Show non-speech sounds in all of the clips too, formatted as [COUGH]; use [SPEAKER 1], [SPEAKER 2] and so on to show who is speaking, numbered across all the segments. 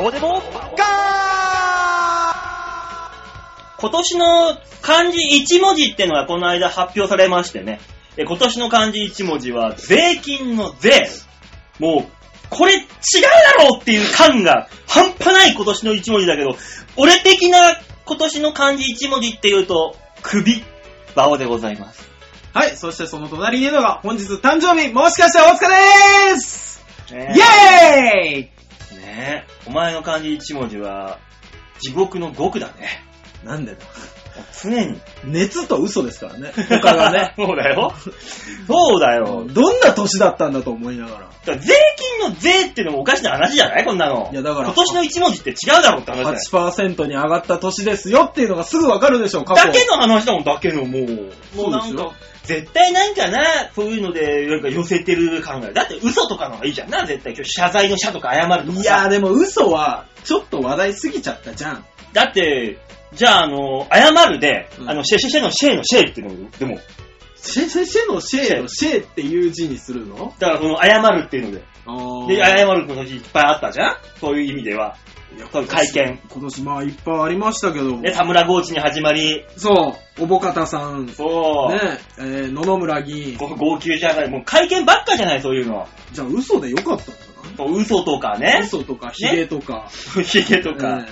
[SPEAKER 1] オデモガ
[SPEAKER 2] 今年の漢字1文字ってのがこの間発表されましてね。え今年の漢字1文字は、税金の税。もう、これ違うだろうっていう感が半端ない今年の1文字だけど、俺的な今年の漢字1文字っていうと、首、馬王でございます。
[SPEAKER 3] はい、そしてその隣にいるのが、本日誕生日、もしかして大塚でーす、
[SPEAKER 2] ね
[SPEAKER 3] イェーイ
[SPEAKER 2] えねえお前の漢字1文字は、地獄の極だね。
[SPEAKER 3] なんでだ
[SPEAKER 2] 常に。
[SPEAKER 3] 熱と嘘ですからね、他が [LAUGHS] ね。。
[SPEAKER 2] そうだよ。そうだよ。
[SPEAKER 3] どんな年だったんだと思いながら。
[SPEAKER 2] だから税金の税っていうのもおかしな話じゃないこんなの。
[SPEAKER 3] いやだから
[SPEAKER 2] 今年の1文字って違うだろうって話だよ。
[SPEAKER 3] 8%に上がった年ですよっていうのがすぐわかるでしょ、過去。
[SPEAKER 2] だけの話だもん、だけのもう。もうな
[SPEAKER 3] そ
[SPEAKER 2] ん
[SPEAKER 3] うです
[SPEAKER 2] か
[SPEAKER 3] よ、
[SPEAKER 2] 絶対なんかな、そういうので、なんか寄せてる考え。だって嘘とかの方がいいじゃんな、絶対。今日謝罪の謝とか謝るとかさ。
[SPEAKER 3] いやーでも嘘は、ちょっと話題すぎちゃったじゃん。
[SPEAKER 2] だって、じゃあ、あの、謝るで、
[SPEAKER 3] うん
[SPEAKER 2] あの、シェシェシェのシェのシェっていうのも、でも、
[SPEAKER 3] シェシェシェのシェのシェっていう字にするの
[SPEAKER 2] だからこの謝るっていうので。で、
[SPEAKER 3] あー
[SPEAKER 2] 謝るの時いっぱいあったじゃんそういう意味では。
[SPEAKER 3] いや
[SPEAKER 2] そういう会見。
[SPEAKER 3] 今年まあいっぱいありましたけど、
[SPEAKER 2] ね、田村豪地に始まり、
[SPEAKER 3] そう、おぼかたさん、ね
[SPEAKER 2] そう。
[SPEAKER 3] えー野々村議員。
[SPEAKER 2] ご号泣じゃない。もう会見ばっかじゃない、そういうの。
[SPEAKER 3] じゃあ嘘でよかったん
[SPEAKER 2] 嘘とか
[SPEAKER 3] だな。
[SPEAKER 2] ね。
[SPEAKER 3] 嘘とかヒゲとか。
[SPEAKER 2] ヒゲとか。
[SPEAKER 3] えー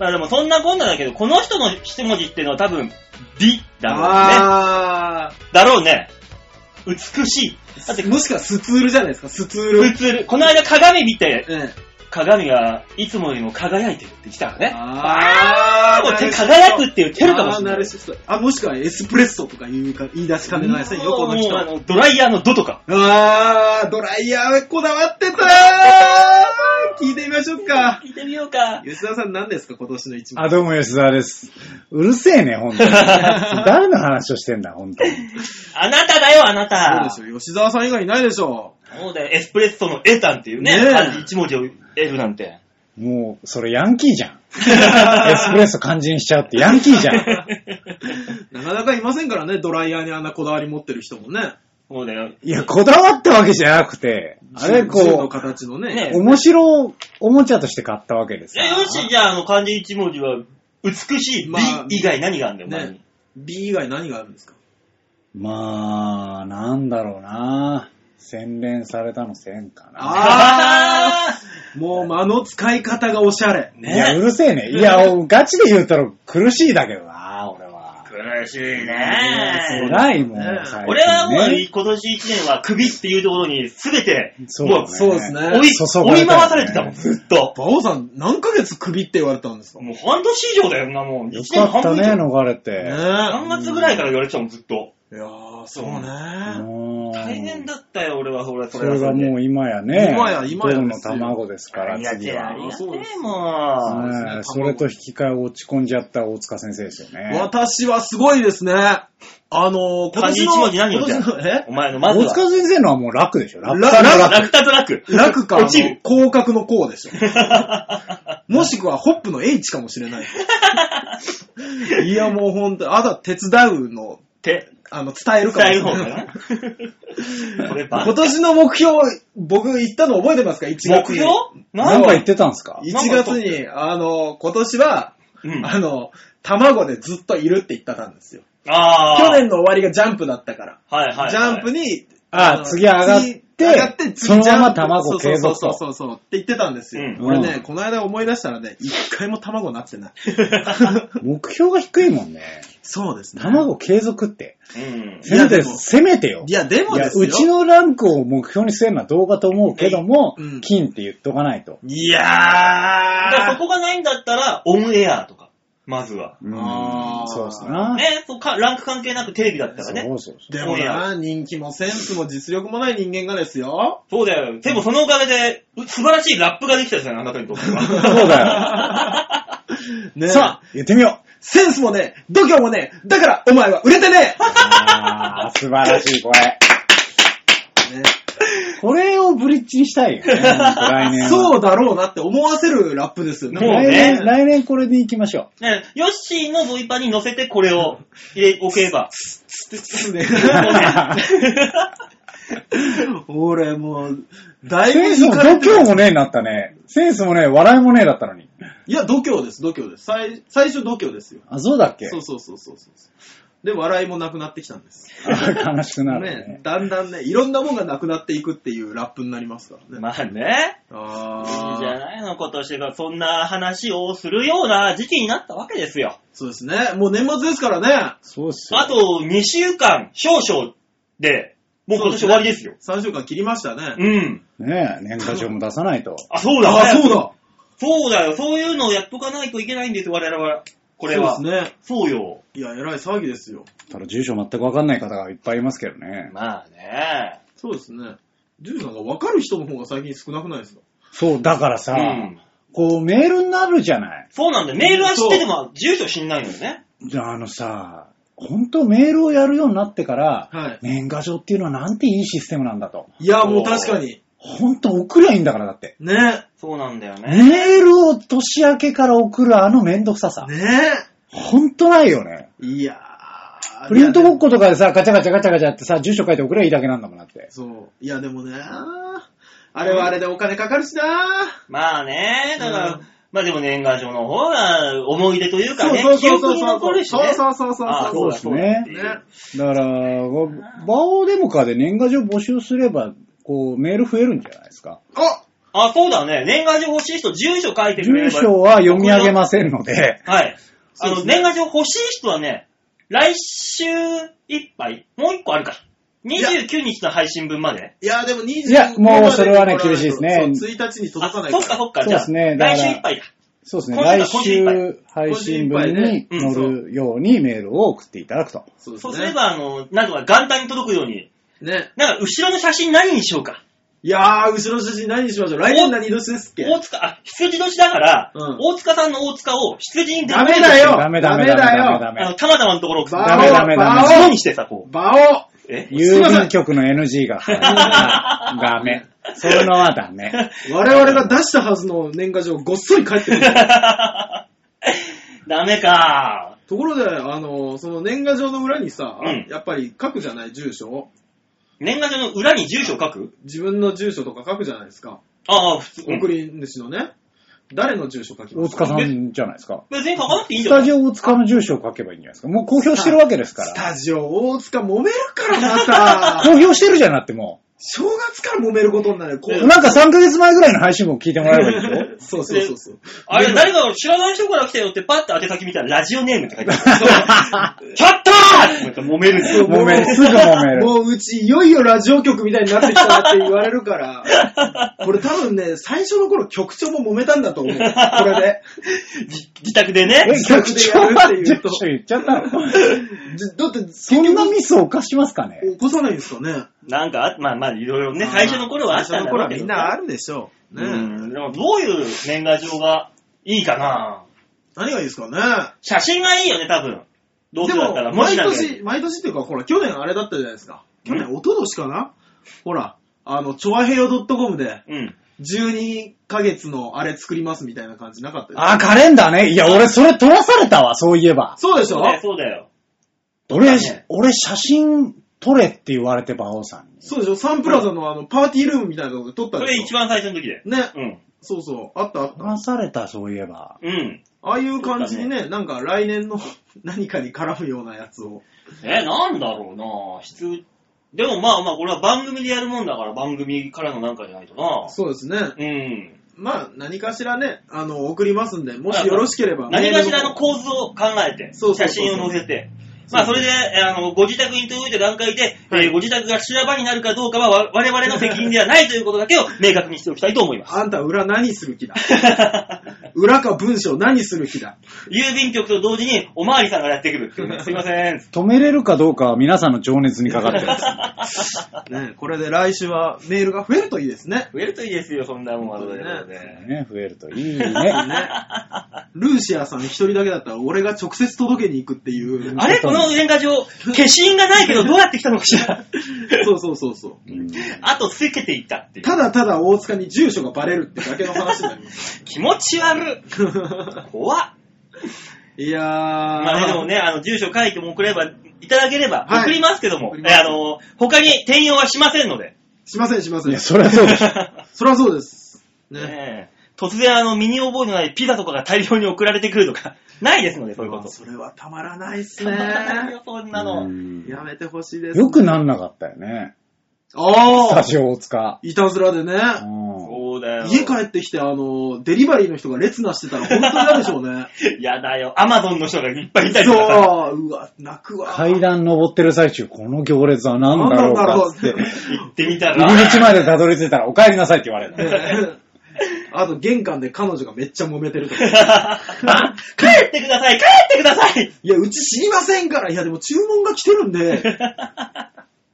[SPEAKER 2] まあでもそんなこんなだけど、この人の一文字っていうのは多分、美だろうね。
[SPEAKER 3] あ
[SPEAKER 2] だろうね。美しい。だって
[SPEAKER 3] ー、、もしかスツールじゃないですか、スツール。
[SPEAKER 2] 普通、この間鏡見て、
[SPEAKER 3] え
[SPEAKER 2] 鏡がいつもよりも輝いてるって言ってたから
[SPEAKER 3] え
[SPEAKER 2] ね。
[SPEAKER 3] あ
[SPEAKER 2] あもう手輝くっていう手るかもしれ
[SPEAKER 3] あーナ
[SPEAKER 2] ない
[SPEAKER 3] ル。シストあ、もしくはエスプレッソとか言いか言い出しかねないですね、横の人
[SPEAKER 2] もう。あのドライヤーのドとか。
[SPEAKER 3] あー、ドライヤーこだわってたー
[SPEAKER 2] [LAUGHS]
[SPEAKER 3] 聞いてみましょうか。
[SPEAKER 2] 聞いてみようか。
[SPEAKER 3] 吉田さん何ですか、今年の一
[SPEAKER 4] あ、
[SPEAKER 3] 番。
[SPEAKER 4] どうも吉沢です。うるせえ
[SPEAKER 2] [LAUGHS]
[SPEAKER 4] ね、ほんとに。誰の話をしてんだ、ほんとに。
[SPEAKER 2] あなただよ、あな
[SPEAKER 3] そう
[SPEAKER 2] た
[SPEAKER 3] で。しょう、吉沢さん以外いないでしょ
[SPEAKER 2] そうだよ、エスプレッソのエタンっていうね、
[SPEAKER 3] ねえ
[SPEAKER 2] 漢字一文字を得るなんて。
[SPEAKER 4] もう、それヤンキーじゃん。エスプレッソ肝心しちゃうってヤンキーじゃん。
[SPEAKER 3] う。 [LAUGHS] なかなかいませんからね、ドライヤーにあんなこだわり持ってる人もね。
[SPEAKER 2] そうだよ。
[SPEAKER 4] いや、こだわったわけじゃなくて、あれ
[SPEAKER 3] 銃の
[SPEAKER 4] こ
[SPEAKER 3] 形のね。
[SPEAKER 2] ね
[SPEAKER 4] う、面白いおもちゃとして買ったわけです
[SPEAKER 2] え、よし、じゃあ、あの、漢字一文字は、美しい
[SPEAKER 3] まあ
[SPEAKER 2] 美以外何があるんだよ、お前に
[SPEAKER 3] ね B 以外何があるんですか
[SPEAKER 4] まあ、なんだろうな。洗練されたの線かな。
[SPEAKER 3] あーもう [LAUGHS] 間の使い方がおしゃれ。
[SPEAKER 4] いや、うるせえね。いや、ガチで言うたら苦しいだけどな、俺は。
[SPEAKER 2] 苦しいね。
[SPEAKER 4] 辛いもん、
[SPEAKER 3] ね
[SPEAKER 4] 最近、ね。
[SPEAKER 2] 俺はもう、今年一年は首っていうところに全て、もう、
[SPEAKER 4] ね
[SPEAKER 3] そうですね
[SPEAKER 2] 追い、
[SPEAKER 4] 注が
[SPEAKER 2] 追
[SPEAKER 4] れたよね
[SPEAKER 2] い回されてたもん、ずっと。
[SPEAKER 3] バオさん、何ヶ月首って言われたんですかね
[SPEAKER 2] もう半年以上だよな、もう。
[SPEAKER 4] よ
[SPEAKER 2] 一年
[SPEAKER 4] かっ
[SPEAKER 2] 半
[SPEAKER 4] た
[SPEAKER 2] 分以
[SPEAKER 4] ね、
[SPEAKER 2] 上。
[SPEAKER 4] 逃れて。
[SPEAKER 2] 3
[SPEAKER 3] ね
[SPEAKER 2] 月ぐらいから言われてたもん、ずっと。
[SPEAKER 3] え。いやー、そうね。
[SPEAKER 4] 大
[SPEAKER 2] 大変だったよ、俺は、それは、
[SPEAKER 4] それがも
[SPEAKER 2] う。
[SPEAKER 4] う今やね、
[SPEAKER 3] 今や今や
[SPEAKER 4] ドル
[SPEAKER 3] で
[SPEAKER 4] の
[SPEAKER 3] すよ
[SPEAKER 4] 卵ですから、
[SPEAKER 2] いや、
[SPEAKER 4] 次
[SPEAKER 2] 違う、あ
[SPEAKER 4] は。
[SPEAKER 2] りがて
[SPEAKER 3] そうです
[SPEAKER 2] え、も
[SPEAKER 3] う
[SPEAKER 2] う。
[SPEAKER 3] ですね
[SPEAKER 4] ねそれと引き換え落ち込んじゃった大塚先生ですよね。
[SPEAKER 3] 私はすごいですね。あのー、今
[SPEAKER 2] 漢字
[SPEAKER 3] 年
[SPEAKER 2] 一
[SPEAKER 3] の、
[SPEAKER 2] 文字何をじゃ
[SPEAKER 3] 今
[SPEAKER 2] あ
[SPEAKER 3] 年のえ
[SPEAKER 2] お前の、まず
[SPEAKER 4] 大
[SPEAKER 2] は。
[SPEAKER 4] 塚先生のはもう楽でしょ楽
[SPEAKER 3] 楽
[SPEAKER 4] さんの楽
[SPEAKER 2] 楽たと楽。
[SPEAKER 3] 楽か、あの
[SPEAKER 2] 落ちる
[SPEAKER 3] 広角のこう
[SPEAKER 2] [LAUGHS]
[SPEAKER 3] でしょ。もしくはホップの H かもし
[SPEAKER 2] [LAUGHS]
[SPEAKER 3] れない。いや、もうほんと、あとは手伝うの、
[SPEAKER 2] って、
[SPEAKER 3] あの、伝えるかも
[SPEAKER 2] 伝え
[SPEAKER 3] しれ
[SPEAKER 2] る方
[SPEAKER 3] な
[SPEAKER 2] か
[SPEAKER 3] [LAUGHS] い。
[SPEAKER 2] な。こればっか
[SPEAKER 3] 今年の目標、僕言ったの覚えてますか ?1 月
[SPEAKER 2] 目
[SPEAKER 3] に。
[SPEAKER 2] 標
[SPEAKER 4] なんか言ってたんすか
[SPEAKER 3] ?1 月に、あの、今年は、
[SPEAKER 2] うん。
[SPEAKER 3] あの、卵でずっといるって言ったんですよ。
[SPEAKER 2] あー
[SPEAKER 3] 去年の終わりがジャンプだったから。
[SPEAKER 2] はいはいはい。
[SPEAKER 3] ジャンプに、
[SPEAKER 4] あ
[SPEAKER 3] の
[SPEAKER 4] 次上がって
[SPEAKER 3] 次上がって、
[SPEAKER 4] そのまま
[SPEAKER 3] ジャン
[SPEAKER 4] 卵
[SPEAKER 3] プそう
[SPEAKER 4] 継
[SPEAKER 3] そう
[SPEAKER 4] 続
[SPEAKER 3] そう
[SPEAKER 4] と
[SPEAKER 3] そうそうそうって言ってたんですよ。
[SPEAKER 2] うん
[SPEAKER 3] 俺ね、
[SPEAKER 4] うん
[SPEAKER 3] この間思い出したらね、一回も卵なってない。
[SPEAKER 4] 目標が低いもんね。
[SPEAKER 3] そうですね。
[SPEAKER 4] 卵継続って。
[SPEAKER 2] うん。
[SPEAKER 3] いや
[SPEAKER 4] せめ
[SPEAKER 3] で
[SPEAKER 4] て、
[SPEAKER 3] も
[SPEAKER 4] せめてよ。
[SPEAKER 3] いや、でも
[SPEAKER 4] いや
[SPEAKER 3] ですよ。
[SPEAKER 4] うちのランクを目標にするのはどうかと思うけども
[SPEAKER 3] えいうん、
[SPEAKER 4] 金って言っとかないと。
[SPEAKER 3] いやー
[SPEAKER 2] だからそこがないんだったら、オンエアとか、まずは。
[SPEAKER 4] うん
[SPEAKER 3] あー
[SPEAKER 4] そうっすな。
[SPEAKER 2] ね、そうか、ランク関係なくテレビだった
[SPEAKER 4] そ
[SPEAKER 2] ら
[SPEAKER 4] う
[SPEAKER 2] ね。
[SPEAKER 4] そうそう。
[SPEAKER 3] でもな、人気もセンスも実力もない人間がです [LAUGHS] よ。
[SPEAKER 2] そうだよ。でもそのおかげで、う素晴らしいラップができたじゃん、あなたにとっては。
[SPEAKER 4] そうだ
[SPEAKER 2] [LAUGHS]
[SPEAKER 3] ね
[SPEAKER 4] よ。さあ、言ってみよう。
[SPEAKER 3] センスもね、度胸もね、だからお前は売れてね
[SPEAKER 4] あー素晴らしい、これ。
[SPEAKER 3] ね
[SPEAKER 4] これをブリッジにしたい [LAUGHS] よね。来年は。
[SPEAKER 3] そうだろうなって思わせるラップですよ
[SPEAKER 2] もう
[SPEAKER 4] 来
[SPEAKER 3] ね。
[SPEAKER 2] ね
[SPEAKER 4] 年、来年これで行きましょ
[SPEAKER 2] ね、ヨッシーのボイパに乗せてこれを入れおけば。
[SPEAKER 3] ね
[SPEAKER 2] ね
[SPEAKER 3] 俺もう、
[SPEAKER 4] う。
[SPEAKER 3] だいぶ
[SPEAKER 4] センスも
[SPEAKER 3] イカれ
[SPEAKER 4] 度
[SPEAKER 3] てる
[SPEAKER 4] 胸もねえなったね。センスもねえ、笑いもねえだったのに。
[SPEAKER 3] いや、度胸です、度胸です。最最初度胸ですよ。
[SPEAKER 4] あ、そうだっけ
[SPEAKER 3] そうそうそうそうそう。で、笑いもなくなってきたんです。
[SPEAKER 4] あ悲しくなるね。
[SPEAKER 3] ね、だんだんね、いろんなもんがなくなっていくっていうラップになりますからね。
[SPEAKER 2] まあね。いいじゃ
[SPEAKER 3] あー
[SPEAKER 2] ないの、今年がそんな話をするような時期になったわけですよ。
[SPEAKER 3] そうですね。もう年末ですからね。
[SPEAKER 4] そうっすよ。
[SPEAKER 2] あと2週間少々で、もう今年終わりですよ。
[SPEAKER 3] 3週間切りましたね。
[SPEAKER 2] うん。
[SPEAKER 4] ねえ、年賀状も出さないと。
[SPEAKER 2] あ、そうだ、
[SPEAKER 3] あ、
[SPEAKER 2] 早く
[SPEAKER 3] そうだ。
[SPEAKER 2] そうだよ、そういうのをやっとかないといけないんですよ、我々は。これは。
[SPEAKER 3] そうですね。
[SPEAKER 2] そうよ。
[SPEAKER 3] いや、えらい騒ぎですよ。
[SPEAKER 4] ただ住所全くわかんない方がいっぱいいますけどね。
[SPEAKER 2] まあね。
[SPEAKER 3] そうですね。ジュリさんが分かる人の方が最近少なくないですか
[SPEAKER 4] そう、だからさ、
[SPEAKER 2] うん。
[SPEAKER 4] こうメールになるじゃない。
[SPEAKER 2] そうなんだよ。メールは知ってても、住所知んないのよね。
[SPEAKER 4] じゃああのさ、本当メールをやるようになってから、
[SPEAKER 3] はい
[SPEAKER 4] 年賀状っていうのはなんていいシステムなんだと。
[SPEAKER 3] いや、もう確かに。
[SPEAKER 4] 本当送りゃいいんだからだって。
[SPEAKER 3] ね。
[SPEAKER 2] そうなんだよね。
[SPEAKER 4] メールを年明けから送るあのめんどくささ。
[SPEAKER 3] ね
[SPEAKER 4] ほんとないよね。
[SPEAKER 3] いやー
[SPEAKER 4] プリントごっ
[SPEAKER 3] こ
[SPEAKER 4] ことかでさ、ガチャガチャガチャガチャってさ、住所書いて送りゃいいだけなんだもんなって。
[SPEAKER 3] そう。いや、でもね、あれはあれでお金かかるしな
[SPEAKER 2] まあね、だから、
[SPEAKER 3] うん
[SPEAKER 2] まあでも年賀状の方が思い出というかね、記憶に残るし
[SPEAKER 3] そう
[SPEAKER 2] ね。
[SPEAKER 3] そうそうそう。
[SPEAKER 2] あ
[SPEAKER 4] そうですね
[SPEAKER 2] そうだ
[SPEAKER 4] だから、バオデモカで年賀状募集すれば、こう、メール増えるんじゃないですか。
[SPEAKER 3] あ
[SPEAKER 2] あ、そうだね。年賀状欲しい人、住所書いてくれれ
[SPEAKER 4] 住
[SPEAKER 2] ば。
[SPEAKER 4] 所は読み上げませんので、
[SPEAKER 2] はい。あ
[SPEAKER 3] そうです
[SPEAKER 2] の、
[SPEAKER 3] ね
[SPEAKER 2] 年賀状欲しい人はね、来週いっぱい、もう一個あるから。29日の配信分まで。
[SPEAKER 3] いや、でも25
[SPEAKER 4] いやもうそれはね厳しいですね
[SPEAKER 3] そう1日に
[SPEAKER 2] あ、そっ
[SPEAKER 3] 届かないから。
[SPEAKER 2] かそっか、
[SPEAKER 4] そう
[SPEAKER 2] じゃ
[SPEAKER 4] で
[SPEAKER 2] あ、
[SPEAKER 4] すねだから
[SPEAKER 2] 来週いっぱいだ。
[SPEAKER 4] そうですね、
[SPEAKER 2] 今週だ
[SPEAKER 4] 来週配信分に
[SPEAKER 2] 今週いっぱいね
[SPEAKER 4] 載るようにメールを送っていただくと。
[SPEAKER 3] そうです
[SPEAKER 2] そ
[SPEAKER 3] ね
[SPEAKER 2] うすれば、あの、なんとか元旦に届くように。
[SPEAKER 3] ね。
[SPEAKER 2] なんか、後ろの写真何にしようか。
[SPEAKER 3] いやー、後ろ写真何にしましょう。来年何年ですっけ
[SPEAKER 2] 大塚、あ、羊年だから、
[SPEAKER 3] うん
[SPEAKER 2] 大塚さんの大塚を羊に
[SPEAKER 3] ダメだよ
[SPEAKER 4] ダメダメダメダメダ
[SPEAKER 2] あの、
[SPEAKER 4] メ。
[SPEAKER 2] たまたまのところを送って
[SPEAKER 3] バ
[SPEAKER 4] ダメダメダメ
[SPEAKER 2] そうにしてさ、こう。
[SPEAKER 3] バオ
[SPEAKER 2] え
[SPEAKER 4] 郵便局の NG が入る。ダメ。そういうのはダメ。
[SPEAKER 3] 我々が出したはずの年賀状ごっそり返ってくる。
[SPEAKER 4] [LAUGHS]
[SPEAKER 2] ダメか。
[SPEAKER 3] ところで、あの、その年賀状の裏にさ、
[SPEAKER 2] うん
[SPEAKER 3] やっぱり書くじゃない、住所を。
[SPEAKER 2] 年賀状の裏に住所を書く
[SPEAKER 3] 自分の住所とか書くじゃないですか。
[SPEAKER 2] ああ、普通。
[SPEAKER 3] 送り主のね。誰の住所書きま
[SPEAKER 4] 大
[SPEAKER 3] す
[SPEAKER 4] 塚さんじゃないですか。
[SPEAKER 2] 別に書かなくていいん
[SPEAKER 4] ス
[SPEAKER 2] じゃな
[SPEAKER 4] タ
[SPEAKER 2] い
[SPEAKER 4] ジオ大塚の住所を書けばいいんじゃないですか。もう公表してるわけですか
[SPEAKER 3] ス
[SPEAKER 4] ら。
[SPEAKER 3] タジオ大塚揉めるからまた、
[SPEAKER 4] [LAUGHS] 公表してるじゃなくても
[SPEAKER 3] 正月から揉めることになる。こ
[SPEAKER 4] う。
[SPEAKER 3] う
[SPEAKER 4] なんか3ヶ月前ぐらいの配信も聞いてもらえばいいでしょ
[SPEAKER 3] そうそうそうそう。
[SPEAKER 2] あれ、誰か知らない人から来たよってパッて宛先見たらラジオネームって書いてあ
[SPEAKER 3] [LAUGHS]
[SPEAKER 2] る。キャッターって揉めるんですよ。
[SPEAKER 4] 揉めるすぐ揉める
[SPEAKER 3] もううち、いよいよラジオ局みたいになってきたなって言われ
[SPEAKER 2] [LAUGHS]
[SPEAKER 3] るから、これ多分ね、最初の頃局長も揉めたんだと思う。こ
[SPEAKER 2] [LAUGHS]
[SPEAKER 3] れで。
[SPEAKER 2] 自宅でね。
[SPEAKER 4] え、局長は住所言っちゃったの
[SPEAKER 3] じだって、
[SPEAKER 4] そんな
[SPEAKER 3] 結
[SPEAKER 4] ミスを犯しますかね
[SPEAKER 3] 局起こさないんですかね。
[SPEAKER 2] なんかあ、まあまあ、いろいろね、最初の頃はあったんだろうけど。
[SPEAKER 3] 最初の頃はみんなあるでしょう。ね、
[SPEAKER 2] うん。でも、どういう年賀状がいいかな
[SPEAKER 3] 何がいいですかね。
[SPEAKER 2] 写真がいいよね、多分。どうせ
[SPEAKER 3] で
[SPEAKER 2] だったら、
[SPEAKER 3] も、
[SPEAKER 2] 文字
[SPEAKER 3] 毎
[SPEAKER 2] なんかより
[SPEAKER 3] 年、毎年っていうか、ほら、去年あれだったじゃないですか。去年、一昨年かなほら、あの、ちょわへよ .com で、
[SPEAKER 2] うん。
[SPEAKER 3] 12ヶ月のあれ作りますみたいな感じなかったですか
[SPEAKER 4] あ、カレンダーね。いや、俺それ撮らされたわ、そういえば。
[SPEAKER 3] そうでし
[SPEAKER 2] そ
[SPEAKER 3] ょ
[SPEAKER 2] うだよ、そうだよ。
[SPEAKER 4] 俺
[SPEAKER 2] 撮ったね、
[SPEAKER 4] 俺写真撮れって言われて、馬王さんに。
[SPEAKER 3] そうでしょサンプラザのあの、パーティールームみたいなところで撮った
[SPEAKER 2] そ
[SPEAKER 3] で
[SPEAKER 2] れ
[SPEAKER 3] しょ
[SPEAKER 2] 一番最初の時で。
[SPEAKER 3] ね。
[SPEAKER 2] うん。
[SPEAKER 3] そうそう。あったあっ
[SPEAKER 4] 撮
[SPEAKER 3] た。
[SPEAKER 4] らされた、そういえば。
[SPEAKER 2] うん。
[SPEAKER 3] ああいう感じにね、なんか来年の [LAUGHS] 何かに絡むようなやつを。
[SPEAKER 2] え、なんだろうな質、でもまあまあ、これは番組でやるもんだから、番組からのなんかじゃないとな
[SPEAKER 3] そうですね。
[SPEAKER 2] うん。
[SPEAKER 3] まあ、何かしらね、あの、送りますんで、もしよろしければ。
[SPEAKER 2] 何かしらの
[SPEAKER 3] コ
[SPEAKER 2] 構図を考えて、
[SPEAKER 3] そうそうそう
[SPEAKER 2] 写真を載せて。まあ、それで、えーあの、ご自宅に届いた段階で、えー
[SPEAKER 3] はい
[SPEAKER 2] ご自宅が修羅場になるかどうかは、わ我々の責任ではないということだけを [LAUGHS] 明確にしておきたいと思います。
[SPEAKER 3] あんた裏何する気だ裏か文章何する
[SPEAKER 2] [LAUGHS]
[SPEAKER 3] 気だ
[SPEAKER 2] 郵便局と同時に、おまわりさんがやってくるっていうね。すいません。
[SPEAKER 4] 止めれるかどうかは皆さんの情熱にかかってます。
[SPEAKER 3] ね、これで来週はメールが増えるといいですね。
[SPEAKER 2] 増えるといいですよ、そんなもんは
[SPEAKER 3] 本当にね
[SPEAKER 2] そうだよね
[SPEAKER 4] ね、増えるといいね。
[SPEAKER 3] ルーシアさん一人だけだったら俺が直接届けに行くっていう。
[SPEAKER 2] あれこの年賀状、消印がないけどどうやって来たのかし [LAUGHS] ら。
[SPEAKER 3] そうそうそうそう。
[SPEAKER 2] あと、つけていったっていう。
[SPEAKER 3] ただただ大塚に住所がバレるってだけの話になります。
[SPEAKER 2] 気持ち [LAUGHS] 悪い。怖っ。
[SPEAKER 3] いやー。
[SPEAKER 2] まあね、でもね、あの、住所書いても送れば、いただければ、
[SPEAKER 3] はい
[SPEAKER 2] 送りますけども、
[SPEAKER 3] 送りま
[SPEAKER 2] え
[SPEAKER 3] す
[SPEAKER 2] あの、他に転用はしませんので。
[SPEAKER 3] しません、しませ
[SPEAKER 4] い
[SPEAKER 3] ん
[SPEAKER 4] や、。そりゃそうでしょ。
[SPEAKER 3] そりゃそうです。ね。
[SPEAKER 2] ねえ突然あの、身に覚えのないピザとかが大量に送られてくるとか、 [LAUGHS] ないですので、そういうこ
[SPEAKER 3] まあ
[SPEAKER 2] と。 [LAUGHS]
[SPEAKER 3] それはたまらないっす
[SPEAKER 2] たまらない
[SPEAKER 3] ね。
[SPEAKER 2] よそんなの。
[SPEAKER 4] うん
[SPEAKER 3] やめてほしいです。
[SPEAKER 4] よくなんなかったよね。ス
[SPEAKER 3] あ
[SPEAKER 4] タ
[SPEAKER 3] あ
[SPEAKER 4] ジオ大塚。
[SPEAKER 3] いたずらでね。
[SPEAKER 4] うん
[SPEAKER 2] そうだよ。
[SPEAKER 3] 家帰ってきて、あの、デリバリーの人が列なしてたら本当に嫌でしょ
[SPEAKER 2] [LAUGHS]
[SPEAKER 3] うね。
[SPEAKER 2] やだよ。アマゾンの人がいっぱいいたりとかさ
[SPEAKER 3] そう、うわ、泣くわ。
[SPEAKER 4] 階段登ってる最中、この行列は何だろうかっつっ
[SPEAKER 3] な
[SPEAKER 4] て
[SPEAKER 3] んだろう、
[SPEAKER 2] 行ってみたら。
[SPEAKER 4] 入り口までたどり着いたらお帰りなさいって言
[SPEAKER 3] [LAUGHS]
[SPEAKER 4] われた。
[SPEAKER 3] あと、玄関で彼女がめっちゃ揉めてるとか。
[SPEAKER 2] 帰ってください帰ってください
[SPEAKER 3] いや、うち知りませんから。いや、でも注文が来てるんで。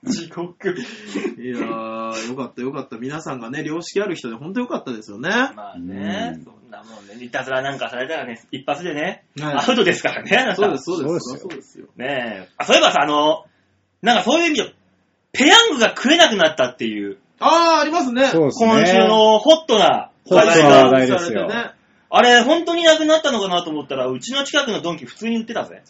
[SPEAKER 2] 地獄。
[SPEAKER 3] いやー、よかったよかった。皆さんがね、良識ある人で本当よかったですよね。
[SPEAKER 2] まあね
[SPEAKER 4] う、ん
[SPEAKER 2] そんなもんね、いたずらなんかされたらね、一発でね、
[SPEAKER 3] はい
[SPEAKER 2] アウトですからね、あなた
[SPEAKER 3] そうです、そうです。
[SPEAKER 4] そうですよ
[SPEAKER 3] そうですよ。
[SPEAKER 2] ねえ。あ、そういえばさ、あの、なんかそういう意味で、ペヤングが食えなくなったっていう、
[SPEAKER 3] あー、ありますね。
[SPEAKER 4] そうですね。
[SPEAKER 2] 今週のホットな
[SPEAKER 4] ホットな
[SPEAKER 2] 話
[SPEAKER 4] 話
[SPEAKER 2] 題
[SPEAKER 4] 題
[SPEAKER 2] が
[SPEAKER 4] ですよ
[SPEAKER 3] ね
[SPEAKER 2] あれ、本当になくなったのかなと思ったら、うちの近くのドンキ普通に売ってたぜ。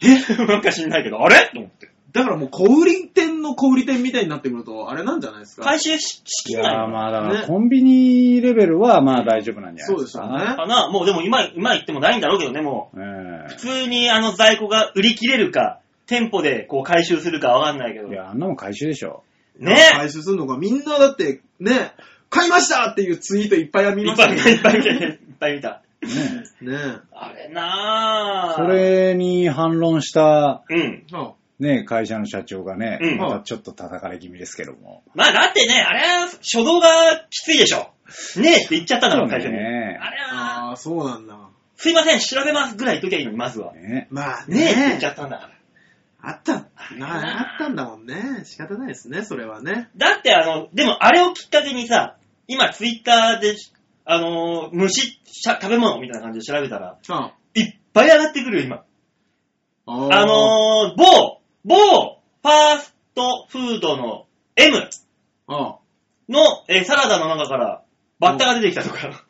[SPEAKER 2] え [LAUGHS] なんか知んないけど、あれと思って。
[SPEAKER 3] だからもう小売店の小売店みたいになってくると、あれなんじゃないですか。
[SPEAKER 2] 回収しし
[SPEAKER 4] い
[SPEAKER 2] きんない
[SPEAKER 4] やー
[SPEAKER 2] の
[SPEAKER 4] まあだから
[SPEAKER 3] ね
[SPEAKER 4] コンビニレベルはまあ大丈夫なんじゃな
[SPEAKER 3] そ
[SPEAKER 4] い
[SPEAKER 3] う
[SPEAKER 4] で
[SPEAKER 3] です
[SPEAKER 4] す
[SPEAKER 3] よ
[SPEAKER 4] か。
[SPEAKER 3] ね。
[SPEAKER 2] かなもうでも今、今言ってもないんだろうけどね、もう。
[SPEAKER 4] え
[SPEAKER 2] 普通にあの在庫が売り切れるか、店舗でこう回収するかわかんないけ
[SPEAKER 4] え
[SPEAKER 2] ど。
[SPEAKER 4] い
[SPEAKER 2] ね
[SPEAKER 4] や、あんなもん回収でしょ。
[SPEAKER 3] 回収するのがみんなだって、ね、買いましたっていうツイートいっぱいは見
[SPEAKER 2] い
[SPEAKER 3] ま
[SPEAKER 2] っ
[SPEAKER 3] し
[SPEAKER 2] ぱ
[SPEAKER 3] た
[SPEAKER 2] い
[SPEAKER 3] ね
[SPEAKER 2] 見。た、いっぱい見た、いっぱい見た。
[SPEAKER 4] ねえ
[SPEAKER 3] ね
[SPEAKER 2] あれなぁ。
[SPEAKER 4] そ。れに反論した、
[SPEAKER 2] うん。
[SPEAKER 3] あ
[SPEAKER 4] ね、会社の社長がね、
[SPEAKER 2] うん
[SPEAKER 4] またちょっと叩かれ気味ですけども。
[SPEAKER 2] まあだってね、あれは初動がきついでしょ。ねえって言っちゃったんだ
[SPEAKER 4] そ
[SPEAKER 2] ろ
[SPEAKER 4] う
[SPEAKER 2] う、最初に。
[SPEAKER 4] ね
[SPEAKER 2] あれは、
[SPEAKER 3] あー、そうなんだ。
[SPEAKER 2] すいません、調べますぐらい言っときゃいいのに、まずは。ね
[SPEAKER 4] ね
[SPEAKER 3] まあ
[SPEAKER 2] えって言っ
[SPEAKER 3] ね
[SPEAKER 2] ちゃったんだから。
[SPEAKER 3] あった、なあったんだもんね。仕方ないですね、それはね。
[SPEAKER 2] だってあの、でもあれをきっかけにさ、今ツイッターで、あのー虫、しゃ食べ物みたいな感じで調べたら、
[SPEAKER 3] あ
[SPEAKER 2] いっぱい上がってくるよ、今。
[SPEAKER 3] あ
[SPEAKER 2] あのー、某、某、ファーストフードの M
[SPEAKER 3] ああ
[SPEAKER 2] の、えーサラダの中からバッタが出てきたとか、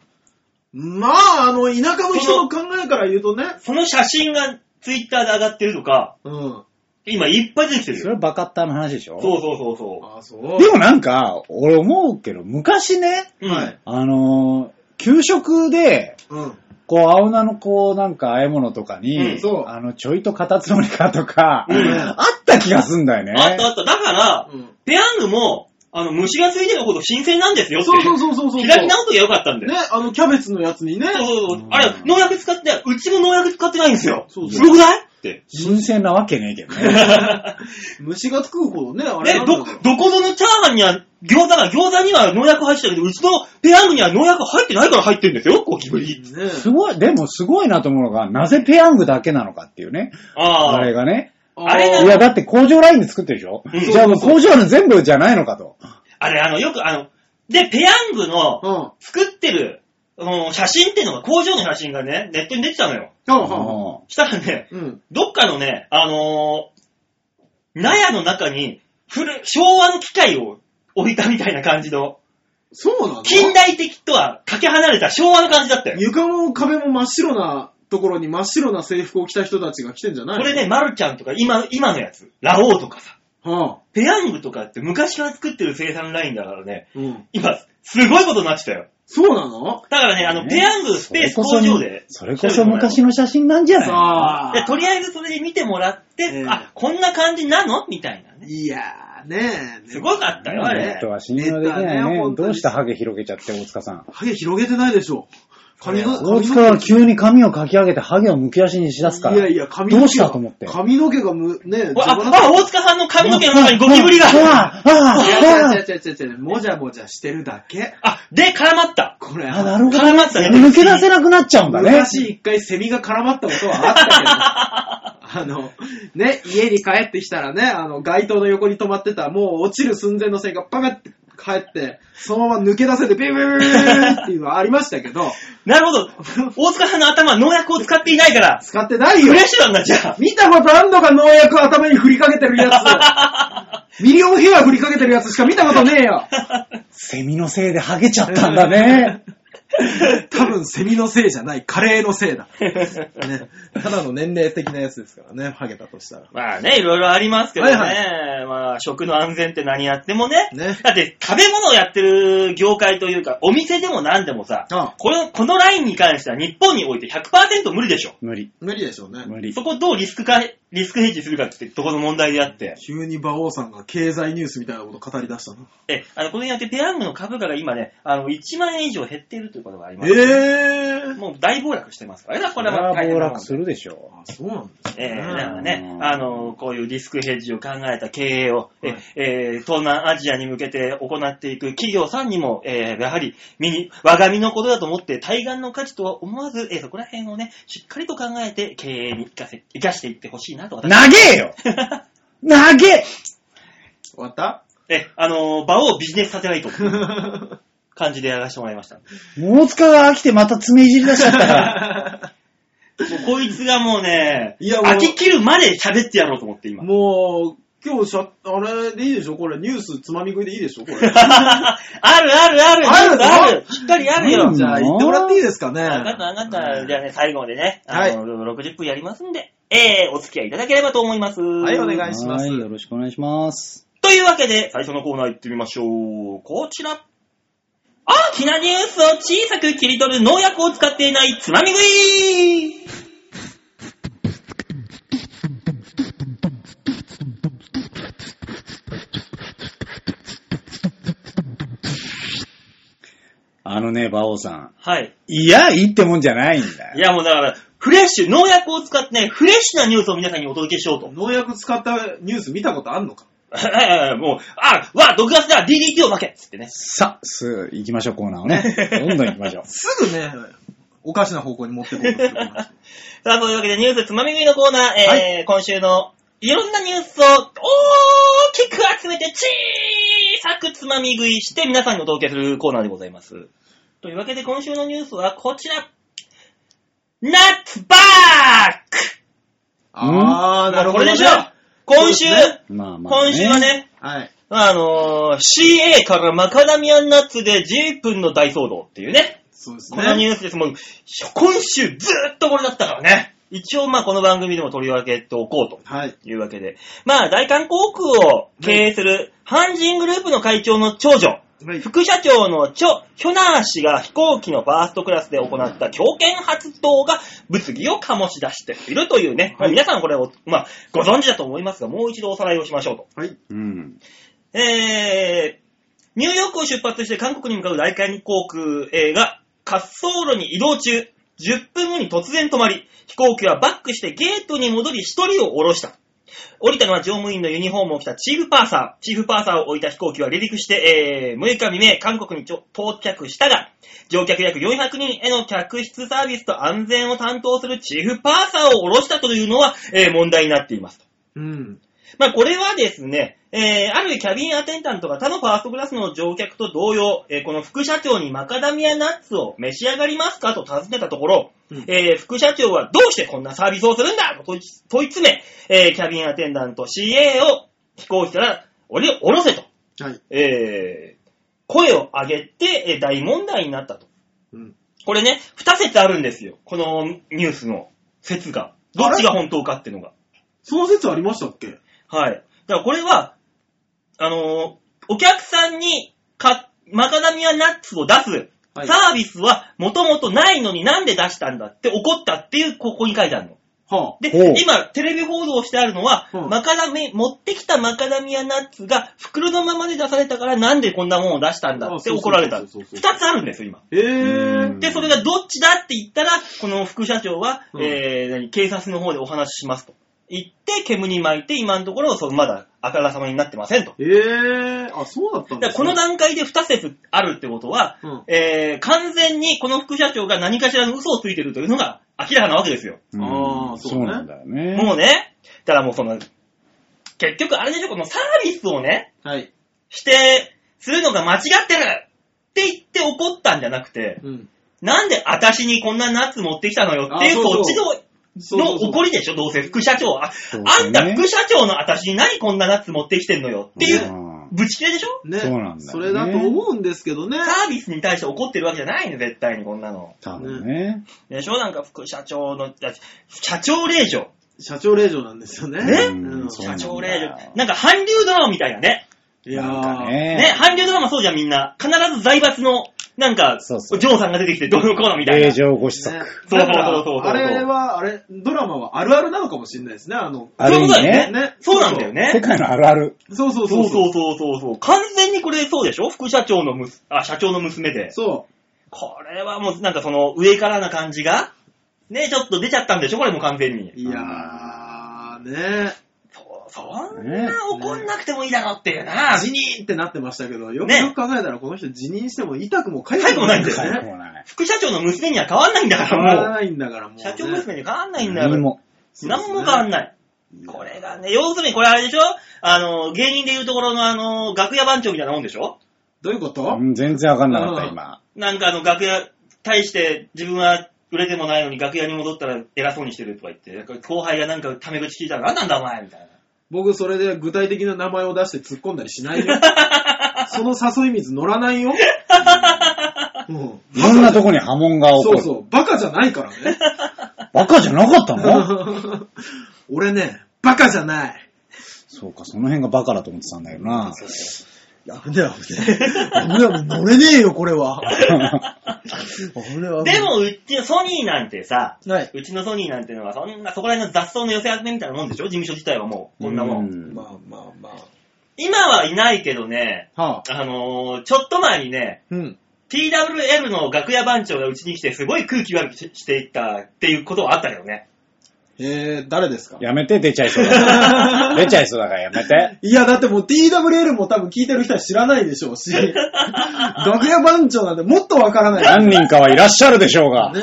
[SPEAKER 3] まあ、あの、田舎の人の考えから言うとね。
[SPEAKER 2] その写真がツイッターで上がってるとか、
[SPEAKER 3] うん。
[SPEAKER 2] 今いっぱい出てきてる
[SPEAKER 4] そ
[SPEAKER 2] よ。
[SPEAKER 4] れはバカッターの話でしょ
[SPEAKER 2] そうそうそうそ
[SPEAKER 3] ああ、そう。
[SPEAKER 4] でもなんか、俺思うけど、昔ね、
[SPEAKER 2] う。うん
[SPEAKER 3] はい。
[SPEAKER 4] あのー給食で、
[SPEAKER 3] うん。
[SPEAKER 4] こう、青菜のこう、なんか、和え物とか
[SPEAKER 2] う
[SPEAKER 4] に、
[SPEAKER 2] ん
[SPEAKER 3] そう
[SPEAKER 4] あの、ちょいとカタツムリかとか、
[SPEAKER 2] うん
[SPEAKER 4] あった気がすんだよね。
[SPEAKER 2] あったあった。だから、
[SPEAKER 3] うん
[SPEAKER 2] ペヤングも、あの、虫がついてるほど新鮮なんですよって。
[SPEAKER 3] そうそうそうそうそう。
[SPEAKER 2] 開き直っときゃよかったんだ
[SPEAKER 3] ね
[SPEAKER 2] よ。、
[SPEAKER 3] あの、キャベツのやつにね。
[SPEAKER 2] そうそうそうう。
[SPEAKER 4] ん
[SPEAKER 2] あれ、農薬使って、うちも農薬使ってないんですよ。
[SPEAKER 3] そう
[SPEAKER 2] す
[SPEAKER 3] そう
[SPEAKER 2] ごくないって。
[SPEAKER 4] 新鮮なわけねえけどね。
[SPEAKER 3] 虫がつくほどね、あれ
[SPEAKER 2] ね
[SPEAKER 3] な、んだ
[SPEAKER 2] ど、どこぞのチャーハンには、餃子が、餃子には農薬入ってたけど、うちのペヤングには農薬入ってないから入ってるんですよ、ゴキブリ。
[SPEAKER 3] ね
[SPEAKER 4] すごい、でもすごいなと思うのが、なぜペヤングだけなのかっていうね。
[SPEAKER 2] あ
[SPEAKER 4] あ
[SPEAKER 2] あ
[SPEAKER 4] れ。がね。
[SPEAKER 2] あれ
[SPEAKER 4] い
[SPEAKER 2] が
[SPEAKER 4] や、だって工場ラインで作ってるでしょ、
[SPEAKER 2] うん
[SPEAKER 4] じゃあもう工場の全部じゃないのかと。
[SPEAKER 2] あれ、あの、よく、あの、で、ペヤングの
[SPEAKER 3] うん。は
[SPEAKER 2] 作ってる、うん写真っていうのが、工場の写真がね、ネットに出てたのよ。
[SPEAKER 3] あはあはあ
[SPEAKER 4] う
[SPEAKER 2] したらね、
[SPEAKER 3] うん。
[SPEAKER 2] どっかのね、あのー、納屋の中に、古い、昭和の機械を置いたみたいな感じの、
[SPEAKER 3] そうなの
[SPEAKER 2] 近代的とはかけ離れた昭和の感じだったよ。
[SPEAKER 3] 床も壁も真っ白なところに真っ白な制服を着た人たちが来てんじゃない
[SPEAKER 2] これね、マルちゃんとか、今、今のやつ、ラオウとかさ、
[SPEAKER 3] はあ。
[SPEAKER 2] ペヤングとかって昔から作ってる生産ラインだからね、
[SPEAKER 3] うん。
[SPEAKER 2] 今、すごいことになってたよ。
[SPEAKER 3] そうなの
[SPEAKER 2] だからね、あの、
[SPEAKER 4] ね
[SPEAKER 2] ペヤングスペース工場で。
[SPEAKER 4] それこそ昔の写真なんじゃない
[SPEAKER 3] さ
[SPEAKER 2] で、とりあえずそれで見てもらって、
[SPEAKER 3] ええ
[SPEAKER 2] あ、こんな感じなのみたいなね。
[SPEAKER 3] いやーねえ。
[SPEAKER 2] すごかったよ、あ
[SPEAKER 4] ネ
[SPEAKER 2] れ
[SPEAKER 4] ット。は信用でき
[SPEAKER 3] ネット
[SPEAKER 4] な
[SPEAKER 3] はいね
[SPEAKER 4] ね。
[SPEAKER 3] 本当に
[SPEAKER 4] どうしてハゲ広げちゃって、大塚さん。
[SPEAKER 3] ハゲ広げてないでしょ。髪の、
[SPEAKER 4] 大塚は急に髪をかき上げてハゲをむき出しにしだすから。
[SPEAKER 3] いやいや、髪の毛。
[SPEAKER 4] どうしたと思って
[SPEAKER 3] 髪の毛がむ、ねえ、
[SPEAKER 2] わ
[SPEAKER 3] 邪魔
[SPEAKER 2] あ、あ、大塚さんの髪の毛の中にゴキブリが
[SPEAKER 4] あああああ
[SPEAKER 3] 違う違う違う違う違う違う、もじゃもじゃしてるだけ。
[SPEAKER 2] あ、で、絡まった。
[SPEAKER 3] これ、
[SPEAKER 4] ああなるほど。
[SPEAKER 2] 絡まったね
[SPEAKER 4] 抜け出せなくなっちゃうんだね。
[SPEAKER 3] 昔一回セミが絡まったことはあったけど、あの、ね、家に帰ってきたらね、あの、街灯の横に止まってた、もう落ちる寸前の線がパカって帰って、そのまま抜け出せて、ビュービュービュービューっていうのはありましたけど、
[SPEAKER 2] なるほど。大塚さんの頭は農薬を使っていないから、
[SPEAKER 3] 使ってない
[SPEAKER 2] フ
[SPEAKER 3] よ
[SPEAKER 2] レッシュなんだ、じゃあ。
[SPEAKER 3] 見たことあんのか農薬を頭に振りかけてるや [LAUGHS] つ。ミリオンヘア振りかけてるやつしか見たことねえよ。
[SPEAKER 4] セミのせいでハゲちゃったんだね。
[SPEAKER 3] [LAUGHS] 多分セミのせいじゃない、カレーのせいだ。ね、ただの年齢的なやつですからね、ハゲたとしたら。
[SPEAKER 2] まあね、いろいろありますけどね。
[SPEAKER 3] はい
[SPEAKER 2] まあ、食の安全って何やってもね。
[SPEAKER 3] ね
[SPEAKER 2] だって、食べ物をやってる業界というか、お店でも何でもさ、
[SPEAKER 3] ああ
[SPEAKER 2] この、このラインに関しては日本において100%無理でしょ。
[SPEAKER 4] 無理、
[SPEAKER 3] 無理でしょうね。
[SPEAKER 4] 無理。
[SPEAKER 2] そこをどうリスクか、リスクヘッジするかってとこの問題であって。
[SPEAKER 3] 急に馬王さんが経済ニュースみたいなこと語り出したな。
[SPEAKER 2] え、あの、これによってペヤングの株価が今ね、あの、1万円以上減っているということがあります。
[SPEAKER 3] えー、
[SPEAKER 2] もう大暴落してますからね、こ
[SPEAKER 4] そ
[SPEAKER 2] れ
[SPEAKER 4] れ
[SPEAKER 2] は
[SPEAKER 4] は
[SPEAKER 2] 大変
[SPEAKER 4] 暴
[SPEAKER 2] な
[SPEAKER 4] 落するでしょ
[SPEAKER 3] あ、そうなんです
[SPEAKER 2] え
[SPEAKER 3] ね。
[SPEAKER 2] ー、だからね
[SPEAKER 4] う、ん
[SPEAKER 2] あの、こういうリスクヘッジを考えた経営を、え
[SPEAKER 3] はい
[SPEAKER 2] えー東南アジアに向けて行っていく企業さんにも、えーやはり、身に、我が身のことだと思って、対岸の価値とは思わず、えーそこら辺をね、しっかりと考えて、経営に生かせ、生かしていってほしいなと
[SPEAKER 4] う。
[SPEAKER 2] 私
[SPEAKER 4] 長えよ [LAUGHS] 長え
[SPEAKER 3] 終
[SPEAKER 2] [LAUGHS]
[SPEAKER 3] わった
[SPEAKER 2] え、あの、場をビジネスサテライ
[SPEAKER 3] [LAUGHS]
[SPEAKER 2] トという感じでやらせてもらいました。も
[SPEAKER 4] 大塚が飽きてまた爪いじり出しちゃったから。
[SPEAKER 2] うこいつがもうね、
[SPEAKER 3] いやもう
[SPEAKER 2] 飽き切るまで喋ってやろうと思って今。
[SPEAKER 3] もう、今日しゃ、あれでいいでしょこれ、ニュースつまみ食いでいいでしょ
[SPEAKER 2] [LAUGHS]
[SPEAKER 3] これ。
[SPEAKER 2] [LAUGHS] あるあるある
[SPEAKER 3] あるの
[SPEAKER 2] あるしっかりあるよ
[SPEAKER 4] うん。
[SPEAKER 3] じゃあ、行ってもらっていいですかね。
[SPEAKER 2] わかったわかった。じゃあね、最後までね、あ
[SPEAKER 3] はい
[SPEAKER 2] の、60分やりますんで、えー、お付き合いいただければと思います。はい
[SPEAKER 3] お願いします
[SPEAKER 4] [LAUGHS] はい、よろしくお願いします。
[SPEAKER 2] というわけで、最初のコーナー行ってみましょう。こちら。大きなニュースを小さく切り取る農薬を使っていないつまみ食い
[SPEAKER 4] あのね、馬王さん。
[SPEAKER 2] はい。
[SPEAKER 4] いや、いいってもんじゃないんだ
[SPEAKER 2] い
[SPEAKER 4] よ。
[SPEAKER 2] やもうだから、フレッシュ、農薬を使ってね、フレッシュなニュースを皆さんにお届けしようと。 [LAUGHS]
[SPEAKER 3] 農薬使ったニュース見たことあんのか
[SPEAKER 2] もう、あ、わ、毒ガスだ !DDT を負けつってね。
[SPEAKER 4] さあ、す、行きましょう、コーナーを [LAUGHS] ね。どんどん行きましょう。
[SPEAKER 3] すぐね、おかしな方向に持ってこうとするから
[SPEAKER 2] さあ、というわけでニュースつまみ食いのコーナー、えー今週のいろんなニュースを大きく集めて小さくつまみ食いして皆さんにお届けするコーナーでございます。というわけで今週のニュースはこちら。ナッツバーク
[SPEAKER 3] あー、なるほど、
[SPEAKER 2] こ
[SPEAKER 3] ね。
[SPEAKER 2] れでしょ今週、
[SPEAKER 3] そうですね
[SPEAKER 4] まあまあ、
[SPEAKER 2] 今週は。ね、
[SPEAKER 3] はい。
[SPEAKER 2] あのー CA からマカダミアンナッツで10分の大騒動っていうね。
[SPEAKER 3] そうです
[SPEAKER 2] このニ
[SPEAKER 3] ね。
[SPEAKER 2] ュースです。もう、今週ずーっとこれだったからね。一応まあこの番組でも取り分けておこうと
[SPEAKER 3] はい。
[SPEAKER 2] いうわけで。まあ大韓航空を経営するハンジングループの会長の長女、
[SPEAKER 3] はい。
[SPEAKER 2] 副社長のチョ・ヒョナー氏が飛行機のファーストクラスで行った強権発動が物議を醸し出しているというね。
[SPEAKER 3] はい
[SPEAKER 2] 皆さんこれを、まあご存知だと思いますが、もう一度おさらいをしましょうと。
[SPEAKER 3] はい。
[SPEAKER 4] うん。
[SPEAKER 2] えー、ニューヨークを出発して韓国に向かう大韓航空えーが滑走路に移動中、10分後に突然止まり、飛行機はバックしてゲートに戻り一人を降ろした。降りたのは乗務員のユニフォームを着たチーフパーサー。チーフパーサーを置いた飛行機は離陸して、えー6日未明、韓国にちょ到着したが、乗客約400人への客室サービスと安全を担当するチーフパーサーを降ろしたというのは、えー問題になっています。
[SPEAKER 3] うん。
[SPEAKER 2] まあ、これはですね、えー、あるキャビンアテンダントが他のファーストクラスの乗客と同様、えーこの副社長にマカダミアナッツを召し上がりますかと尋ねたところ、
[SPEAKER 3] うん
[SPEAKER 2] えー副社長はどうしてこんなサービスをするんだと問い問い詰め、えーキャビンアテンダント CA を飛行機から降り降ろせと、
[SPEAKER 3] はい。
[SPEAKER 2] えー声を上げてえー大問題になったと。
[SPEAKER 3] うん。
[SPEAKER 2] これね、二説あるんですよ。このニュースの説が。どっちが本当かっていうのが。
[SPEAKER 3] その説ありましたっけ
[SPEAKER 2] はい。だからこれは、あのーお客さんにかマカダミアナッツを出す
[SPEAKER 3] はい
[SPEAKER 2] サービスはもともとないのになんで出したんだって怒ったっていう、ここに書いてあるの。
[SPEAKER 3] はあ。
[SPEAKER 2] で
[SPEAKER 4] ほう、
[SPEAKER 2] 今、テレビ報道してあるのは、
[SPEAKER 3] うん
[SPEAKER 2] マカダミ、持ってきたマカダミアナッツが袋のままで出されたからなんでこんなもんを出したんだ
[SPEAKER 3] あ
[SPEAKER 2] って
[SPEAKER 3] そうそうそう
[SPEAKER 2] 怒られた。二
[SPEAKER 3] そうそうそう
[SPEAKER 2] つあるんですよ、今。
[SPEAKER 3] えー。
[SPEAKER 2] で、それがどっちだって言ったら、この副社長は、
[SPEAKER 3] うん
[SPEAKER 2] えー何警察の方でお話ししますと。言って、煙に巻いて、今のところ、そうまだ、あからさまになってませんと。
[SPEAKER 3] えー。あ、そうだった
[SPEAKER 2] だか
[SPEAKER 3] んで
[SPEAKER 2] ら
[SPEAKER 3] す
[SPEAKER 2] この
[SPEAKER 3] ね
[SPEAKER 2] 段階で2説あるってことは、
[SPEAKER 3] うん
[SPEAKER 2] えー完全にこの副社長が何かしらの嘘をついてるというのが明らかなわけですよ。
[SPEAKER 4] うん
[SPEAKER 3] あーそうね
[SPEAKER 4] そうなんだよね。
[SPEAKER 2] もうね、ただからもうその、結局あれでしょ、このサービスをね、
[SPEAKER 3] はい。
[SPEAKER 2] 否定するのが間違ってるって言って怒ったんじゃなくて、
[SPEAKER 3] うん。
[SPEAKER 2] なんで私にこんなナッツ持ってきたのよっていう、
[SPEAKER 3] あそ
[SPEAKER 2] そっ
[SPEAKER 3] うそう
[SPEAKER 2] ちの、
[SPEAKER 3] そうそうそ
[SPEAKER 2] の
[SPEAKER 3] う
[SPEAKER 2] 怒りでしょ、どうせ副社長は。あ
[SPEAKER 4] そう
[SPEAKER 2] あ
[SPEAKER 4] そうんね
[SPEAKER 2] た副社長の私に何こんなナッツ持ってきてんのよっていう
[SPEAKER 4] うん
[SPEAKER 2] ぶち切れでしょ
[SPEAKER 3] ね。
[SPEAKER 4] そうなんだよね
[SPEAKER 3] それだと思うんですけどね。
[SPEAKER 2] サービスに対して怒ってるわけじゃないの、絶対にこんなの。
[SPEAKER 4] 多分ね。
[SPEAKER 2] でしょなんか副社長の、あ社長令嬢。
[SPEAKER 3] 社長令嬢なんですよね。
[SPEAKER 2] ね
[SPEAKER 3] うん
[SPEAKER 4] そう
[SPEAKER 2] 社
[SPEAKER 4] なんだ
[SPEAKER 2] 長令嬢。なんか韓流ドラマみたいなね。
[SPEAKER 3] いや
[SPEAKER 4] なんか
[SPEAKER 3] ー、
[SPEAKER 2] ね
[SPEAKER 4] ね、。
[SPEAKER 2] 韓流ドラマそうじゃんみんな。必ず財閥の、なんか、
[SPEAKER 4] そうそう
[SPEAKER 2] ジョンさんが出てきてどうのこうのみたいな。
[SPEAKER 4] 令状ご子息。
[SPEAKER 3] ね
[SPEAKER 2] そうそうそうそう
[SPEAKER 3] だから
[SPEAKER 2] そうそう
[SPEAKER 3] あれは、あれ、ドラマはあるあるなのかもしれないですね、あの。
[SPEAKER 4] ある意味
[SPEAKER 2] そういうこと
[SPEAKER 4] ね。
[SPEAKER 3] ね。
[SPEAKER 2] そうなんだよ。ね
[SPEAKER 4] 世。界のあるある。
[SPEAKER 3] そうそ
[SPEAKER 2] そ
[SPEAKER 3] うそう
[SPEAKER 2] そ
[SPEAKER 3] う
[SPEAKER 2] う
[SPEAKER 3] そう。
[SPEAKER 2] そうそうそう。完全にこれそうでしょ副社長のむすあ、社長の娘で。
[SPEAKER 3] そ
[SPEAKER 2] これはもうなんかその上からな感じが、ね、ちょっと出ちゃったんでしょこれもう完全に
[SPEAKER 3] う。。いやー、ね
[SPEAKER 2] そうそんな怒んなくてもいいだろっていうな。
[SPEAKER 3] 辞任ってなってましたけど、よく
[SPEAKER 2] ね
[SPEAKER 3] よく考えたらこの人辞任しても痛くも痒
[SPEAKER 2] 痒くもないんだ
[SPEAKER 4] 世
[SPEAKER 2] よ
[SPEAKER 4] 界
[SPEAKER 2] ね
[SPEAKER 4] もない。
[SPEAKER 2] 副社長の娘には変わんないんだか
[SPEAKER 3] 変わら
[SPEAKER 2] らも
[SPEAKER 3] ないんだからもう
[SPEAKER 2] う。
[SPEAKER 3] ね。
[SPEAKER 2] 社長娘には変わんないんだよ。
[SPEAKER 4] 何も。
[SPEAKER 2] 何も変わんない。これがね、要するにこれあれでしょあの、芸人でいうところのあの、楽屋番長みたいなもんでしょ
[SPEAKER 3] どういうこと
[SPEAKER 4] うん全然わかんなかった、
[SPEAKER 3] うん
[SPEAKER 4] 今。
[SPEAKER 2] なんかあの、楽屋、対して自分は売れてもないのに楽屋に戻ったら偉そうにしてるとか言って、後輩がなんかタメ口聞いたら何なんだお前みたいな。
[SPEAKER 3] 僕それで具体的な名前を出して突っ込んだりしないよ。 [LAUGHS] その誘い水乗ら [LAUGHS] ないよ。うん
[SPEAKER 4] いろんなとこに波紋が起こ
[SPEAKER 3] そ
[SPEAKER 4] る。
[SPEAKER 3] うそう、バカじゃないからね。
[SPEAKER 4] バカじゃなかったの
[SPEAKER 3] [LAUGHS] 俺ね、バカじゃない。
[SPEAKER 4] そうか、その辺がバカだと思ってたんだよ
[SPEAKER 3] [LAUGHS]
[SPEAKER 4] な。
[SPEAKER 3] やめだ危ねえ。危ねえ、乗れねえよ、これ [LAUGHS] は。危ねえ、危ねえ
[SPEAKER 2] で、もうちのソニーなんてさ、
[SPEAKER 3] はいう
[SPEAKER 2] ちのソニーなんてのはそんなそこら辺の雑草の寄せ集めみたいなもんでしょ事務所自体はもう、こんなもん。
[SPEAKER 4] う
[SPEAKER 3] まあまあま
[SPEAKER 2] 今はいないけどね、
[SPEAKER 3] あ。はあ。
[SPEAKER 2] あのーちょっと前にね、
[SPEAKER 3] うん。
[SPEAKER 2] PWL の楽屋番長がうちに来てすごい空気悪くししていったっていうことはあったけどね。
[SPEAKER 3] えー、誰ですか
[SPEAKER 4] やめて、出ちゃいそう
[SPEAKER 3] [LAUGHS]
[SPEAKER 4] だから。出ちゃいそうだからやめて。
[SPEAKER 3] いや、だってもう TWL も多分聞いてる人は知らないでしょうし、楽屋番長なんてもっとわからない。
[SPEAKER 4] 何人かはいらっしゃるでしょうが。
[SPEAKER 3] ねえ。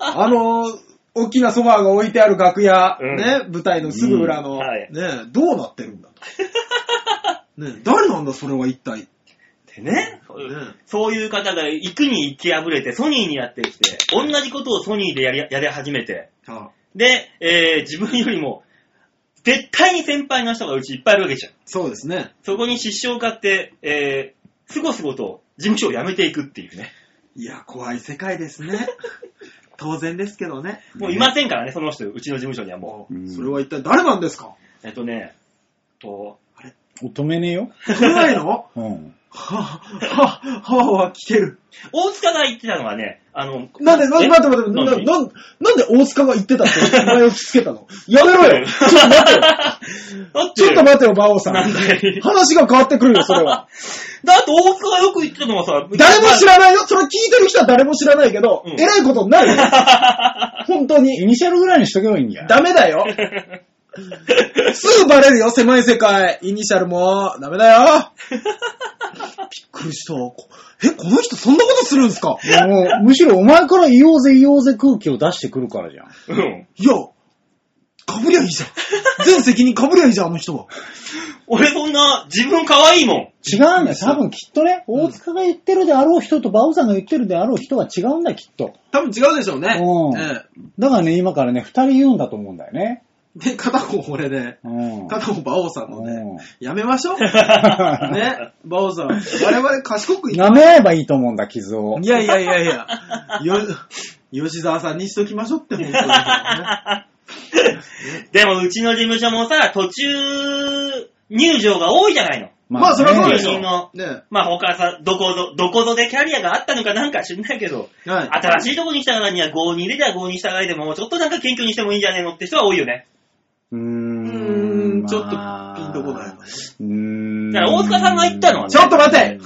[SPEAKER 3] あの、大きなソファーが置いてある楽屋、
[SPEAKER 2] うん
[SPEAKER 3] ね、舞台のすぐ裏の、
[SPEAKER 2] うんはい
[SPEAKER 3] ねえ、どうなってるんだと。ねえ、誰なんだそれは一体。
[SPEAKER 2] でね、
[SPEAKER 3] ね
[SPEAKER 2] そういう方が行くに行き破れて、ソニーにやってきて、同じことをソニーでやりやり始めて、
[SPEAKER 3] あ
[SPEAKER 2] で、えー自分よりも、絶対に先輩の人がうちいっぱいいるわけじゃん。
[SPEAKER 3] そうですね。
[SPEAKER 2] そこに失笑を買って、えー、すごすごと事務所を辞めていくっていうね。
[SPEAKER 3] いや、怖い世界ですね。当然ですけどね。
[SPEAKER 2] もういませんからね、その人、うちの事務所にはも
[SPEAKER 3] も
[SPEAKER 4] うん
[SPEAKER 3] う、それは一体誰なんですか
[SPEAKER 2] う。えっとね、と、
[SPEAKER 4] 止めねえよ。
[SPEAKER 3] 来ないの
[SPEAKER 4] うん。
[SPEAKER 3] はぁ、はぁ、はぁは来てる。
[SPEAKER 2] 大塚が言ってたのはね、あの、
[SPEAKER 3] なんで、な
[SPEAKER 2] え
[SPEAKER 3] 待って待って、な、
[SPEAKER 2] なん
[SPEAKER 3] な
[SPEAKER 2] で
[SPEAKER 3] んなんで大塚が言 [LAUGHS] ってたって名前をつけたのやめろ
[SPEAKER 4] [LAUGHS]
[SPEAKER 3] よちょっと待ってよ
[SPEAKER 2] だっ
[SPEAKER 3] ちょ
[SPEAKER 2] て、
[SPEAKER 3] っと待てよ、馬王さ
[SPEAKER 2] なん
[SPEAKER 3] ん。
[SPEAKER 2] だい
[SPEAKER 3] 話が変わってくるよ、それは。
[SPEAKER 2] だって大塚がよく言ってたのはさ、
[SPEAKER 3] [LAUGHS] 誰も知
[SPEAKER 2] ら
[SPEAKER 3] らないよ。それ聞いてる人は誰も知らないけど、
[SPEAKER 2] うん
[SPEAKER 3] えらいことにな
[SPEAKER 4] [LAUGHS]
[SPEAKER 3] るよ。本当
[SPEAKER 4] イ
[SPEAKER 3] に。
[SPEAKER 4] ニシャルぐらいにしとけばいいんじゃん。
[SPEAKER 3] ダメだ [LAUGHS] よ。すぐバレるよ、狭い世界。イニシャルも。ダメだ [LAUGHS] よ。びっくりした。こえ、この人そんなことするんですか
[SPEAKER 4] もうむしろお前から言おうぜ言おうぜ空気を出してくるからじゃん。
[SPEAKER 2] うん。
[SPEAKER 3] いや、かぶりゃいいじゃん。全責任かぶりゃいいじゃん、あの人は。
[SPEAKER 2] 俺そんな、自分可愛いもん。
[SPEAKER 4] 違うんだよ。多分きっとね、大塚が言ってるであろう人とバオさんが言ってるであろう人は違うんだよ、きっと。
[SPEAKER 3] 多分違うでしょうね
[SPEAKER 4] うんだからね、今からね、二人言うんだと思うんだよね。
[SPEAKER 3] ええで、片方俺で、
[SPEAKER 4] うん。
[SPEAKER 3] 片方馬王さんのね、
[SPEAKER 4] うん
[SPEAKER 3] やめましょ [LAUGHS] う。ね、馬王さん。我々賢くい
[SPEAKER 4] 舐め合えばいいと思うんだ、傷を。
[SPEAKER 3] いやいやいやい [LAUGHS] や、よ、吉沢さんにしときましょうって、 [LAUGHS] 本当に、ね。
[SPEAKER 2] でもうちの事務所もさ、途中入場が多いじゃないの。
[SPEAKER 3] まあ、それはそうでし
[SPEAKER 2] 芸
[SPEAKER 3] ょ
[SPEAKER 2] 人の
[SPEAKER 3] う。ね
[SPEAKER 2] まあ他さ、どこぞ、どこぞでキャリアがあったのかなんか知んないけど、
[SPEAKER 3] はい。
[SPEAKER 2] [LAUGHS] 新しいとこに従うには5に入れりゃ5に従いでも、ちょっとなんか謙虚にしてもいいんじゃねえのって人は多いよね。
[SPEAKER 4] うー
[SPEAKER 3] うんーん、ちょっとピンとこないのね。
[SPEAKER 4] うーん。
[SPEAKER 2] だから大塚さんが言ったのはね
[SPEAKER 3] ちょっと待て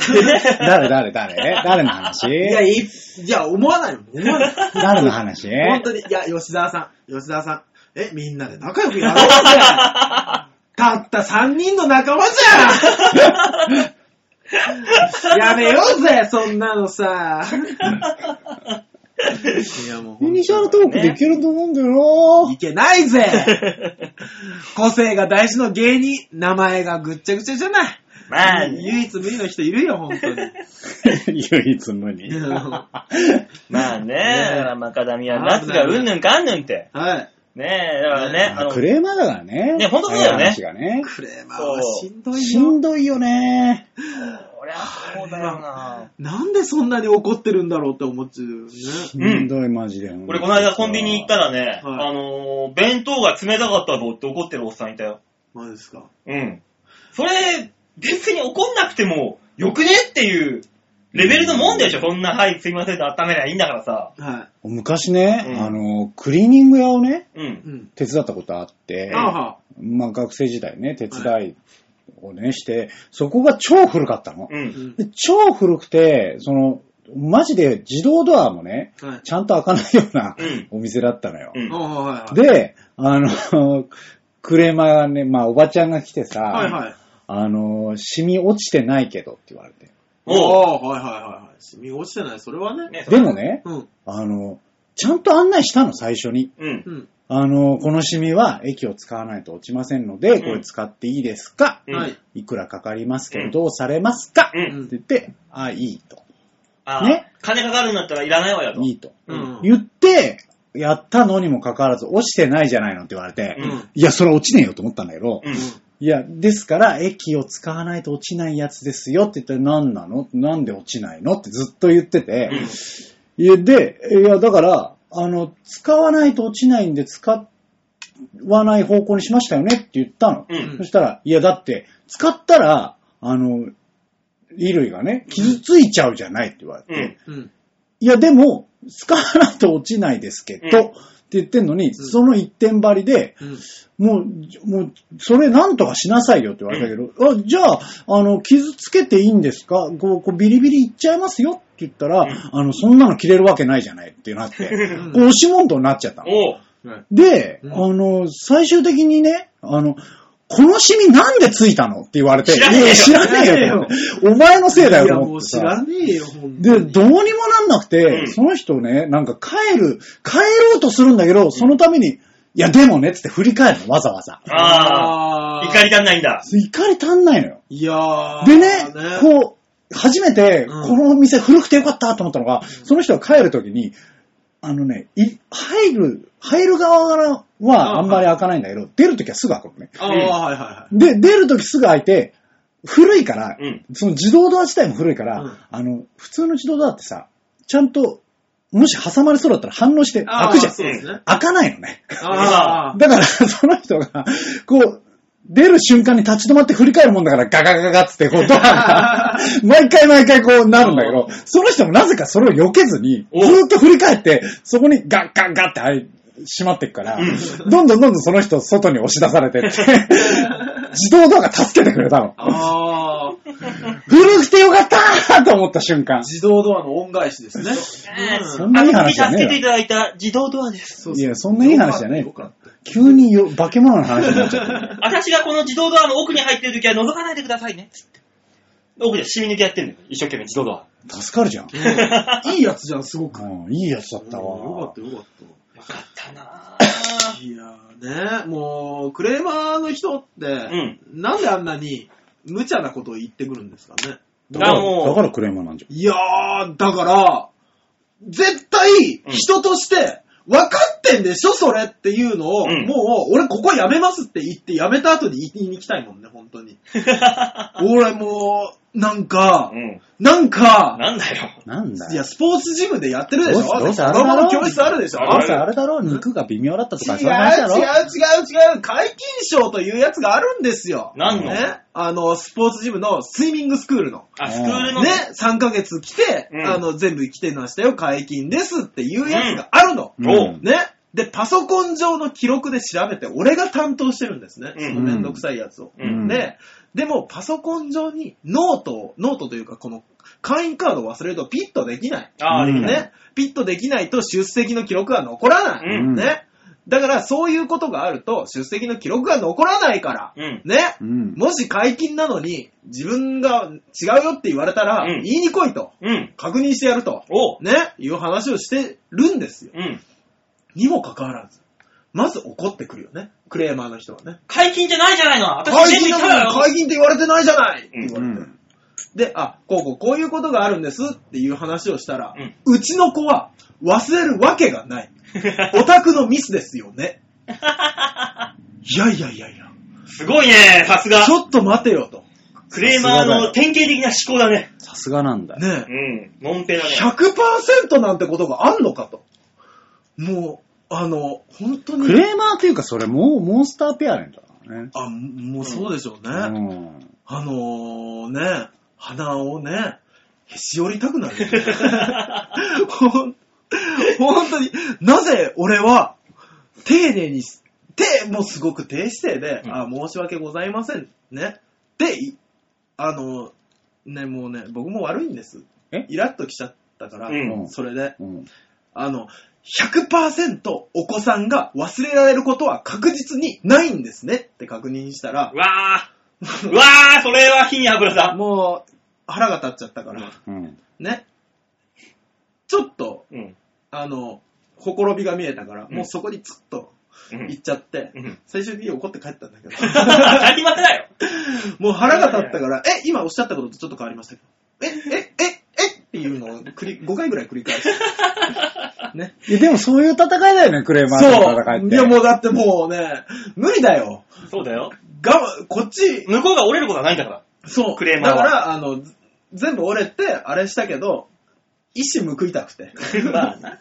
[SPEAKER 4] 誰誰誰誰の話
[SPEAKER 3] いや、いい、いや、思わないの。思わない。
[SPEAKER 4] 誰の話
[SPEAKER 3] 本当に、いや、吉沢さん、吉沢さん。え、みんなで仲良くやろう [LAUGHS] ぜ。たった3人の仲間じ [LAUGHS] ゃんやめようぜ、そんなの [LAUGHS] さ。いや、もう本当
[SPEAKER 4] イ
[SPEAKER 3] に。
[SPEAKER 4] ニシャルトークできると思うんだよない
[SPEAKER 3] けないぜ
[SPEAKER 2] [LAUGHS]
[SPEAKER 3] 個性が大事の芸人、名前がぐっちゃぐちゃじゃない。
[SPEAKER 2] まあ、
[SPEAKER 3] 唯一無二の人いるよ、本当に。
[SPEAKER 2] [LAUGHS]
[SPEAKER 4] [LAUGHS] 唯一無二。
[SPEAKER 3] うん
[SPEAKER 2] まあね、
[SPEAKER 3] ねえ
[SPEAKER 2] まあマカダミアナッツがうんぬんかんぬんって。
[SPEAKER 3] はい。
[SPEAKER 2] ねえ、だからね、あの、
[SPEAKER 4] クレーマーだからね。
[SPEAKER 2] ね本当そうだよね
[SPEAKER 4] ああいう話がね。
[SPEAKER 3] クレーマーはしんどい
[SPEAKER 4] しん
[SPEAKER 3] よ。
[SPEAKER 4] どいよね。
[SPEAKER 2] こりゃそうだよな。
[SPEAKER 3] なんでそんなに怒ってるんだろうって思っちゃうよね。
[SPEAKER 4] しんどい、マジで。
[SPEAKER 2] 俺この間コンビニ行ったらね、
[SPEAKER 3] はい
[SPEAKER 2] あのー、弁当が冷たかったぞって怒ってるおっさんいたよ。
[SPEAKER 3] マジですか。
[SPEAKER 2] うん。それ、別に怒んなくても、よくねっていう、レベルのもんでしょ、そんな、はい、すいませんって温めりゃいいんだからさ。
[SPEAKER 3] は
[SPEAKER 4] 昔ね、
[SPEAKER 2] うん
[SPEAKER 4] あの、クリーニング屋をね、
[SPEAKER 2] う。
[SPEAKER 3] い。うんん。
[SPEAKER 4] 手伝ったことあって、
[SPEAKER 3] あは
[SPEAKER 4] まあ学生時代ね、手伝いをね、して、そこが超古かったの。
[SPEAKER 2] う。
[SPEAKER 3] うんん。
[SPEAKER 4] で超古くて、その、マジで自動ドアもね、
[SPEAKER 3] はい。
[SPEAKER 4] ちゃんと開かないような
[SPEAKER 2] うん
[SPEAKER 4] お店だったのよ。
[SPEAKER 2] うん。
[SPEAKER 3] あはいはい。
[SPEAKER 4] で、あの、クレーマーがね、まあおばちゃんが来てさ、
[SPEAKER 3] はいはい。
[SPEAKER 4] あの、染み落ちてないけどって言われて。
[SPEAKER 2] おう
[SPEAKER 3] ああー、はいはいはいはい。染み落ちてない。それはね。
[SPEAKER 2] ね
[SPEAKER 4] でもね、
[SPEAKER 3] うん。
[SPEAKER 4] あの、ちゃんと案内したの、最初に。
[SPEAKER 2] うん。
[SPEAKER 3] うん。
[SPEAKER 4] あの、このシミは液を使わないと落ちませんので、これ使っていいですか、
[SPEAKER 2] うん
[SPEAKER 3] はい。
[SPEAKER 4] いくらかかりますけど、どうされますか、
[SPEAKER 2] う
[SPEAKER 4] っ
[SPEAKER 2] ん。
[SPEAKER 4] て言って、あ、いいと。
[SPEAKER 2] あー
[SPEAKER 4] ね
[SPEAKER 2] 金かかるんだったらいらないわよと。
[SPEAKER 4] いいと。
[SPEAKER 3] うん。
[SPEAKER 4] 言って、やったのにもかかわらず、落ちてないじゃないのって言われて、
[SPEAKER 2] う
[SPEAKER 3] うんん。
[SPEAKER 4] いや、それ落ちねえよと思ったんだけど、
[SPEAKER 2] うん。
[SPEAKER 4] いや、ですから、液を使わないと落ちないやつですよって言ったら、何なのなんで落ちないのってずっと言ってて、
[SPEAKER 2] うん
[SPEAKER 4] いや、で、いや、だから、あの、使わないと落ちないんで、使わない方向にしましたよねって言ったの。
[SPEAKER 2] うん。
[SPEAKER 4] そしたら、いや、だって、使ったら、あの、衣類がね、傷ついちゃうじゃないって言われて、
[SPEAKER 2] うん。
[SPEAKER 3] うん。
[SPEAKER 4] いや、でも、使わないと落ちないですけど、
[SPEAKER 2] うん
[SPEAKER 4] って言ってんのに、その一点張りで、
[SPEAKER 3] うん。
[SPEAKER 4] もう、もう、それなんとかしなさいよって言われたけど、あじゃあ、あの、傷つけていいんですかこう、こうビリビリいっちゃいますよって言ったら、
[SPEAKER 2] うん
[SPEAKER 4] あの、そんなの切れるわけないじゃないってなって、
[SPEAKER 3] ん
[SPEAKER 4] こう、押し問答になっちゃったの。
[SPEAKER 2] おう。
[SPEAKER 3] はい
[SPEAKER 4] で、
[SPEAKER 3] うん
[SPEAKER 4] あの、最終的にね、あの、このシミなんでついたのって言われて、
[SPEAKER 2] 知らねえよ
[SPEAKER 4] いや知らねえよと思って。お前のせいだよ
[SPEAKER 3] い
[SPEAKER 4] と
[SPEAKER 3] や、も
[SPEAKER 4] 思っ
[SPEAKER 3] う
[SPEAKER 4] て
[SPEAKER 3] 知
[SPEAKER 4] さ。
[SPEAKER 3] らねえよ、ほんと
[SPEAKER 4] で、
[SPEAKER 3] に。
[SPEAKER 4] どうにもなんなくて、
[SPEAKER 2] うん
[SPEAKER 4] その人ね、なんか帰る、帰ろうとするんだけど、そのために、いやでもね、つって振り返るの、わざわざ。
[SPEAKER 2] ああ。
[SPEAKER 3] あー
[SPEAKER 2] 怒り足んないんだ。
[SPEAKER 4] 怒り足んないのよ。
[SPEAKER 3] いやー。
[SPEAKER 4] でね、こう、初めて、
[SPEAKER 3] うん
[SPEAKER 4] この店古くてよかったと思ったのが、その人が帰るときに、あのね、い入る、入る側からはあんまり開かないんだけど、出るときはすぐ開くのね。
[SPEAKER 3] ああ、はいはいはい。
[SPEAKER 4] で、出るときすぐ開いて、古いから、
[SPEAKER 2] うん
[SPEAKER 4] その自動ドア自体も古いから、
[SPEAKER 3] うん
[SPEAKER 4] あの、普通の自動ドアってさ、ちゃんと、もし挟まれそうだったら反応して
[SPEAKER 3] あー
[SPEAKER 4] 開くじゃん
[SPEAKER 3] そ。うですね。
[SPEAKER 4] 開かないのね。
[SPEAKER 3] ああ。
[SPEAKER 4] だから、 [LAUGHS] その人が、こう、出る瞬間に立ち止まって振り返るもんだからガガガガっつって、こう、ドア
[SPEAKER 3] [LAUGHS]
[SPEAKER 4] が、毎回毎回こうなるんだけど、その人もなぜかそれを避けずに、
[SPEAKER 2] お
[SPEAKER 4] ずーっと振り返って、そこにガッガッガッって入り閉まっていくから、どんどんどんどんその人を外に押し出されてって、自動ドアが助けてくれたの。
[SPEAKER 3] ああ。
[SPEAKER 4] 古くてよかったーと思った瞬間。
[SPEAKER 3] 自動ドアの恩返しですね。
[SPEAKER 4] そんないい話じゃ
[SPEAKER 2] あの時助けて
[SPEAKER 4] ね
[SPEAKER 2] いただいた自動ドア
[SPEAKER 4] [LAUGHS]
[SPEAKER 2] です。
[SPEAKER 3] そ
[SPEAKER 4] いやそんないい話じゃねえ
[SPEAKER 3] よかったよかっ
[SPEAKER 4] 急によ化け物の話になっちゃった。
[SPEAKER 2] 私がこの自動ドアの奥に入ってる時は覗かないでくださいね。つって奥で染み抜きやってんのよ。一生懸命自動ドア。
[SPEAKER 4] 助かるじゃん。
[SPEAKER 3] たいいやつじゃん、すごく。
[SPEAKER 4] うん、いいやつだった
[SPEAKER 3] うんよか
[SPEAKER 4] わ
[SPEAKER 3] っ。たよかった。
[SPEAKER 2] よかったな
[SPEAKER 3] いやーね、もう、クレーマーの人って、
[SPEAKER 2] ん
[SPEAKER 3] なんであんなに無茶なことを言ってくるんですかね。
[SPEAKER 4] だから
[SPEAKER 2] あもう
[SPEAKER 4] だからクレーマーなんじゃん。
[SPEAKER 3] いやー、だから、絶対、人として、分かってんでしょ、それっていうのを、
[SPEAKER 2] うん
[SPEAKER 3] もう、俺ここやめますって言って、やめた後に言いに行きたいもんね、本当に。俺もう、なんか
[SPEAKER 2] [LAUGHS] う、ん。
[SPEAKER 3] なんか、
[SPEAKER 2] なんだよ。
[SPEAKER 4] なんだ
[SPEAKER 3] い
[SPEAKER 4] よ
[SPEAKER 3] や、。スポーツジムでやってるでしょ
[SPEAKER 4] どうせどう
[SPEAKER 3] 子
[SPEAKER 4] せあれだろ
[SPEAKER 3] 供の教室あるでしょ
[SPEAKER 2] あ
[SPEAKER 4] あ
[SPEAKER 2] る
[SPEAKER 4] れあれだろ肉が微妙だったと
[SPEAKER 3] 違う
[SPEAKER 4] か、
[SPEAKER 3] 違う違
[SPEAKER 4] そういう話だ
[SPEAKER 3] う
[SPEAKER 4] ろ
[SPEAKER 3] 違う、解禁賞というやつがあるんですよ。
[SPEAKER 2] 何の
[SPEAKER 3] ね、あの、スポーツジムのスイミングスクールの。
[SPEAKER 2] あ、スクールの
[SPEAKER 3] ね、3ヶ月来て、
[SPEAKER 2] うん
[SPEAKER 3] あの、全部来てましたよ、解禁ですっていうやつがあるの。
[SPEAKER 4] うん
[SPEAKER 2] お
[SPEAKER 3] ね。で、パソコン上の記録で調べて、俺が担当してるんですね。
[SPEAKER 2] うん
[SPEAKER 3] そのめんどくさいやつを。
[SPEAKER 2] うん
[SPEAKER 3] で、でも、パソコン上にノートを、ノートというか、この、会員カードを忘れるとピッとできない。
[SPEAKER 2] ああ、できない。
[SPEAKER 3] ね。ピッとできないと出席の記録が残らない。
[SPEAKER 2] うん
[SPEAKER 3] ね。だから、そういうことがあると、出席の記録が残らないから、
[SPEAKER 2] うん。
[SPEAKER 3] ね。
[SPEAKER 4] うん。
[SPEAKER 3] もし解禁なのに、自分が違うよって言われたら、
[SPEAKER 2] うん
[SPEAKER 3] 言いに来いと。
[SPEAKER 2] うん。
[SPEAKER 3] 確認してやると。
[SPEAKER 2] おう。
[SPEAKER 3] ね。いう話をしてるんですよ。
[SPEAKER 2] うん。
[SPEAKER 3] にもかかわらず。まず怒ってくるよね。クレーマーの人はね。
[SPEAKER 2] 解禁じゃないじゃないの私
[SPEAKER 3] 解
[SPEAKER 2] 全部
[SPEAKER 3] 禁
[SPEAKER 2] 言
[SPEAKER 3] な
[SPEAKER 2] ったわ
[SPEAKER 3] のに
[SPEAKER 2] よ
[SPEAKER 3] 解禁って言われてないじゃないって言
[SPEAKER 4] う
[SPEAKER 3] われて。
[SPEAKER 4] ん。
[SPEAKER 3] で、あ、こうこうこういうことがあるんですっていう話をしたら、
[SPEAKER 2] うん [LAUGHS]
[SPEAKER 3] うちの子は忘れるわけがない。オタクのミスですよね。いやいやいやいや。
[SPEAKER 2] すごいね、さすが
[SPEAKER 3] ち。ょっと待てよと。
[SPEAKER 2] クレーマー
[SPEAKER 4] さすがだ
[SPEAKER 2] の
[SPEAKER 4] よ
[SPEAKER 2] 典型的な思考だね。
[SPEAKER 4] さすがなんだよ。
[SPEAKER 3] ね
[SPEAKER 2] う
[SPEAKER 3] え。
[SPEAKER 2] ん。のんぺだね。
[SPEAKER 3] 100%なんてことがあんのかと。もう、あの、本当
[SPEAKER 4] ク
[SPEAKER 3] に。
[SPEAKER 4] レーマーっていうか、それもうモンスターペアレントだね。
[SPEAKER 3] あ、もうそうでしょうね。
[SPEAKER 4] うん。
[SPEAKER 3] あのー、ね、鼻をね、へし折りたくなるよね、ほん、本当に、なぜ俺は、丁寧に、て、もうすごく低姿勢で、
[SPEAKER 2] うん
[SPEAKER 3] あ、申し訳ございません、ね。で、いあのー、ね、もうね、僕も悪いんです。
[SPEAKER 4] え
[SPEAKER 3] イラッときちゃったから、
[SPEAKER 2] うん
[SPEAKER 3] それで、
[SPEAKER 4] うん。
[SPEAKER 3] あの、100%お子さんが忘れられることは確実にないんですねって確認したら
[SPEAKER 2] う、わー。 [LAUGHS] うわー、それは火に油だ。
[SPEAKER 3] もう腹が立っちゃったから、
[SPEAKER 4] うん。
[SPEAKER 3] ね。ちょっと、
[SPEAKER 2] うん。
[SPEAKER 3] あの、ほころびが見えたから、
[SPEAKER 2] うん
[SPEAKER 3] もうそこにツッと
[SPEAKER 2] うん。
[SPEAKER 3] 行っちゃって、
[SPEAKER 2] [LAUGHS] うん。
[SPEAKER 3] 最終的に怒って帰ったんだけど、
[SPEAKER 2] 当たり前だよ。
[SPEAKER 3] もう腹が立ったから、え、今おっしゃったこととちょっと変わりましたけど、え、え、え、えっていうのを繰り5回ぐらい繰り返して。ね。
[SPEAKER 4] いやでもそういう戦いだよね、クレーマーとの戦いっ
[SPEAKER 3] う。い
[SPEAKER 4] て。
[SPEAKER 3] やもうだってもうね、無理だよ。
[SPEAKER 2] そうだよ。
[SPEAKER 3] 我慢こっち、
[SPEAKER 2] 向こうが折れることはないんだから。
[SPEAKER 3] そう。
[SPEAKER 2] クレーマーは
[SPEAKER 3] だから、あの、ず全部折れて、あれしたけど、一矢報いたくて。
[SPEAKER 2] [LAUGHS] まあな。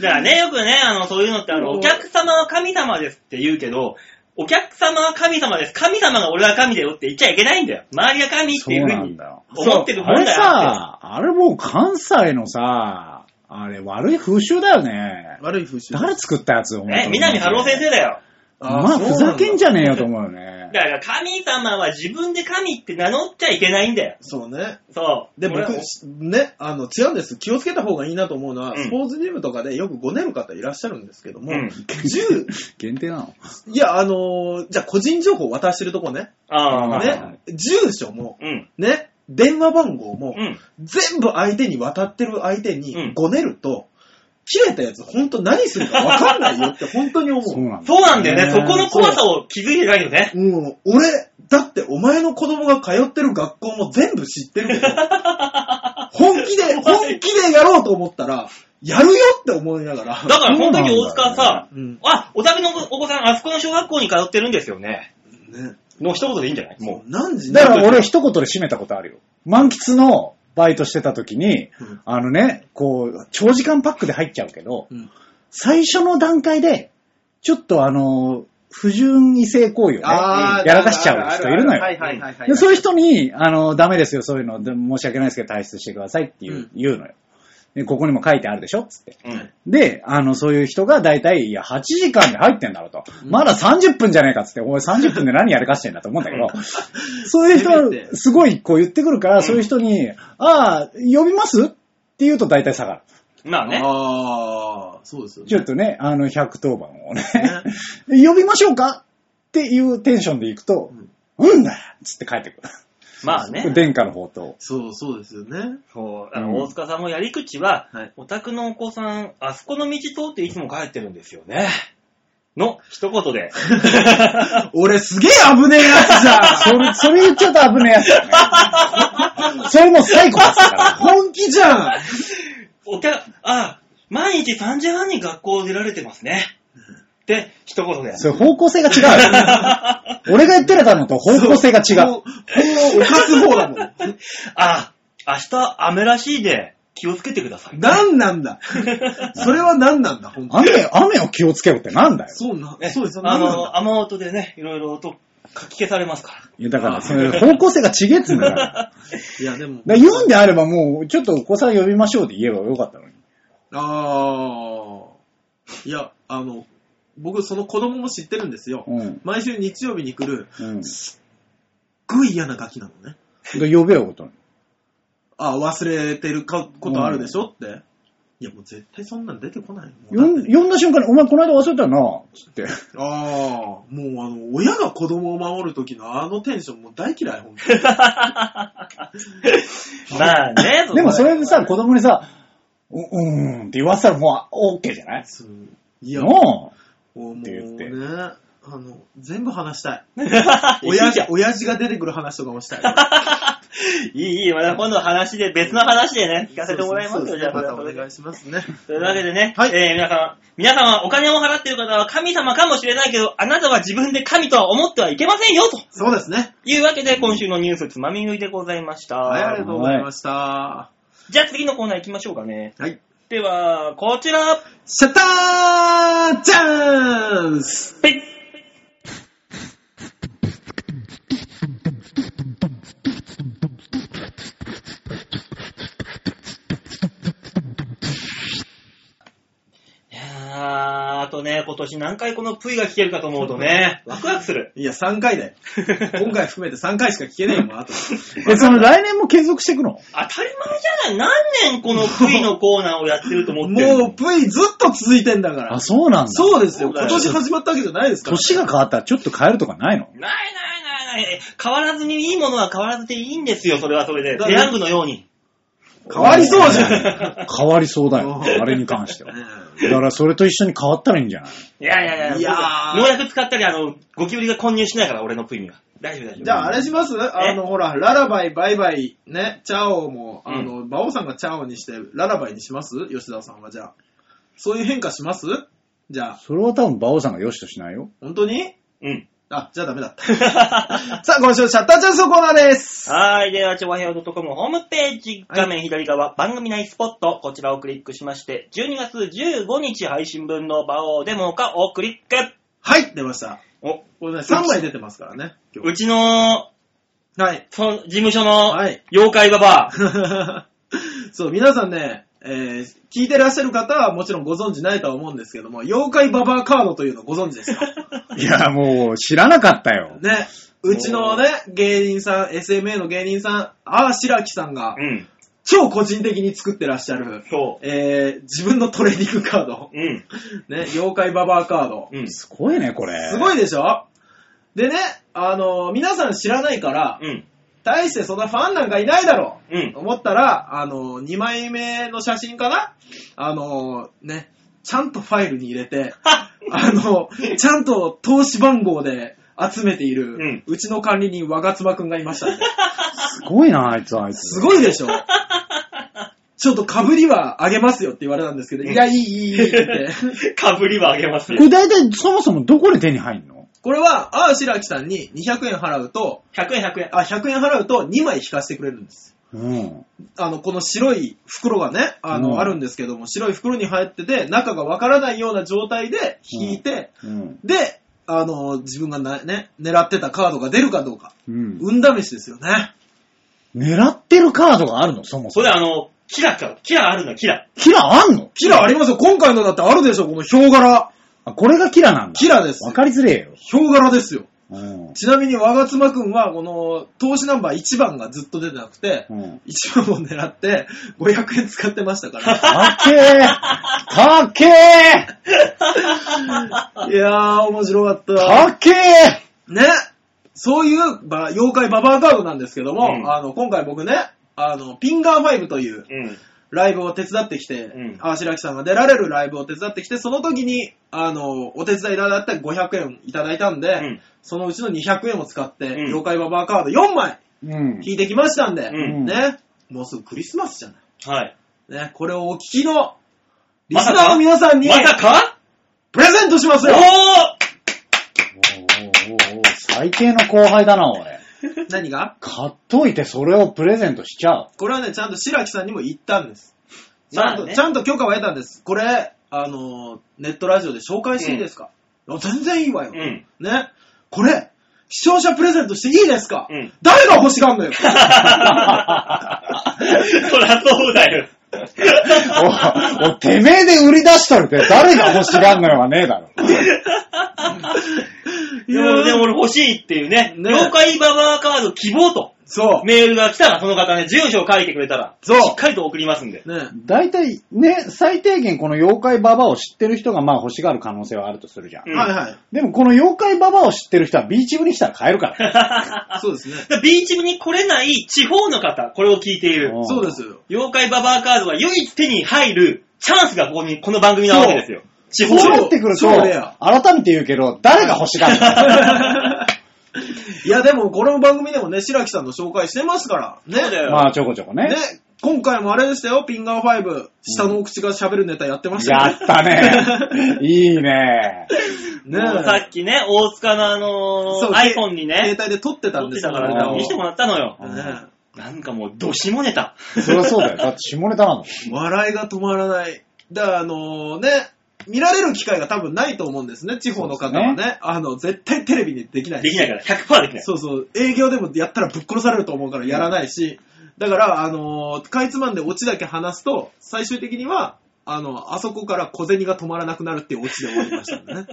[SPEAKER 2] だからね、よくね、あの、そういうのって、あの、
[SPEAKER 3] うん
[SPEAKER 2] お客様は神様ですって言うけど、お客様は神様です。神様が俺は神だよって言っちゃいけないんだよ。周りが神って
[SPEAKER 4] そう
[SPEAKER 2] いうふ
[SPEAKER 4] な
[SPEAKER 2] うんに
[SPEAKER 4] だよ。
[SPEAKER 2] 思ってる
[SPEAKER 4] あ
[SPEAKER 2] もん
[SPEAKER 4] れ
[SPEAKER 2] だよって。
[SPEAKER 4] さ、あれもう関西のさ、あれ悪い風習だよね。
[SPEAKER 3] 悪い風習。
[SPEAKER 4] 誰作ったやつ本当
[SPEAKER 2] ね、
[SPEAKER 4] に
[SPEAKER 2] 南春夫先生だよ。
[SPEAKER 4] まあ、ふざけんじ
[SPEAKER 3] ゃ
[SPEAKER 4] ゃねえよと思うよね
[SPEAKER 2] だ。から神様は自分で神って名乗っちゃいけないんだよ。
[SPEAKER 3] そうね。
[SPEAKER 2] そう。
[SPEAKER 3] で、
[SPEAKER 2] 俺は
[SPEAKER 3] 僕、しね、あの、違うんです。気をつけた方がいいなと思うのは、
[SPEAKER 2] うん
[SPEAKER 3] スポーツジムとかでよくごねる方いらっしゃるんですけども、
[SPEAKER 2] うん
[SPEAKER 3] 10、
[SPEAKER 4] 限定なの
[SPEAKER 3] いや、あのーじゃあ個人情報渡してるとこね、
[SPEAKER 2] ああ、
[SPEAKER 4] はいは
[SPEAKER 3] ね、住所も、
[SPEAKER 2] うん。
[SPEAKER 3] ね、電話番号も
[SPEAKER 2] う、ん。
[SPEAKER 3] 全部相手に渡ってる相手
[SPEAKER 2] うん
[SPEAKER 3] にごねると、切れたやつ本当何するか分かんないよって本当に思
[SPEAKER 4] そう
[SPEAKER 3] う。
[SPEAKER 4] なんだ。
[SPEAKER 2] そうなんだよね。
[SPEAKER 4] ね
[SPEAKER 2] そこの怖さを気づいてないよね。
[SPEAKER 3] うん、俺、だってお前の子供が通ってる学校も全部知ってるけ
[SPEAKER 4] [LAUGHS]
[SPEAKER 3] ど、本気で、本気でやろうと思ったら、やるよって思いながら。
[SPEAKER 2] だから、その時
[SPEAKER 4] そ
[SPEAKER 2] 大
[SPEAKER 4] うなんだよね
[SPEAKER 2] 塚はさ、
[SPEAKER 3] うん。
[SPEAKER 2] あ、お宅のお子さん、あそこの小学校に通ってるんですよね。
[SPEAKER 3] ね。
[SPEAKER 2] の一言でいいんじゃないも
[SPEAKER 3] もう何時
[SPEAKER 4] だから俺一言で締めたことあるよ。満喫のバイトしてた時に、
[SPEAKER 3] うん
[SPEAKER 4] あのね、こう、長時間パックで入っちゃうけど、
[SPEAKER 3] うん
[SPEAKER 4] 最初の段階で、ちょっとあの、不純異性行為をね、
[SPEAKER 3] あー
[SPEAKER 4] やらかしちゃう人いるのよ
[SPEAKER 3] はいはいはいはい。
[SPEAKER 4] でそういう人に、あの、ダメですよ、そういうの、で申し訳ないですけど退出してくださいっていう,、
[SPEAKER 3] うん
[SPEAKER 4] 言うのよ。で、ここにも書いてあるでしょつって。
[SPEAKER 2] う。うん。
[SPEAKER 4] で、あの、そういう人が大体、いや、8時間で入ってんだろうと。
[SPEAKER 3] うん
[SPEAKER 4] まだ30分じゃねえかっつって、お前30分で何やらかしてんだと思うんだけど、 [LAUGHS] そういう人
[SPEAKER 3] せめて、
[SPEAKER 4] すごいこう言ってくるから、
[SPEAKER 2] ん
[SPEAKER 4] そういう人に、ああ、呼びますって言うと大体下がる。
[SPEAKER 2] まあね。
[SPEAKER 3] ああ、そうですよね。
[SPEAKER 4] ちょっとね、あの、110番をね、 [LAUGHS]
[SPEAKER 2] [LAUGHS]
[SPEAKER 3] ね
[SPEAKER 4] 呼びましょうかっていうテンションで行くと、うんだよっつって帰ってくる。
[SPEAKER 2] まあね。
[SPEAKER 4] 殿下の宝刀。
[SPEAKER 3] そうそうですよね。
[SPEAKER 2] そう、あの、
[SPEAKER 4] うん
[SPEAKER 2] 大塚さんのやり口は、
[SPEAKER 3] はい
[SPEAKER 2] お宅のお子さん、あそこの道通っていつも帰ってるんですよね。の、一言で。
[SPEAKER 3] 俺すげえ危ねえやつじゃん
[SPEAKER 4] [LAUGHS] それ、それ言っちゃうと危ねえやつだ
[SPEAKER 3] [LAUGHS]
[SPEAKER 4] ね。それもう最高ですから。
[SPEAKER 3] 本気じゃん
[SPEAKER 2] お客、あ、毎日3時半に学校を出られてますね。って、一言で。
[SPEAKER 4] それ方向性が違 [LAUGHS] う。俺が言ってれたのと方向性が違う。
[SPEAKER 3] 法を犯す方だもん。
[SPEAKER 2] あ、明日雨らしいで気をつけてください。
[SPEAKER 3] 何なんだそれは何なんだ本当に。
[SPEAKER 4] 雨、雨を気をつけろってなんだよ。
[SPEAKER 3] そうな、
[SPEAKER 2] ね
[SPEAKER 3] そうですよ。
[SPEAKER 2] あ
[SPEAKER 3] 何なんだ
[SPEAKER 2] の、雨音でね、いろいろ音、かき消されます
[SPEAKER 3] [LAUGHS]
[SPEAKER 2] から。
[SPEAKER 4] いやだから、それ方向性が違えっつうん [LAUGHS] だから。だか
[SPEAKER 3] いや、でも。
[SPEAKER 4] ら言うんであればもう、ちょっとお子さん呼びましょうで言えばよかったのに。
[SPEAKER 3] ああ。いや、あの、僕、その子供も知ってるんですよ。
[SPEAKER 4] うん。
[SPEAKER 3] 毎週日曜日に来る、
[SPEAKER 4] うん。
[SPEAKER 3] すっごい嫌なガキなのね。
[SPEAKER 4] で呼べよ、ことに。
[SPEAKER 3] あ忘れてるかことあるでしょって。いや、もう絶対そんなん出てこない。
[SPEAKER 4] 呼ん呼んだ瞬間に、お前この間忘れたよな、つって。
[SPEAKER 3] ああ、もうあの、親が子供を守る時のあのテンションもう大嫌い、本
[SPEAKER 4] [LAUGHS]
[SPEAKER 3] 当に。
[SPEAKER 2] まあね、
[SPEAKER 4] でもそれでさ、
[SPEAKER 2] こ
[SPEAKER 4] 子供にさ、ううーんって言わせたらもう、オッケーじゃない
[SPEAKER 3] そうい
[SPEAKER 4] い
[SPEAKER 3] や、
[SPEAKER 4] も
[SPEAKER 3] もう
[SPEAKER 4] って言って
[SPEAKER 3] ね、あの、全部話した
[SPEAKER 2] [LAUGHS]
[SPEAKER 3] い。
[SPEAKER 2] 親じ
[SPEAKER 3] 親父
[SPEAKER 2] ゃん。
[SPEAKER 3] 親父が出てくる話とかもしたい。
[SPEAKER 2] いい、いい、また今度話で、別の話でね、 [LAUGHS] 聞かせてもらいます
[SPEAKER 3] そう
[SPEAKER 2] よ、
[SPEAKER 3] で
[SPEAKER 2] じゃあ。
[SPEAKER 3] またお願いしますね。
[SPEAKER 2] [LAUGHS] というわけでね、
[SPEAKER 3] はい
[SPEAKER 2] えー皆さん、皆さんはお金を払っている方は神様かもしれないけど、あなたは自分で神とは思ってはいけませんよ、と
[SPEAKER 3] そうですね。
[SPEAKER 2] いうわけで、今週のニュースつまみ食いでございました。
[SPEAKER 3] はい、ありがとうございました。は
[SPEAKER 2] じゃあ次のコーナー行きましょうかね。
[SPEAKER 3] い。
[SPEAKER 2] では、こちら
[SPEAKER 3] シャッターチャンス
[SPEAKER 2] ペッいやーあとね、今年何回このプイが聞けるかと思うとね、ワクワクする。
[SPEAKER 3] いや、3
[SPEAKER 2] [LAUGHS]
[SPEAKER 3] 回だよ。今回含めて3回しか聞けねえよ、もうあと。
[SPEAKER 4] え、その来年も継続していくの
[SPEAKER 2] 当たり前じゃない何年このプイのコーナーをやってると思ってる
[SPEAKER 3] もう、プイずっと続いてんだから
[SPEAKER 4] あ、。そうなんだ。
[SPEAKER 3] そうですよ。
[SPEAKER 2] そうだよ
[SPEAKER 3] 今年始まったわけじゃないですから。
[SPEAKER 4] 年が変わったらちょっと変えるとかないの
[SPEAKER 2] ないないないない。変わらずにいいものは変わらずでいいんですよ、それはそれで。
[SPEAKER 3] だ
[SPEAKER 2] ペヤングのように。
[SPEAKER 3] 変わりそうじゃん。
[SPEAKER 4] [LAUGHS] 変わりそうだよ。あれに関しては。だからそれと一緒に変わったらいいんじゃない
[SPEAKER 2] いやいやいや、
[SPEAKER 3] いやー
[SPEAKER 2] 農薬使ったり、あの、ゴキブリが混入しないから、俺のプイには。大丈夫大丈夫。
[SPEAKER 3] じゃあ、あれしますあの、ほら、ララバイ、バイバイ、ね、チャオも、あの、馬王さんがチャオにして、ララバイにします吉田さんは、じゃあ。そういう変化しますじゃあ、
[SPEAKER 4] それは多分馬王さんが良しとしないよ。
[SPEAKER 3] 本当に
[SPEAKER 2] うん。 [LAUGHS]
[SPEAKER 3] あ、じゃあダ [LAUGHS] メだった。さあ、今週のシャッターチャンスのコーナーです。
[SPEAKER 2] はい。では、ちょわへよ .com ホームページ画面左側、番組内スポット、こちらをクリックしまして、12月15日配信分の場をデモかをクリック。
[SPEAKER 3] はい、出ました。
[SPEAKER 2] お、
[SPEAKER 3] これね、3枚出てますからね、今
[SPEAKER 2] う
[SPEAKER 3] 日。
[SPEAKER 2] ちの、
[SPEAKER 3] はい。
[SPEAKER 2] その事務所の
[SPEAKER 3] はい、 [LAUGHS]
[SPEAKER 2] 妖怪ババ
[SPEAKER 3] そう、皆さんね、えー聞いてらっしゃる方はもちろんご存知ないとは思うんですけども、妖怪ババアカードというのご存知ですか
[SPEAKER 4] いや、もう知らなかったよ。
[SPEAKER 3] ね、うちのね、芸人さん、SMA の芸人さん、あー白木さんが
[SPEAKER 2] ア。、うん。
[SPEAKER 3] 超個人的に作ってらっしゃる、
[SPEAKER 2] そ
[SPEAKER 3] えー自分のトレーニングカード
[SPEAKER 2] う。、うん。
[SPEAKER 3] ね、妖怪ババアカード、
[SPEAKER 2] うん。
[SPEAKER 4] すごいね、これ。
[SPEAKER 3] すごいでしょでね、あのー皆さん知らないから、
[SPEAKER 2] うん。
[SPEAKER 3] 大してそんなファンなんかいないだろ
[SPEAKER 2] うん
[SPEAKER 3] と思ったら、あの、2枚目の写真かなあの、ね、ちゃんとファイルに入れ [LAUGHS] て、あの、ちゃんと投資番号で集めている、
[SPEAKER 2] う
[SPEAKER 3] うんちの管理人、我妻くんがいました [LAUGHS] ね。
[SPEAKER 4] すごいな、あいつ、あいつ。
[SPEAKER 3] すごいでしょちょっと被りはあげますよって言われたんですけど、いや、いい、いい、い
[SPEAKER 4] [LAUGHS]
[SPEAKER 3] いって。
[SPEAKER 2] かぶりはあげますよ
[SPEAKER 4] こ。れ大体そもそもどこで手に入んの
[SPEAKER 3] これは、あー白木さんに200円払うと、
[SPEAKER 2] 100円100円。
[SPEAKER 3] あ、100円払うと2枚引かせてくれるんです。
[SPEAKER 4] うん。
[SPEAKER 3] あの、この白い袋がね、あの、
[SPEAKER 4] うん
[SPEAKER 3] あるんですけども、白い袋に入ってて、中がわからないような状態で引いて、
[SPEAKER 4] うん。
[SPEAKER 3] で、あの、自分がなね、狙ってたカードが出るかどうか、
[SPEAKER 4] うん。
[SPEAKER 3] 運試しですよね。
[SPEAKER 4] 狙ってるカードがあるの、そも
[SPEAKER 2] そ
[SPEAKER 4] そも。
[SPEAKER 2] れあの、キラか、キラあるの、キラ。
[SPEAKER 4] キラあんの
[SPEAKER 3] キラありますよ。今回のだってあるでしょ、このヒョウ柄。
[SPEAKER 4] あ、これがキラなんだ。
[SPEAKER 3] キラです
[SPEAKER 4] わ。かりづれえよ。
[SPEAKER 3] ヒョウ柄ですよ。
[SPEAKER 4] うん。
[SPEAKER 3] ちなみに、我が妻くんは、この、投資ナンバー1番がずっと出てなくて、 [LAUGHS]
[SPEAKER 4] うん。
[SPEAKER 3] 1番を狙って、500円使ってましたから。
[SPEAKER 4] かっけえかっけえ [LAUGHS]
[SPEAKER 3] いやー、面白かった。
[SPEAKER 4] かっけえ
[SPEAKER 3] ね、そういうば妖怪ババアカードなんですけども、
[SPEAKER 2] うん
[SPEAKER 3] あの今回僕ね、あのピンガー5という
[SPEAKER 2] うん。
[SPEAKER 3] ライブを手伝ってきて、
[SPEAKER 2] うん
[SPEAKER 3] あ白木さんが出られるライブを手伝ってきて、その時にあのお手伝いいただいた500円いただいたんで、
[SPEAKER 2] うん
[SPEAKER 3] そのうちの200円を使って、
[SPEAKER 2] ん
[SPEAKER 3] 妖怪ババアカード4枚
[SPEAKER 4] うん。
[SPEAKER 3] 引いてきましたんで、
[SPEAKER 2] うん
[SPEAKER 3] ね、もうすぐクリスマスじゃな
[SPEAKER 2] は
[SPEAKER 3] い。
[SPEAKER 2] い。
[SPEAKER 3] ね、これをお聞きのリスナーの皆さんに
[SPEAKER 2] まさか
[SPEAKER 3] プレゼントします
[SPEAKER 2] お
[SPEAKER 3] よ、
[SPEAKER 2] ー
[SPEAKER 4] おうおうおうおう最低の後輩だな、俺。
[SPEAKER 3] 何が
[SPEAKER 4] 買っといてそれをプレゼントしちゃう。
[SPEAKER 3] これはね、ちゃんと白木さんにも言ったんです。ち
[SPEAKER 2] ま
[SPEAKER 3] ゃ
[SPEAKER 2] あ
[SPEAKER 3] んと、
[SPEAKER 2] ね
[SPEAKER 3] ちゃんと許可は得たんです。これ、あのー、ネットラジオで紹介していいですか、あ全然いいわよ。
[SPEAKER 2] うん
[SPEAKER 3] ね。これ、視聴者プレゼントしていいですか、
[SPEAKER 2] うん
[SPEAKER 3] 誰が欲しが
[SPEAKER 2] [LAUGHS]
[SPEAKER 3] んのよ
[SPEAKER 2] そりゃそうだよ。
[SPEAKER 4] お、お、てめえで売り出しとるって誰が欲しがんのよはねえだろ。
[SPEAKER 3] い
[SPEAKER 2] で
[SPEAKER 3] や
[SPEAKER 2] も、でも俺欲しいっていうね。
[SPEAKER 3] ね
[SPEAKER 2] 妖怪ババアカード希望と。
[SPEAKER 3] そ
[SPEAKER 2] メールが来たら、その方ね、住所を書いてくれたら、
[SPEAKER 3] そう
[SPEAKER 2] しっかりと送りますんで。
[SPEAKER 3] う。ね。
[SPEAKER 4] 大体ね、最低限この妖怪ババアを知ってる人がまあ欲しがる可能性はあるとするじゃん。
[SPEAKER 2] うん
[SPEAKER 3] はいはい。
[SPEAKER 4] でもこの妖怪ババアを知ってる人は B チームに来たら買えるから。
[SPEAKER 3] そうですね。
[SPEAKER 2] ビーチ部に来れない地方の方、これを聞いている。
[SPEAKER 4] うん
[SPEAKER 3] そうですよ。
[SPEAKER 2] 妖怪ババアカードは唯一手に入るチャンスがここに、この番組なわけですよ。地方
[SPEAKER 4] そう
[SPEAKER 2] よ
[SPEAKER 4] なってくると
[SPEAKER 3] そうだよ、
[SPEAKER 4] 改めて言うけど、誰が欲しがるの
[SPEAKER 3] いや、でも、この番組でもね、白木さんの紹介してますから。ね。
[SPEAKER 2] そうだよ
[SPEAKER 4] まあ、ちょこちょこね。
[SPEAKER 3] ね、今回もあれでしたよ、ピンガー5、下のお口が喋るネタやってました
[SPEAKER 4] やったね。いいね。
[SPEAKER 3] ね
[SPEAKER 2] もうさっきね、大塚のあの
[SPEAKER 3] そう
[SPEAKER 2] ー、iPhone にね
[SPEAKER 3] 携、帯で撮ってた
[SPEAKER 2] 撮
[SPEAKER 3] ん
[SPEAKER 2] っ
[SPEAKER 3] で
[SPEAKER 2] て
[SPEAKER 3] す
[SPEAKER 2] たから
[SPEAKER 4] 撮って
[SPEAKER 2] ね
[SPEAKER 4] あー
[SPEAKER 2] 見せてもらったのよ。
[SPEAKER 4] た
[SPEAKER 3] ね
[SPEAKER 2] なんかもう、どしもネタ。
[SPEAKER 4] そりゃそうだよ。だって下ネタなの。
[SPEAKER 3] 笑いが止まらない。だから、あのね、見られる機会が多分ないと思うんですね、地方の方は
[SPEAKER 4] そうで
[SPEAKER 3] ね。あの、絶対テレビにできない。
[SPEAKER 2] できないから、100%できない。
[SPEAKER 3] そうそう、営業でもやったらぶっ殺されると思うからやらないし、だから、あのーかいつまんでオチだけ話すと、最終的には、あの、あそこから小銭が止まらなくなるっていうオチで終わりましたんで [LAUGHS] ね。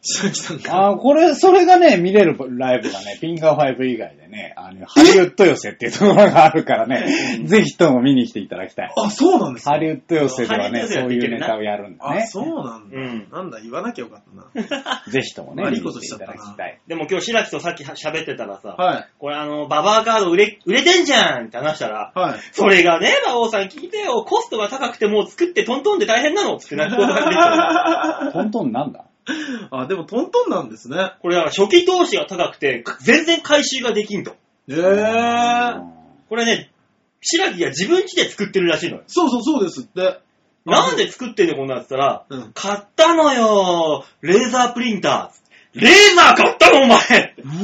[SPEAKER 3] 白木さんが。
[SPEAKER 4] あーこれ、それがね、見れるライブがね、ピンガー5以外でね、あの、ハリウッド寄せっていうところがあるからね、ぜひとも見に来ていただきたい。
[SPEAKER 3] あ、そうなんですか
[SPEAKER 4] ハリウッド寄せではね、
[SPEAKER 2] ハリウッド寄せ
[SPEAKER 4] そう
[SPEAKER 2] やってい
[SPEAKER 4] い
[SPEAKER 2] け
[SPEAKER 4] う
[SPEAKER 2] る
[SPEAKER 4] ネ
[SPEAKER 2] な
[SPEAKER 4] タをやるんだ
[SPEAKER 3] あ、
[SPEAKER 4] ね。
[SPEAKER 3] そうなんだ。
[SPEAKER 2] うん
[SPEAKER 3] なんだ、言わなきゃよかったな。
[SPEAKER 4] ぜひともね、
[SPEAKER 3] 悪
[SPEAKER 4] 見
[SPEAKER 3] い
[SPEAKER 4] に
[SPEAKER 3] こと
[SPEAKER 4] 来
[SPEAKER 3] してちゃ
[SPEAKER 4] い
[SPEAKER 3] った
[SPEAKER 4] た
[SPEAKER 3] な
[SPEAKER 4] だきたい。
[SPEAKER 2] でも今日、白木とさっきは喋ってたらさ、
[SPEAKER 3] はい。
[SPEAKER 2] これあの、ババアカード売れ、売れてんじゃんって話したら、
[SPEAKER 3] はい。
[SPEAKER 2] それがね、馬王さん聞いてよ、コストが高くてもう作ってトントンで大変なのって泣き言が出てきたの
[SPEAKER 4] トントンなんだ
[SPEAKER 3] [LAUGHS] あ、でもトントンなんですね。
[SPEAKER 2] これだから初期投資が高くて、全然回収ができんと。
[SPEAKER 3] え
[SPEAKER 4] う
[SPEAKER 3] ー。
[SPEAKER 4] ん
[SPEAKER 2] これね、白木が自分家で作ってるらしいのよ。
[SPEAKER 3] そうそうそうですって。
[SPEAKER 2] なんで作ってんのこんなやつったら、
[SPEAKER 3] うん
[SPEAKER 2] 買ったのよレーザープリンター。レーザー買ったのお前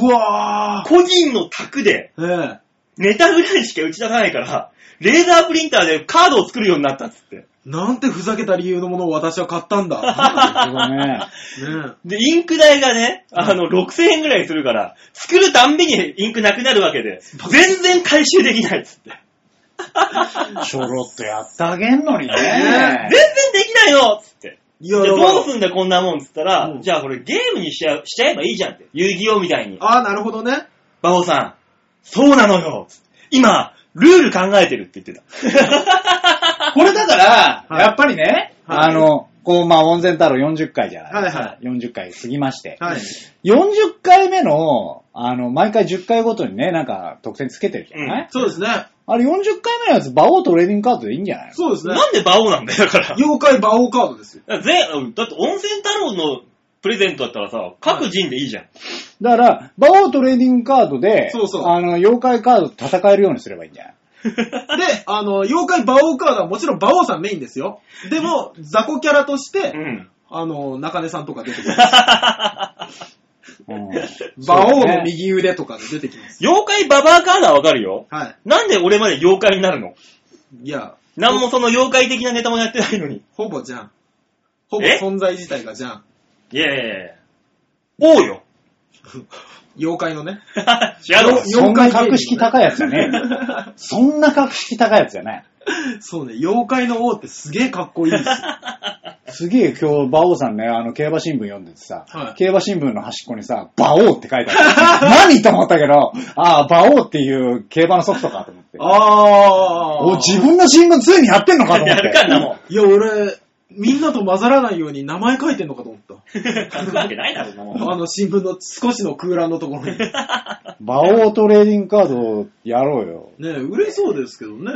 [SPEAKER 3] うわー。
[SPEAKER 2] 個人の宅で、
[SPEAKER 3] ええ
[SPEAKER 2] ネタぐらいしか打ち出さないから、レーザープリンターでカードを作るようになったっつって。
[SPEAKER 3] なんてふざけた理由のものを私は買ったん
[SPEAKER 2] [LAUGHS]
[SPEAKER 3] だ。
[SPEAKER 4] なるほどね。
[SPEAKER 3] ね
[SPEAKER 2] で、インク代がね、あの、6000円ぐらいするから、作るたんびにインクなくなるわけで、全然回収できないっ
[SPEAKER 3] [LAUGHS]
[SPEAKER 2] つって。
[SPEAKER 4] ちょろっとやってあげんのに
[SPEAKER 2] 全然
[SPEAKER 4] ね。
[SPEAKER 2] できないのっつって。
[SPEAKER 3] いや、
[SPEAKER 2] で
[SPEAKER 3] だから
[SPEAKER 2] どうすんだこんなもんっつったら、
[SPEAKER 3] うん
[SPEAKER 2] じゃあこれゲームにしちゃしちゃえばいいじゃんって。遊戯王みたいに。
[SPEAKER 3] ああ、なるほどね。
[SPEAKER 2] バオさん、そうなのよ今、ルール考えてるって言って
[SPEAKER 3] [LAUGHS]
[SPEAKER 2] た。
[SPEAKER 4] これだから、
[SPEAKER 3] はい
[SPEAKER 4] やっぱりね、
[SPEAKER 3] はい
[SPEAKER 4] あの、こう、まあ、温泉太郎40回じゃない
[SPEAKER 3] はいは
[SPEAKER 4] 40回過ぎまして。
[SPEAKER 3] はい。
[SPEAKER 4] 40回目の、あの、毎回10回ごとにね、なんか特典つけてるじゃない、
[SPEAKER 3] そうですね。
[SPEAKER 4] あれ40回目のやつ、馬王トレーディングカードでいいんじゃないの
[SPEAKER 3] そうですね。
[SPEAKER 2] なんでバオなんだよ、だから。
[SPEAKER 3] 妖怪馬王カードですよ。
[SPEAKER 2] だぜだって温泉太郎のプレゼントだったらさ、各人でいいじゃん。
[SPEAKER 4] だから、馬王トレーディングカードで、
[SPEAKER 3] そうそう
[SPEAKER 4] あの、妖怪カードと戦えるようにすればいいんじゃない
[SPEAKER 3] で、あの、妖怪馬王カードはもちろん馬王さんメインですよ。でも、雑魚キャラとして、
[SPEAKER 2] うん。
[SPEAKER 3] あの、中根さんとか出
[SPEAKER 2] [LAUGHS]
[SPEAKER 3] てきます。
[SPEAKER 4] うん
[SPEAKER 3] [LAUGHS] 馬王の
[SPEAKER 4] そう
[SPEAKER 3] 右腕とかで出てきます。
[SPEAKER 2] 妖怪ババアカードはわかるよ。
[SPEAKER 3] は
[SPEAKER 2] なんで俺まで妖怪になるの
[SPEAKER 3] い。いや、
[SPEAKER 2] なんもその妖怪的なネタもやってないのに。
[SPEAKER 3] ほぼじゃん。ほぼ
[SPEAKER 2] え
[SPEAKER 3] 存在自体がじゃん。
[SPEAKER 2] いやいやいや王よ。
[SPEAKER 3] 妖怪
[SPEAKER 2] [LAUGHS]
[SPEAKER 3] のね。
[SPEAKER 2] 知らんわ
[SPEAKER 3] よ
[SPEAKER 4] そんな格式高いやつじゃねえよ。
[SPEAKER 3] [LAUGHS]
[SPEAKER 4] そんな格式高いやつじゃない。
[SPEAKER 3] そうね、妖怪の王ってすげえかっこいいですよ。
[SPEAKER 4] [LAUGHS] すげえ今日、馬王さんね、あの、競馬新聞読んでてさ、
[SPEAKER 3] はい
[SPEAKER 4] 競馬新聞の端っこにさ、馬王って書いてある。 [LAUGHS] 何と思ったけど、ああ、馬王っていう競馬のソフトかと
[SPEAKER 3] [LAUGHS]
[SPEAKER 4] 思って。
[SPEAKER 3] あ
[SPEAKER 4] お、自分の新聞ついにやってんのかと思
[SPEAKER 2] や
[SPEAKER 4] って。
[SPEAKER 2] るかんなもん。
[SPEAKER 3] いや、俺、みんなと混ざらないように名前書いてんのかと思った。
[SPEAKER 2] 書くわけないだろ、そんなもん。
[SPEAKER 3] あの、新聞の少しの空欄のところ
[SPEAKER 4] [LAUGHS]
[SPEAKER 3] に。ね
[SPEAKER 4] 馬王トレーディングカードをやろうよ。
[SPEAKER 3] え、売れそうですけどね。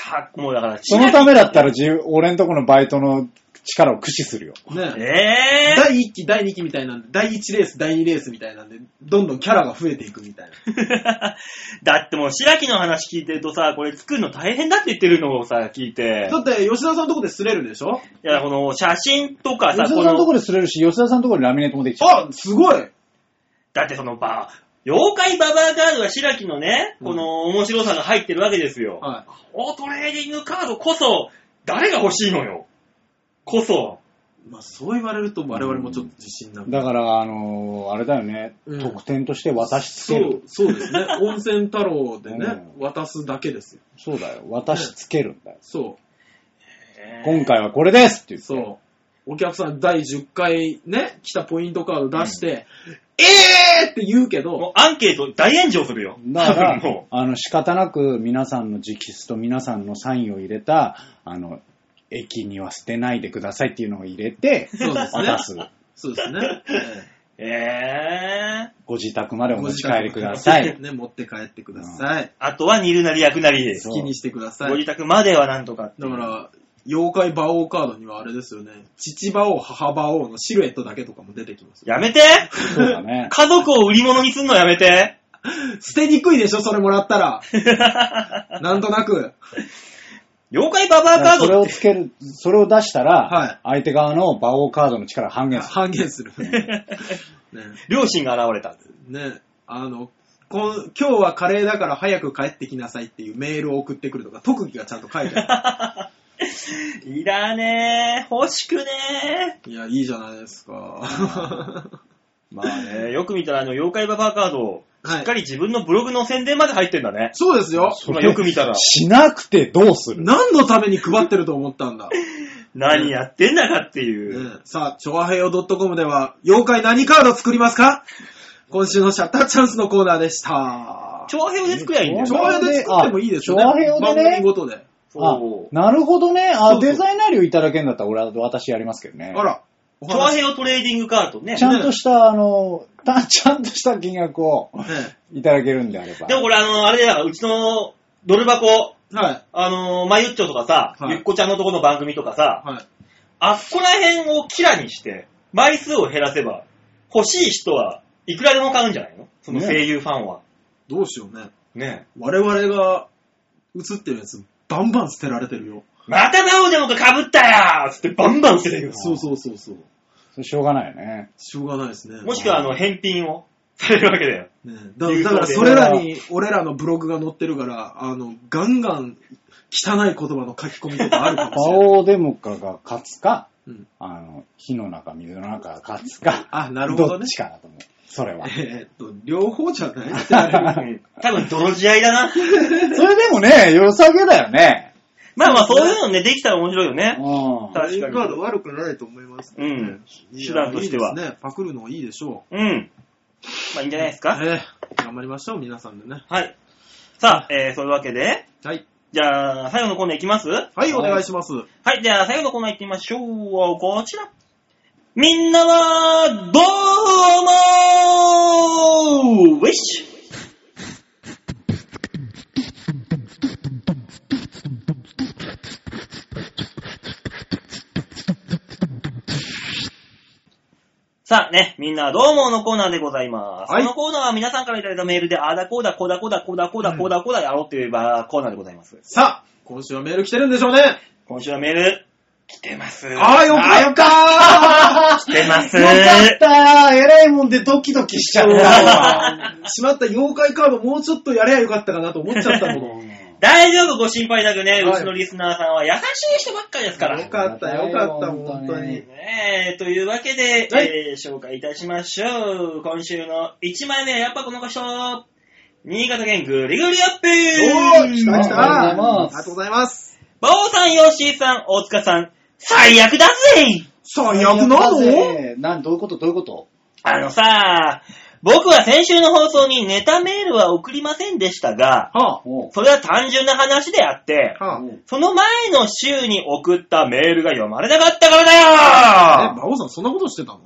[SPEAKER 2] さもうだから、
[SPEAKER 4] そのためだったら自分、俺んとこのバイトの力を駆使するよ。
[SPEAKER 3] ねえ。
[SPEAKER 2] え
[SPEAKER 3] 第1期、第2期みたいなんで、第1レース、第2レースみたいなんで、どんどんキャラが増えていくみたい
[SPEAKER 2] え
[SPEAKER 3] な。
[SPEAKER 2] [LAUGHS] だってもう、白木の話聞いてるとさ、これ作るの大変だって言ってるのをさ、聞いて
[SPEAKER 3] だ。って、吉田さんのとこで擦れるでしょ
[SPEAKER 2] いや、この写真とか
[SPEAKER 4] 吉
[SPEAKER 2] さ、
[SPEAKER 4] 田さ
[SPEAKER 2] こ
[SPEAKER 4] んのとこ
[SPEAKER 2] の、
[SPEAKER 4] ろで擦れるし、吉田さんのところでラミネートもできちゃ
[SPEAKER 3] あ、
[SPEAKER 4] う。
[SPEAKER 3] すごい
[SPEAKER 2] だってそのば、妖怪ババアカードは白木のね、
[SPEAKER 3] うん
[SPEAKER 2] この面白さが入ってるわけですよ。
[SPEAKER 3] は
[SPEAKER 2] オートレーディングカードこそ、誰が欲しいのよ。こそ。
[SPEAKER 3] い。まあ、そう言われると我々もちょっと自信なく。
[SPEAKER 4] だから、あのーあれだよね、
[SPEAKER 3] うん
[SPEAKER 4] 特典として渡しつ
[SPEAKER 3] そ
[SPEAKER 4] ける
[SPEAKER 3] う。、そうですね。温泉太郎でね、
[SPEAKER 4] う
[SPEAKER 3] 渡すだけですよ。
[SPEAKER 4] そうだよ、渡しつけるんだよ。
[SPEAKER 3] そ
[SPEAKER 4] 今回はこれですって
[SPEAKER 3] う、
[SPEAKER 4] 言って。
[SPEAKER 3] そう。お客さん第10回ね、来たポイントカード出して、えーって言うけ
[SPEAKER 2] もう
[SPEAKER 3] ど、
[SPEAKER 2] アンケート大炎上するよ。
[SPEAKER 4] だから
[SPEAKER 2] 多
[SPEAKER 3] [LAUGHS]
[SPEAKER 2] 分も、
[SPEAKER 4] あの、仕方なく皆さんの直筆と皆さんのサインを入れた、あの、駅には捨てないでくださいっていうのを入れて、
[SPEAKER 3] [LAUGHS] そうですね
[SPEAKER 4] 渡す。
[SPEAKER 3] そうですね。
[SPEAKER 2] う。えー。
[SPEAKER 4] ご自宅まで
[SPEAKER 3] ええ
[SPEAKER 4] お持ち帰りくだ
[SPEAKER 3] [LAUGHS]
[SPEAKER 4] さい。
[SPEAKER 3] ね、持って帰ってください。
[SPEAKER 2] あとは煮るなり焼くなりで
[SPEAKER 4] そう
[SPEAKER 3] 好きにしてくださ
[SPEAKER 2] ご
[SPEAKER 3] い
[SPEAKER 2] 自。宅まではなんとか。
[SPEAKER 3] だから、妖怪馬王カードにはあれですよね。父馬王、母馬王のシルエットだけとかも出てきます。
[SPEAKER 2] やめ [LAUGHS] て
[SPEAKER 4] そうだね。
[SPEAKER 2] 家族を売り物にすんのやめて
[SPEAKER 3] 捨てにくいでしょ、それもらったら。
[SPEAKER 4] [LAUGHS]
[SPEAKER 3] なんとなく。
[SPEAKER 2] 妖怪ババアカー
[SPEAKER 4] それ
[SPEAKER 2] ド
[SPEAKER 4] を
[SPEAKER 2] って
[SPEAKER 4] つける、それを出したら、
[SPEAKER 3] はい
[SPEAKER 4] 相手側の馬王カードの力が半減する。
[SPEAKER 3] 半減す
[SPEAKER 4] [LAUGHS]
[SPEAKER 3] る。ね
[SPEAKER 2] 両親が現れた。
[SPEAKER 3] ねあの、こん今日はカレーだから早く帰ってきなさいっていうメールを送ってくるとか、特技がちゃんと書いて
[SPEAKER 4] [LAUGHS]
[SPEAKER 3] あ
[SPEAKER 2] いらねえ、欲しくね
[SPEAKER 3] る。いや、いいじゃないですか。
[SPEAKER 4] [LAUGHS]
[SPEAKER 2] え。まあね、よく見たらあの妖怪ババアカード、し
[SPEAKER 3] は
[SPEAKER 2] っか
[SPEAKER 3] い。
[SPEAKER 2] り自分のブログの宣伝まで入ってんだね。
[SPEAKER 3] そうですよ。
[SPEAKER 4] そ
[SPEAKER 2] まあよく見たら
[SPEAKER 4] しなくてどうする
[SPEAKER 3] 何のために配ってると思ったんだ。
[SPEAKER 2] 何やってんだかっていう。
[SPEAKER 3] ねさあ、チョアヘヨ .com では、妖怪何カード作りますか今週のシャッターチャンスのコーナーでした。
[SPEAKER 2] 長編で作りゃいいんだ
[SPEAKER 3] チョ
[SPEAKER 2] よ。
[SPEAKER 3] アヘヨで作ってもいいですよね。
[SPEAKER 4] あチョアヘヨでね
[SPEAKER 3] 番組ごとで。
[SPEAKER 4] あ
[SPEAKER 2] そう。
[SPEAKER 4] なるほど
[SPEAKER 3] そ
[SPEAKER 4] ね。
[SPEAKER 3] う
[SPEAKER 4] あ
[SPEAKER 3] そう
[SPEAKER 4] デザイナー料いただけるんだったら俺は私やりますけどね。
[SPEAKER 3] あら、お
[SPEAKER 2] 長
[SPEAKER 3] 話。
[SPEAKER 2] 編をトレーディングカードね
[SPEAKER 4] ち。ゃんとした、あの、た [LAUGHS] ちゃんとした金額を
[SPEAKER 3] ね
[SPEAKER 4] いただけるんであれば。
[SPEAKER 2] でもこれあの、あれだよ、うちのドル箱、
[SPEAKER 3] はい。
[SPEAKER 2] あの、まゆっちょとかさ、
[SPEAKER 3] はい
[SPEAKER 2] ゆっこちゃんのとこの番組とかさ、
[SPEAKER 3] はい。
[SPEAKER 2] あっこら辺をキラにして、枚数を減らせば、欲しい人はいくらでも買うんじゃないのその声優ファンは。
[SPEAKER 3] どうしようね。
[SPEAKER 2] ね
[SPEAKER 3] 我々が映ってるやつ、バンバン捨てられてるよ。
[SPEAKER 2] またバオでもか被ったよつってバンバン捨ててくる。
[SPEAKER 3] そうそうそうそう。
[SPEAKER 4] それしょうがないよね。
[SPEAKER 3] しょうがないですね。
[SPEAKER 2] もしくはあの、返品をされるわけだよ。
[SPEAKER 3] ねだ
[SPEAKER 2] 言う
[SPEAKER 3] だから
[SPEAKER 2] 通り
[SPEAKER 3] それらに俺らのブログが載ってるから、あの、ガンガン汚い言葉の書き込みとかあるかも
[SPEAKER 4] バ
[SPEAKER 3] しれない。
[SPEAKER 4] オーデモカが勝つか、
[SPEAKER 3] うん
[SPEAKER 4] あの、火の中、水の中が勝つか、
[SPEAKER 3] [LAUGHS] あ、なるほど
[SPEAKER 4] ど
[SPEAKER 3] ね
[SPEAKER 4] っ。ちかなと思う。それは。
[SPEAKER 3] えーっと、両方じゃ [LAUGHS] ないは
[SPEAKER 2] 多分泥仕合いだな。
[SPEAKER 4] それでもね、良さげだよね。
[SPEAKER 2] まあまあそういうのね、できたら面白いよね。
[SPEAKER 4] うん。
[SPEAKER 2] 確かに
[SPEAKER 3] レイカード悪くないと思いますね。
[SPEAKER 2] うん
[SPEAKER 3] いや
[SPEAKER 2] 手段としてはい
[SPEAKER 3] いですね。パクるのいいでしょう。
[SPEAKER 2] うん。まあいいんじゃないです
[SPEAKER 3] え
[SPEAKER 2] か。
[SPEAKER 3] ー頑張りましょう、皆さんでね。
[SPEAKER 2] はい。さあ、えー、そういうわけで、
[SPEAKER 3] はい。
[SPEAKER 2] じゃあ、最後のコーナーいきますは
[SPEAKER 3] はい、お願いします。
[SPEAKER 2] い、じゃあ、最後のコーナーいってみましょう。こちら。みんなは、どうもウィッシュさあね、みんなはどうものコーナーでございます。
[SPEAKER 3] はい
[SPEAKER 2] このコーナーは皆さんからいただいたメールで、あーだこうだこうだこうだこうだこうだこうだこうだやろうって言えばコーナーでございます。
[SPEAKER 3] さあ、今週はメール来てるんでしょうね。
[SPEAKER 2] 今週はメール、来てます。
[SPEAKER 3] あー、よかよか
[SPEAKER 2] 来てます。
[SPEAKER 4] [LAUGHS] よかったえらいもんでドキドキしちゃったわ。
[SPEAKER 2] [LAUGHS]
[SPEAKER 3] しまった、妖怪カードもうちょっとやればよかったかなと思っちゃったもの。
[SPEAKER 2] 大丈夫、ご心配なくね、
[SPEAKER 3] はいう
[SPEAKER 2] ちのリスナーさんは優しい人ばっかりですから。
[SPEAKER 3] よかった、よかった、本当に。
[SPEAKER 2] ねえ、というわけで、
[SPEAKER 3] はい
[SPEAKER 2] えー紹介いたしましょう。今週の1枚目はやっぱこの人新潟県グリグリアップ
[SPEAKER 3] おー、来た来た
[SPEAKER 4] あり
[SPEAKER 3] あり
[SPEAKER 4] が
[SPEAKER 3] がと
[SPEAKER 4] と
[SPEAKER 3] うございます。
[SPEAKER 2] バオさん、ヨッシーさん、大塚さん、最悪だぜ
[SPEAKER 3] 最悪なの
[SPEAKER 4] なん、どういうことどういうこと
[SPEAKER 2] あのさ、僕は先週の放送にネタメールは送りませんでしたが、
[SPEAKER 3] は
[SPEAKER 4] おう
[SPEAKER 2] それは単純な話であって、
[SPEAKER 3] あ、は
[SPEAKER 2] その前の週に送ったメールが読まれなかったから
[SPEAKER 3] あ。え、
[SPEAKER 2] だよ
[SPEAKER 3] 馬王さんそんなことしてたの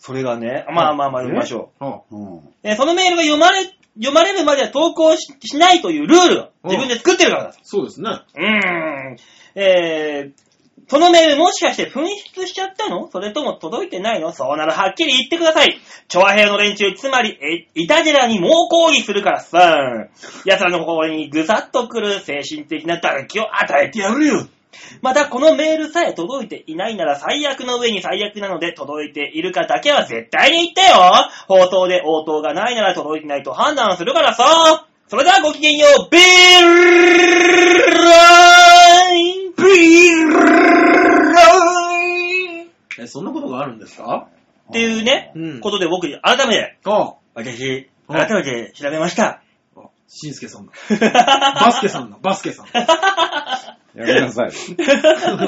[SPEAKER 2] それがね、まあまあまあ
[SPEAKER 4] え
[SPEAKER 2] 読みましょ
[SPEAKER 3] は
[SPEAKER 4] うん
[SPEAKER 2] う。えそのメールが読まれ、読まれるまでは投稿ししないというルールを自分で作ってるからだと。
[SPEAKER 3] そうですね。
[SPEAKER 2] うーん。えー、そのメールもしかして紛失しちゃったのそれとも届いてないのそうならはっきり言ってください。調和兵の連中、つまり、え、イタジェラに猛抗議するからさ、奴らの心にぐさっとくる精神的な打撃を与えてやるよ。また、このメールさえ届いていないなら最悪の上に最悪なので、届いているかだけは絶対に言ってよ放送で応答がないなら届いてないと判断するからさそれではごきげんようビーライン
[SPEAKER 3] ビーライえ、そんなことがあるんですか
[SPEAKER 2] っていうね、
[SPEAKER 3] うん
[SPEAKER 2] ことで僕、改めて、
[SPEAKER 3] あ
[SPEAKER 2] 私、
[SPEAKER 3] は
[SPEAKER 2] 改
[SPEAKER 3] い
[SPEAKER 2] めて調べました。
[SPEAKER 3] あ、しんすけさんだ。バスケさんだ、バス
[SPEAKER 2] [LAUGHS]
[SPEAKER 3] ケさん。あ
[SPEAKER 4] やめなさい。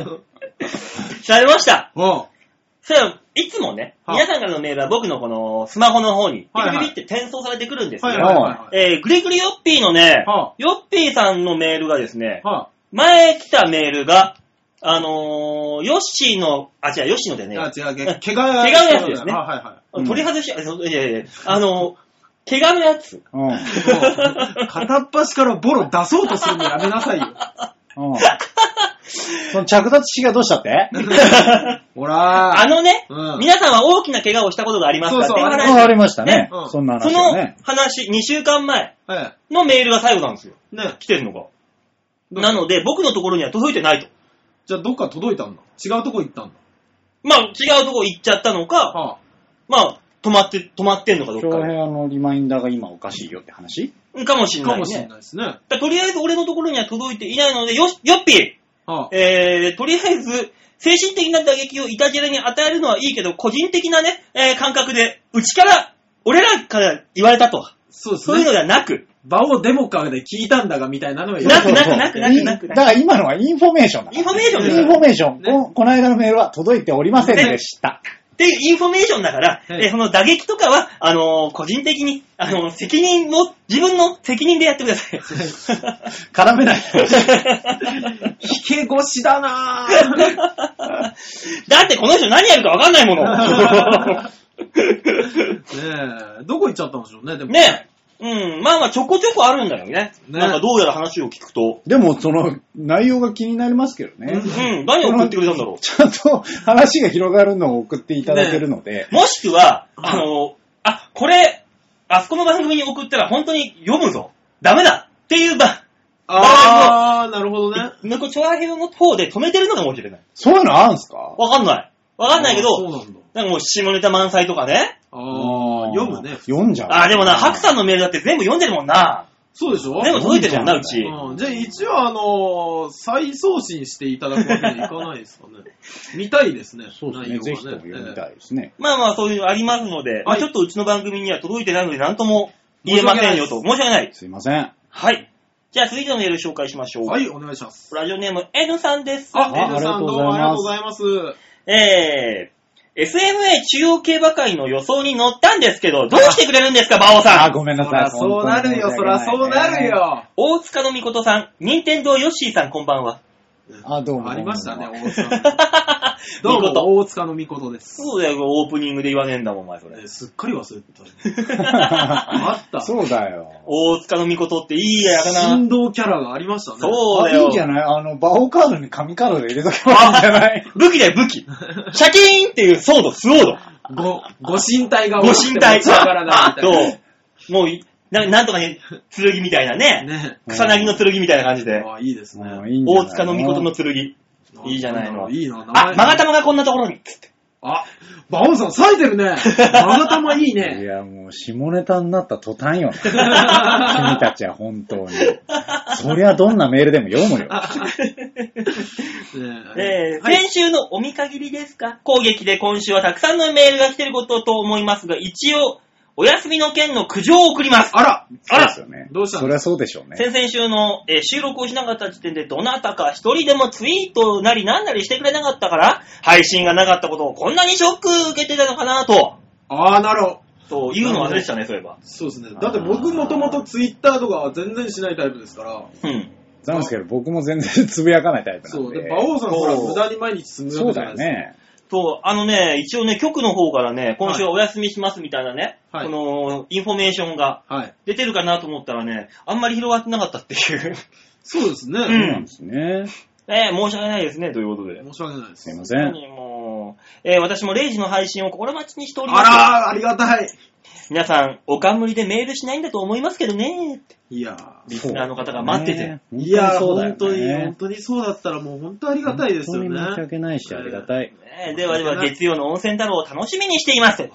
[SPEAKER 2] 調べました。
[SPEAKER 3] あ、
[SPEAKER 2] それはいつもね、
[SPEAKER 3] はあ
[SPEAKER 2] 皆さんからのメールは僕のこのスマホの方に、ビ
[SPEAKER 3] はい
[SPEAKER 2] リ
[SPEAKER 3] はい
[SPEAKER 2] ビリって転送されてくるんですよ。
[SPEAKER 3] はいはいはいはい。
[SPEAKER 2] えー、グリグリヨッピーのね、
[SPEAKER 3] はあ
[SPEAKER 2] ヨッピーさんのメールがですね、
[SPEAKER 3] は
[SPEAKER 2] 前来たメールが、あのー、ヨッシーの、あ、違う、ヨッシーのでね
[SPEAKER 3] い。、あ、違う、
[SPEAKER 2] う
[SPEAKER 3] け
[SPEAKER 2] ん
[SPEAKER 3] 怪我
[SPEAKER 2] 怪我のやつですね
[SPEAKER 3] はいはいはい。
[SPEAKER 4] うん
[SPEAKER 2] 取り外し、あそういやいやいや、あのー、怪我のやつ。
[SPEAKER 4] うん。う
[SPEAKER 2] [LAUGHS]
[SPEAKER 4] ん。
[SPEAKER 3] もう片っ端からボロ出そうとするのやめなさいよ。
[SPEAKER 4] その着脱式がどうしたって
[SPEAKER 3] ほらー。
[SPEAKER 2] あのね、
[SPEAKER 3] うん
[SPEAKER 2] 皆さんは大きな怪我をしたことがありますか
[SPEAKER 3] そうそう
[SPEAKER 2] ってい話
[SPEAKER 4] あありましたね。
[SPEAKER 3] うん
[SPEAKER 4] そんな
[SPEAKER 2] そ
[SPEAKER 4] 話
[SPEAKER 2] の
[SPEAKER 4] をね。
[SPEAKER 2] 話、2週間前
[SPEAKER 3] え
[SPEAKER 2] のメールが最後なんですよ。
[SPEAKER 3] え。ね
[SPEAKER 2] 来てるのが。
[SPEAKER 3] どう
[SPEAKER 2] なので、僕のところには届いてないと。
[SPEAKER 3] じゃあどっか届いたんだ。違うとこ行ったん
[SPEAKER 2] まあ、違うとこ行っちゃったの
[SPEAKER 3] だ。
[SPEAKER 2] か、
[SPEAKER 3] はあ。
[SPEAKER 2] まあ、止まって、止まってんのかどっ
[SPEAKER 4] 京
[SPEAKER 2] か
[SPEAKER 4] 平のリマインダーが今おかしいよって話
[SPEAKER 2] で。かもしんな
[SPEAKER 3] か
[SPEAKER 2] い
[SPEAKER 3] もしれ
[SPEAKER 2] ね。
[SPEAKER 3] ないですね。は
[SPEAKER 2] だとりあえず俺のところには届いていないので、よし、よっぴー
[SPEAKER 3] あ。
[SPEAKER 2] えー、とりあえず、精神的な打撃をいたじらに与えるのはいいけど、個人的なね、えー感覚で、うちから、俺らから言われたと。
[SPEAKER 3] そうです
[SPEAKER 2] そういうの
[SPEAKER 3] ね。
[SPEAKER 2] ではなく、
[SPEAKER 3] 場をデモカで聞いたんだがみたいなの
[SPEAKER 2] な
[SPEAKER 3] を
[SPEAKER 2] くなく
[SPEAKER 4] そうそう
[SPEAKER 2] なくなくなく
[SPEAKER 4] いだから今のはインフォメーションだ。
[SPEAKER 2] インフォメーションです
[SPEAKER 4] インフォメーション。
[SPEAKER 3] ね
[SPEAKER 4] ここの間のメールは届いておりませんでした。
[SPEAKER 2] っていうインフォメーションだから、
[SPEAKER 3] はい
[SPEAKER 2] えーその打撃とかは、あのー個人的に、あのー責任を、自分の責任でやってください。
[SPEAKER 4] 絡めない。
[SPEAKER 3] 引け越しだな
[SPEAKER 2] [LAUGHS]
[SPEAKER 3] ぁ。
[SPEAKER 2] [LAUGHS] だってこの人何やるか分かんない
[SPEAKER 3] [LAUGHS]
[SPEAKER 2] もの。
[SPEAKER 3] ねえ、どこ行っちゃったんでしょうね、でも。
[SPEAKER 2] ねうん、まあまあちょこちょこあるんだよね。
[SPEAKER 3] ね
[SPEAKER 2] なんかどうやら話を聞くと。
[SPEAKER 4] [LAUGHS] でもその内容が気になりますけどね。
[SPEAKER 2] うん、何を送ってくれたんだろう。
[SPEAKER 4] ちゃんと話が広がるのを送っていただけるので。
[SPEAKER 2] もしくは、あ
[SPEAKER 3] はい
[SPEAKER 2] の、あ、これ、あそこの番組に送ったら本当に読むぞ。ダメだっていうば、
[SPEAKER 3] あー、なるほどね。
[SPEAKER 2] 向こう、調和表の方で止めてるのかもしれない。
[SPEAKER 4] そういうのあるんすか
[SPEAKER 2] わかんない。わかんないけ
[SPEAKER 3] あー
[SPEAKER 2] ど、
[SPEAKER 3] そうなんだ。
[SPEAKER 2] なんかもう下ネタ満載とかね。
[SPEAKER 3] あー、読むね。
[SPEAKER 4] 読んじゃう。
[SPEAKER 2] あー、でもな、白さ
[SPEAKER 4] ん。
[SPEAKER 2] んのメールだって全部読んでるもんな。
[SPEAKER 3] そうでしょ
[SPEAKER 2] 全部届いてるもんな、うち。
[SPEAKER 3] うんじゃあ一応あのー再送信していただくわけにはいかないですか
[SPEAKER 4] [LAUGHS]
[SPEAKER 3] ね。見たいですね。
[SPEAKER 4] そうですね。
[SPEAKER 3] 内
[SPEAKER 4] ぜ
[SPEAKER 3] 容
[SPEAKER 4] ひと
[SPEAKER 3] は
[SPEAKER 4] も読みたいですね。
[SPEAKER 2] まあまあ、そういうのありますので、まあ
[SPEAKER 3] はい
[SPEAKER 2] ちょっとうちの番組には届いてないので、なんとも言えませんよと。申し訳ない。
[SPEAKER 4] すいません。
[SPEAKER 2] はい。じゃあ、続いてのメール紹介しましょう。
[SPEAKER 3] はい、お願いします。
[SPEAKER 2] ラジオネーム N さんです。
[SPEAKER 3] あ、
[SPEAKER 4] あ
[SPEAKER 3] エルさんどうもありがとうございます。
[SPEAKER 2] えー、SMA 中央競馬会の予想に乗ったんですけど、どうしてくれるんですか、馬王さ
[SPEAKER 4] あー、
[SPEAKER 2] ん。
[SPEAKER 4] ごめんな
[SPEAKER 3] そ
[SPEAKER 4] さ
[SPEAKER 3] ら
[SPEAKER 4] い。
[SPEAKER 3] そうなるよ、そらそうなる。よ。
[SPEAKER 2] 大塚のみことさん、任天堂よっしーさん、こんばんは。
[SPEAKER 4] あ、どうも。
[SPEAKER 3] ありましたね、
[SPEAKER 4] どうも。
[SPEAKER 3] 大
[SPEAKER 4] [LAUGHS]
[SPEAKER 3] 塚。どう
[SPEAKER 2] みこと
[SPEAKER 3] も、大塚のみことです。
[SPEAKER 2] そうだよ、オープニングで言わねえんだもん、お前、そ
[SPEAKER 3] え
[SPEAKER 2] れ。
[SPEAKER 3] すっかり忘れてた。
[SPEAKER 4] [LAUGHS]
[SPEAKER 3] あった。
[SPEAKER 4] そうだよ。
[SPEAKER 2] 大塚のみことっていいやかな。
[SPEAKER 3] 振動キャラがありましたね。
[SPEAKER 2] そう
[SPEAKER 4] あ
[SPEAKER 2] だ
[SPEAKER 4] い
[SPEAKER 2] よ。
[SPEAKER 4] いんじゃないあの、バオカードに紙カードで入れとけばいいんじゃ [LAUGHS] ない
[SPEAKER 2] 武器だよ、武器。シャキーンっていうソード、スオード。
[SPEAKER 3] ご、ご神体が
[SPEAKER 2] ご神体。
[SPEAKER 3] わからないみたい
[SPEAKER 4] [LAUGHS]
[SPEAKER 3] な。
[SPEAKER 2] そう。もう、ななんとかね、剣みたいなね。
[SPEAKER 3] ね。
[SPEAKER 2] 草薙の剣みたいな感じで。
[SPEAKER 3] あいいですね。
[SPEAKER 4] もういいんじゃない
[SPEAKER 2] 大塚のみことの剣。いいじゃないの
[SPEAKER 3] いいな、名
[SPEAKER 2] あ、
[SPEAKER 3] 前
[SPEAKER 2] マガタマがこんなところに。
[SPEAKER 3] あ、バオンさん冴えてるね。マガタマいい
[SPEAKER 4] い
[SPEAKER 3] ね。
[SPEAKER 4] や、もう、下ネタになった途
[SPEAKER 2] [LAUGHS]
[SPEAKER 4] 端
[SPEAKER 3] [LAUGHS]
[SPEAKER 4] よ。君たちは本当に。そりゃどんなメールでも読むよ。
[SPEAKER 3] ね
[SPEAKER 2] えー
[SPEAKER 3] はい
[SPEAKER 2] 先週のお見限りですか攻撃で今週はたくさんのメールが来てることと思いますが、一応、お休みの件の苦情を送ります。
[SPEAKER 3] あら、
[SPEAKER 2] あ
[SPEAKER 4] そうで
[SPEAKER 2] ら
[SPEAKER 4] すよね。
[SPEAKER 3] どうしたん
[SPEAKER 4] そりゃそうでしょうね。
[SPEAKER 2] 先々週の、えー収録をしなかった時点で、どなたか一人でもツイートなりなんなりしてくれなかったから、配信がなかったことをこんなにショック受けてたのかなと、
[SPEAKER 3] あー、なるほど。
[SPEAKER 2] というのを忘れてたね、そういえば。
[SPEAKER 3] そうですね。だって僕もともとツイッターとかは全然しないタイプですから。
[SPEAKER 2] うん。
[SPEAKER 4] なんですけど、僕も全然つぶやかないタイプな
[SPEAKER 3] そ
[SPEAKER 4] ん
[SPEAKER 3] う。で、
[SPEAKER 4] で。
[SPEAKER 3] 馬王さんほら、
[SPEAKER 2] そう
[SPEAKER 3] 無駄に毎日つむ
[SPEAKER 4] そうだよ。ね。
[SPEAKER 2] と、あのね、一応ね、局の方からね、今週はお休みしますみたいなね、
[SPEAKER 3] はい
[SPEAKER 2] この、インフォメーションが
[SPEAKER 3] はい。
[SPEAKER 2] 出てるかなと思ったらね、あんまり広がってなかったっていう。
[SPEAKER 3] そうですね。
[SPEAKER 4] そう
[SPEAKER 2] うん
[SPEAKER 4] なんですね。
[SPEAKER 2] [LAUGHS] ええ申し訳ないですね、ということで。
[SPEAKER 3] 申し訳ないです
[SPEAKER 4] い
[SPEAKER 3] す。
[SPEAKER 4] ません。
[SPEAKER 2] 本当にもう、えー私も0時の配信を心待ちにしておりま
[SPEAKER 3] あ
[SPEAKER 2] す。
[SPEAKER 3] らー、ありがたい。
[SPEAKER 2] 皆さん、おかんむりでメールしないんだと思いますけどね。
[SPEAKER 3] いやー。
[SPEAKER 2] リスナーの方が待ってて。
[SPEAKER 4] そうだよね
[SPEAKER 3] いやー、
[SPEAKER 4] 本当にそうだよね
[SPEAKER 3] 本当に、本当にそうだったらもう本当ありがたいですよね。
[SPEAKER 4] 本当に申し訳ないし、ありがたい。
[SPEAKER 2] えーではでは、月曜の温泉太郎を楽しみにしています。
[SPEAKER 3] うん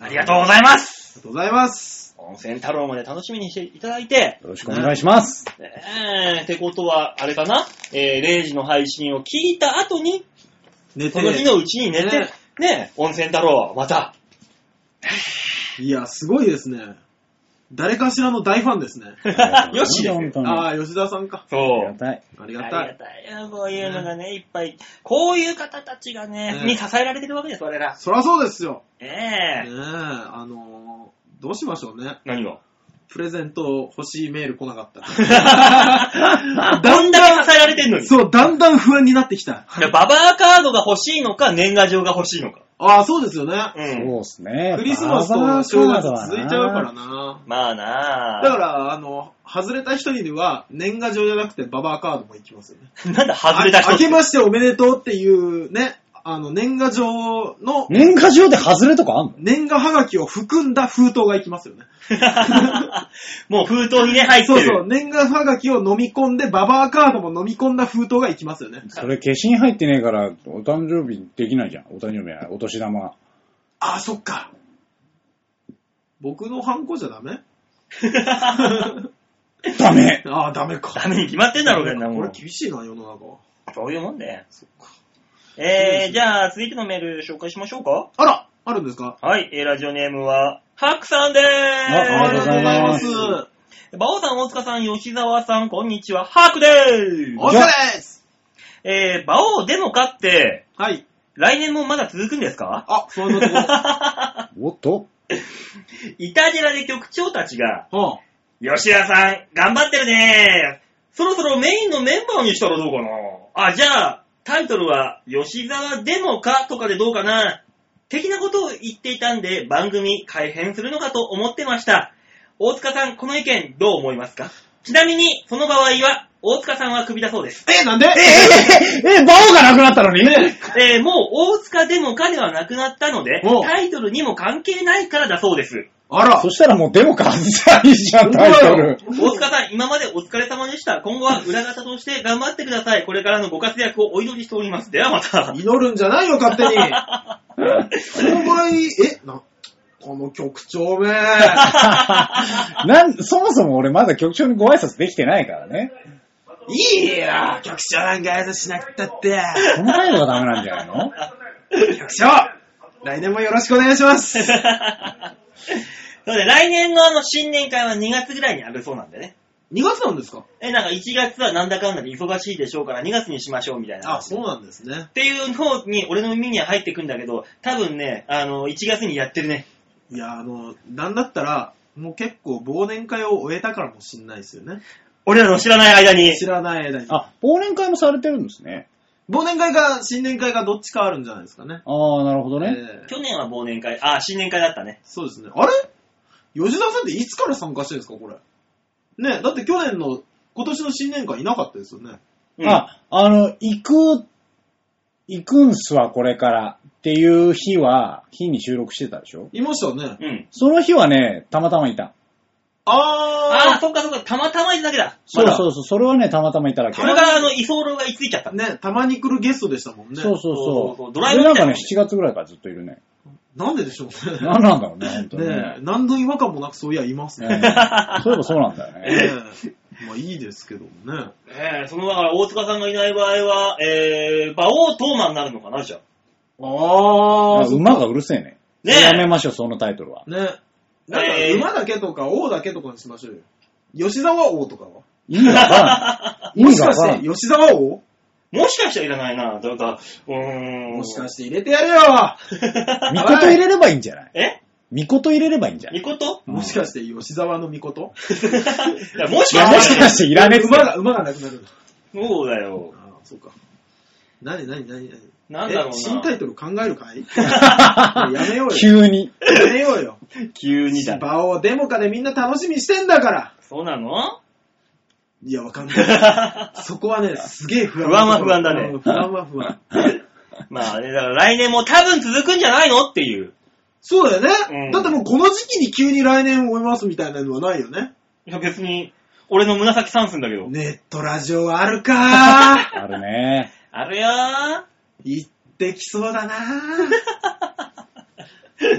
[SPEAKER 2] ありがとうございます。
[SPEAKER 3] ありがとうございます。
[SPEAKER 2] 温泉太郎まで楽しみにしていただいて、
[SPEAKER 4] よろしくお願い
[SPEAKER 3] [LAUGHS]
[SPEAKER 4] します。
[SPEAKER 2] えー、ってことは、あれかな、えー、0時の配信を聞いた後に、
[SPEAKER 3] 寝
[SPEAKER 2] そ
[SPEAKER 3] て
[SPEAKER 2] の日のうちに寝て
[SPEAKER 3] ね、
[SPEAKER 2] ね、温泉太郎、また、
[SPEAKER 3] いや、すごいですね。誰かしらの大ファンですね。
[SPEAKER 2] よしです
[SPEAKER 4] 本当に。あ
[SPEAKER 3] ああ、吉田さんか。
[SPEAKER 4] り
[SPEAKER 2] そ
[SPEAKER 4] が
[SPEAKER 2] う。
[SPEAKER 4] たい。
[SPEAKER 3] ありが
[SPEAKER 2] あ
[SPEAKER 3] た
[SPEAKER 2] りが
[SPEAKER 3] い。
[SPEAKER 2] たいよ、こういうのがね、いっぱい。こういう方たちがね、
[SPEAKER 3] ね
[SPEAKER 2] に支えられてるわけです、我ら。
[SPEAKER 3] そらそうですよ。
[SPEAKER 2] え
[SPEAKER 3] ねえ、
[SPEAKER 2] え
[SPEAKER 3] あのーどうしましょうね。
[SPEAKER 2] 何が
[SPEAKER 3] プレゼント欲しいメール来なかったら。
[SPEAKER 2] [LAUGHS] どんだけ支えられてんのに。
[SPEAKER 3] そう、だんだん不安になってきた。
[SPEAKER 2] ババアカードが欲しいのか、年賀状が欲しいのか。
[SPEAKER 3] ああ、そうですよね。
[SPEAKER 2] うん。
[SPEAKER 4] そうっすね。
[SPEAKER 3] クリスマスと正月続いちゃうから
[SPEAKER 4] ね。
[SPEAKER 3] な。
[SPEAKER 2] まあな
[SPEAKER 3] だ
[SPEAKER 2] あ
[SPEAKER 3] から、あの、外れた人には、年賀状じゃなくてババアカードも行きますよね。
[SPEAKER 2] なんだ、外れた人
[SPEAKER 3] あ
[SPEAKER 2] っ
[SPEAKER 3] 明け
[SPEAKER 2] て。
[SPEAKER 3] ましておめでとうっていうね、あの、年賀状の、
[SPEAKER 4] 年賀状で外れとかあんの
[SPEAKER 3] 年賀はがきを含んだ封筒が行きますよね。
[SPEAKER 2] [LAUGHS] もう封筒にね、入って
[SPEAKER 3] そう
[SPEAKER 2] る。
[SPEAKER 3] そう、年賀はがきを飲み込んで、ババアカードも飲み込んだ封筒が行きますよね。
[SPEAKER 4] それ消しに入ってねえから、お誕生日できないじゃん。お誕生日や、お年玉。
[SPEAKER 3] ああ、そっか。僕のハンコじゃダメ
[SPEAKER 4] ダメ
[SPEAKER 3] ああ、ダメか。
[SPEAKER 2] [LAUGHS] ダメに決まってんだろうけどな、も
[SPEAKER 3] これ
[SPEAKER 2] う。
[SPEAKER 3] 厳しいな、世の中は。
[SPEAKER 2] そういうもんで。えー、じゃあ、続いてのメール紹介しましょうか。
[SPEAKER 3] あら、あるんですか
[SPEAKER 2] はい、えー、ラジオネームは、ハクさんでーす。
[SPEAKER 4] ありがとうござい
[SPEAKER 3] ありが
[SPEAKER 4] ます
[SPEAKER 3] とうございます。
[SPEAKER 2] バオさん、大塚さん、吉沢さん、こんにちは、ハクでー
[SPEAKER 3] お疲れです
[SPEAKER 2] す。えー、バオでも勝って、
[SPEAKER 3] はい。
[SPEAKER 2] 来年もまだ続くんですか
[SPEAKER 3] あ、そういうとこ。
[SPEAKER 4] おっと
[SPEAKER 2] イタジェラで局長たちが、
[SPEAKER 3] [LAUGHS] は
[SPEAKER 2] 吉田さん、頑張ってるねー。そろそろメインのメンバーにしたらどうかな。あ、じゃあ、タイトルは、吉沢でもかとかでどうかな。的なことを言っていたんで、番組改編するのかと思ってました。大塚さん、この意見どう思いますかちなみに、その場合は、大塚さんはクビだそう
[SPEAKER 3] [LAUGHS]
[SPEAKER 2] です。
[SPEAKER 3] あえ、なんで
[SPEAKER 4] え、え、え、え、馬王がなくなったのに
[SPEAKER 2] えーもう大塚でもかではなくなったので
[SPEAKER 3] お、
[SPEAKER 2] タイトルにも関係ないからだそうです。
[SPEAKER 3] あら
[SPEAKER 4] そしたらもうデモか外 [LAUGHS] せばいいじゃん、タイトル。
[SPEAKER 2] 大塚さん、今までお疲れ様でした。今後は裏方として頑張ってください。これからのご活躍をお祈りしております。ではまた。 [LAUGHS]
[SPEAKER 3] 祈るんじゃないよ、勝手に。
[SPEAKER 4] [LAUGHS]
[SPEAKER 3] お前、え、な、この局長め。
[SPEAKER 4] [LAUGHS] なん、そもそも俺まだ局長にご挨拶できてないからね。
[SPEAKER 3] いいよ、局長なんか挨拶しなくたって。
[SPEAKER 4] この態度がダメなんじゃないの
[SPEAKER 3] 局長、来年もよろしくお願いします。
[SPEAKER 2] そうで来年のあの新年会は2月ぐらいにあるそうなんでね。
[SPEAKER 3] 2月なんですか
[SPEAKER 2] え、なんか1月はなんだかんだで忙しいでしょうから2月にしましょうみたいな。
[SPEAKER 3] あ、そうなんですね
[SPEAKER 2] っ。ていう方に俺の耳には入ってくんだけど、多分ね、あの、1月にやってるね。
[SPEAKER 3] いや、あの、なんだったら、もう結構忘年会を終えたからもしんないですよね。
[SPEAKER 2] 俺らの知らない間に。
[SPEAKER 3] 知らない間に。
[SPEAKER 4] あ、忘年会もされてるんですね。
[SPEAKER 3] 忘年会か新年会かどっちかあるんじゃないですかね。
[SPEAKER 4] ああ、なるほどね。
[SPEAKER 3] えー
[SPEAKER 2] 去年は忘年会、あ、新年会だったね。
[SPEAKER 3] そうですね。あれ吉田さんっていつから参加してるんですか、これ。ねだって去年の、今年の新年会いなかったですよね。
[SPEAKER 2] うん、
[SPEAKER 4] あ、あの、行く、行くんすわ、これからっていう日は、日に収録してたでしょ
[SPEAKER 3] いましたね。
[SPEAKER 2] うん。
[SPEAKER 4] その日はね、たまたまいた。
[SPEAKER 2] ああ、
[SPEAKER 3] あ
[SPEAKER 2] そっかそっか、たまたまいただけだ。
[SPEAKER 4] そう
[SPEAKER 3] まだ
[SPEAKER 4] そうそう、それはね、たまたまいただけ。
[SPEAKER 2] それがあの、居候が居ついちゃった
[SPEAKER 3] ー、。ね、たまに来るゲストでしたもんね。
[SPEAKER 4] そうそう
[SPEAKER 2] そうそう
[SPEAKER 4] そ
[SPEAKER 2] そう
[SPEAKER 4] う。
[SPEAKER 2] ドライブみたな
[SPEAKER 4] でないんか
[SPEAKER 2] もん
[SPEAKER 4] ね、
[SPEAKER 2] ね
[SPEAKER 4] 7月ぐらいからずっといるね。
[SPEAKER 3] なんででしょうね。
[SPEAKER 4] なんなんだろうね、ほんとに
[SPEAKER 3] ね
[SPEAKER 4] ね。
[SPEAKER 3] 何の違和感もなくそういやいます [LAUGHS]
[SPEAKER 4] え
[SPEAKER 3] ね。ね
[SPEAKER 4] えそういえばそうなんだよね。
[SPEAKER 3] まあいいですけどもね。
[SPEAKER 2] ええそのだから大塚さんがいない場合は、ええ馬王トーマになるのかな、じゃあ。
[SPEAKER 3] あー、
[SPEAKER 4] 馬がうるせえね。
[SPEAKER 2] ねえ
[SPEAKER 4] やめましょう、そのタイトルは。
[SPEAKER 3] ね。なんか
[SPEAKER 2] えー
[SPEAKER 3] 馬だけとか王だけとかにしましょうよ。吉沢王とかは。
[SPEAKER 4] 意味がわからん。
[SPEAKER 3] [LAUGHS]
[SPEAKER 4] 意
[SPEAKER 3] も
[SPEAKER 4] 味
[SPEAKER 3] し
[SPEAKER 4] が
[SPEAKER 3] か
[SPEAKER 4] わから
[SPEAKER 3] し
[SPEAKER 4] ん
[SPEAKER 3] て。吉沢王
[SPEAKER 2] もしかしたらいらないな、だから、うーん。
[SPEAKER 3] もしかして入れてやれよ
[SPEAKER 4] みこと入れればいいんじゃない
[SPEAKER 2] [LAUGHS] え
[SPEAKER 4] みこと入れればいいんじゃない
[SPEAKER 2] みこと [LAUGHS]
[SPEAKER 4] うん
[SPEAKER 3] もしかして吉沢の御事
[SPEAKER 2] いやもし
[SPEAKER 4] いや、
[SPEAKER 2] か
[SPEAKER 4] もし
[SPEAKER 2] した、
[SPEAKER 4] からしていらねえっ
[SPEAKER 3] 馬が、馬がなくなる。
[SPEAKER 2] そうだよ。
[SPEAKER 3] ああ、そうか。なになになになに
[SPEAKER 2] なんだろうな
[SPEAKER 3] 新タイトル考えるかいやめようよ。
[SPEAKER 4] 急に。
[SPEAKER 3] やめようよ。
[SPEAKER 2] 急にだ。
[SPEAKER 3] 芝をデモかでみんな楽しみにしてんだから。
[SPEAKER 2] そうなの [LAUGHS]
[SPEAKER 3] いや、わかんない。そこはね、すげえ不安。
[SPEAKER 2] 不安は不安だね
[SPEAKER 3] うん不安は不安。
[SPEAKER 2] まあね、だから来年も多分続くんじゃないのっていう。
[SPEAKER 3] そうだよね、
[SPEAKER 2] うん
[SPEAKER 3] だってもうこの時期に急に来年を追いますみたいなのはないよね。
[SPEAKER 2] いや別に、俺の紫三寸だけど。
[SPEAKER 3] ネットラジオはあ
[SPEAKER 2] [LAUGHS]
[SPEAKER 3] るか
[SPEAKER 4] あるね。
[SPEAKER 2] あるよ [LAUGHS] ー。
[SPEAKER 3] 行ってきそうだな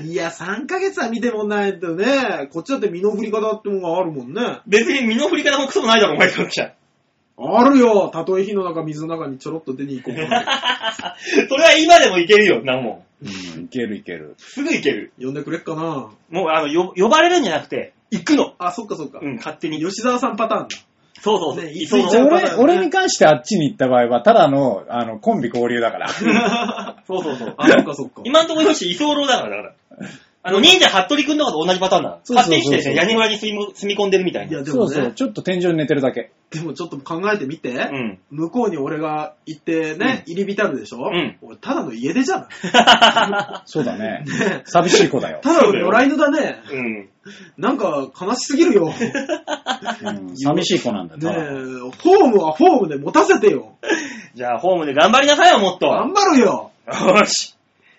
[SPEAKER 3] いや、3ヶ月は見てもないとね、こっちだって身の振り方ってもんがあるもんね。
[SPEAKER 2] 別に身の振り方もクソもないだろ、お前からしたら
[SPEAKER 3] あるよたとえ火の中、水の中にちょろっと出に行こうかな
[SPEAKER 2] [LAUGHS] [LAUGHS] それは今でもいけるよ、なんも。
[SPEAKER 4] うん、いけるいける。
[SPEAKER 2] すぐいける。
[SPEAKER 3] 呼んでくれっかな
[SPEAKER 2] もう、あの、よ呼ばれるんじゃなくて、行くの。
[SPEAKER 3] あ、そっかそっか。
[SPEAKER 2] うん、勝手に。
[SPEAKER 3] 吉沢さんパターンだ。
[SPEAKER 2] そうそうそう。
[SPEAKER 3] ね
[SPEAKER 2] 居
[SPEAKER 3] いつ行っちゃ
[SPEAKER 2] 候
[SPEAKER 3] う
[SPEAKER 4] 俺、俺に関してあっちに行った場合は、ただの、あの、コンビ交流だから。
[SPEAKER 2] そうそう
[SPEAKER 4] [LAUGHS]
[SPEAKER 2] そう。
[SPEAKER 3] あ、そっかそっか。
[SPEAKER 2] 今んところよし、居候だから、だから。あの、忍者、服部くんとかと同じパターンだ。
[SPEAKER 4] そうそう
[SPEAKER 2] 勝
[SPEAKER 4] そうそう
[SPEAKER 2] 手に来てね、屋根裏に住み住み込んでるみたい
[SPEAKER 3] いや、
[SPEAKER 2] な。
[SPEAKER 3] で
[SPEAKER 4] そ
[SPEAKER 3] も
[SPEAKER 4] うそう、
[SPEAKER 3] ね、
[SPEAKER 4] ちょっと天井に寝てるだけ。
[SPEAKER 3] でもちょっと考えてみて、
[SPEAKER 2] うん。
[SPEAKER 3] 向こうに俺が行ってね、入り浸るでしょ、
[SPEAKER 2] ん
[SPEAKER 3] 俺ただの家出じゃん。
[SPEAKER 4] そうだね。
[SPEAKER 3] ね
[SPEAKER 4] 寂しい子
[SPEAKER 3] [LAUGHS]
[SPEAKER 4] だよ。
[SPEAKER 3] ただの野良犬だね。
[SPEAKER 2] うん。
[SPEAKER 3] なんか悲しすぎるよ。ね
[SPEAKER 4] うん寂しい子なんだ
[SPEAKER 3] え、
[SPEAKER 4] よ
[SPEAKER 3] フ
[SPEAKER 4] ただ
[SPEAKER 3] ォームはフォームで持たせてよ。
[SPEAKER 2] じゃあ、ホームで頑張りなさいよ、もっと。
[SPEAKER 3] 頑張るよ。
[SPEAKER 2] よし。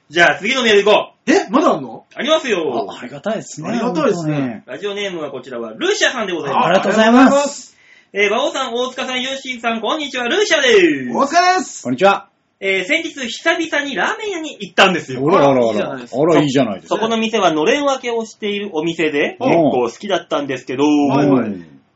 [SPEAKER 2] じゃあ、次のメール行こう。
[SPEAKER 3] え、まだあんの
[SPEAKER 2] ありますよ。
[SPEAKER 4] あありがたいですね。
[SPEAKER 3] ありがたいですね
[SPEAKER 2] ラジオネームはこちらは、ルーシャさんでござい
[SPEAKER 4] あ
[SPEAKER 2] ま
[SPEAKER 4] りがとうございます。
[SPEAKER 2] す。えー、馬王さん、大塚さん、ヨッシーさん、こんにちは、ルーシャで
[SPEAKER 3] お
[SPEAKER 2] す。
[SPEAKER 3] 疲れです。
[SPEAKER 4] こんにちは。
[SPEAKER 2] えー、先日、久々にラーメン屋に行ったんですよ。
[SPEAKER 4] おらおら
[SPEAKER 3] い
[SPEAKER 4] お
[SPEAKER 3] いじゃ
[SPEAKER 4] ら。
[SPEAKER 3] ないですか
[SPEAKER 4] あら、いいじゃないです
[SPEAKER 2] そ
[SPEAKER 4] か。
[SPEAKER 2] この店はのれん分けをしているお店で、
[SPEAKER 4] うん
[SPEAKER 2] 結構好きだったんですけど、
[SPEAKER 3] はいはい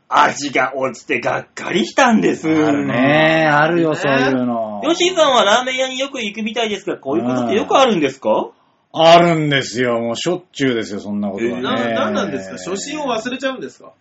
[SPEAKER 2] 味が落ちてがっかりしたんです。
[SPEAKER 4] あるね。あるよ、
[SPEAKER 3] ね
[SPEAKER 4] そういうの。
[SPEAKER 2] ヨシーさんはラーメン屋によく行くみたいですが、こういうことってよくあるんですか
[SPEAKER 4] あるんですよ。もうしょっちゅうですよ、そんなことはね。
[SPEAKER 2] え
[SPEAKER 3] な、なんなんですか初心を忘れちゃうんですか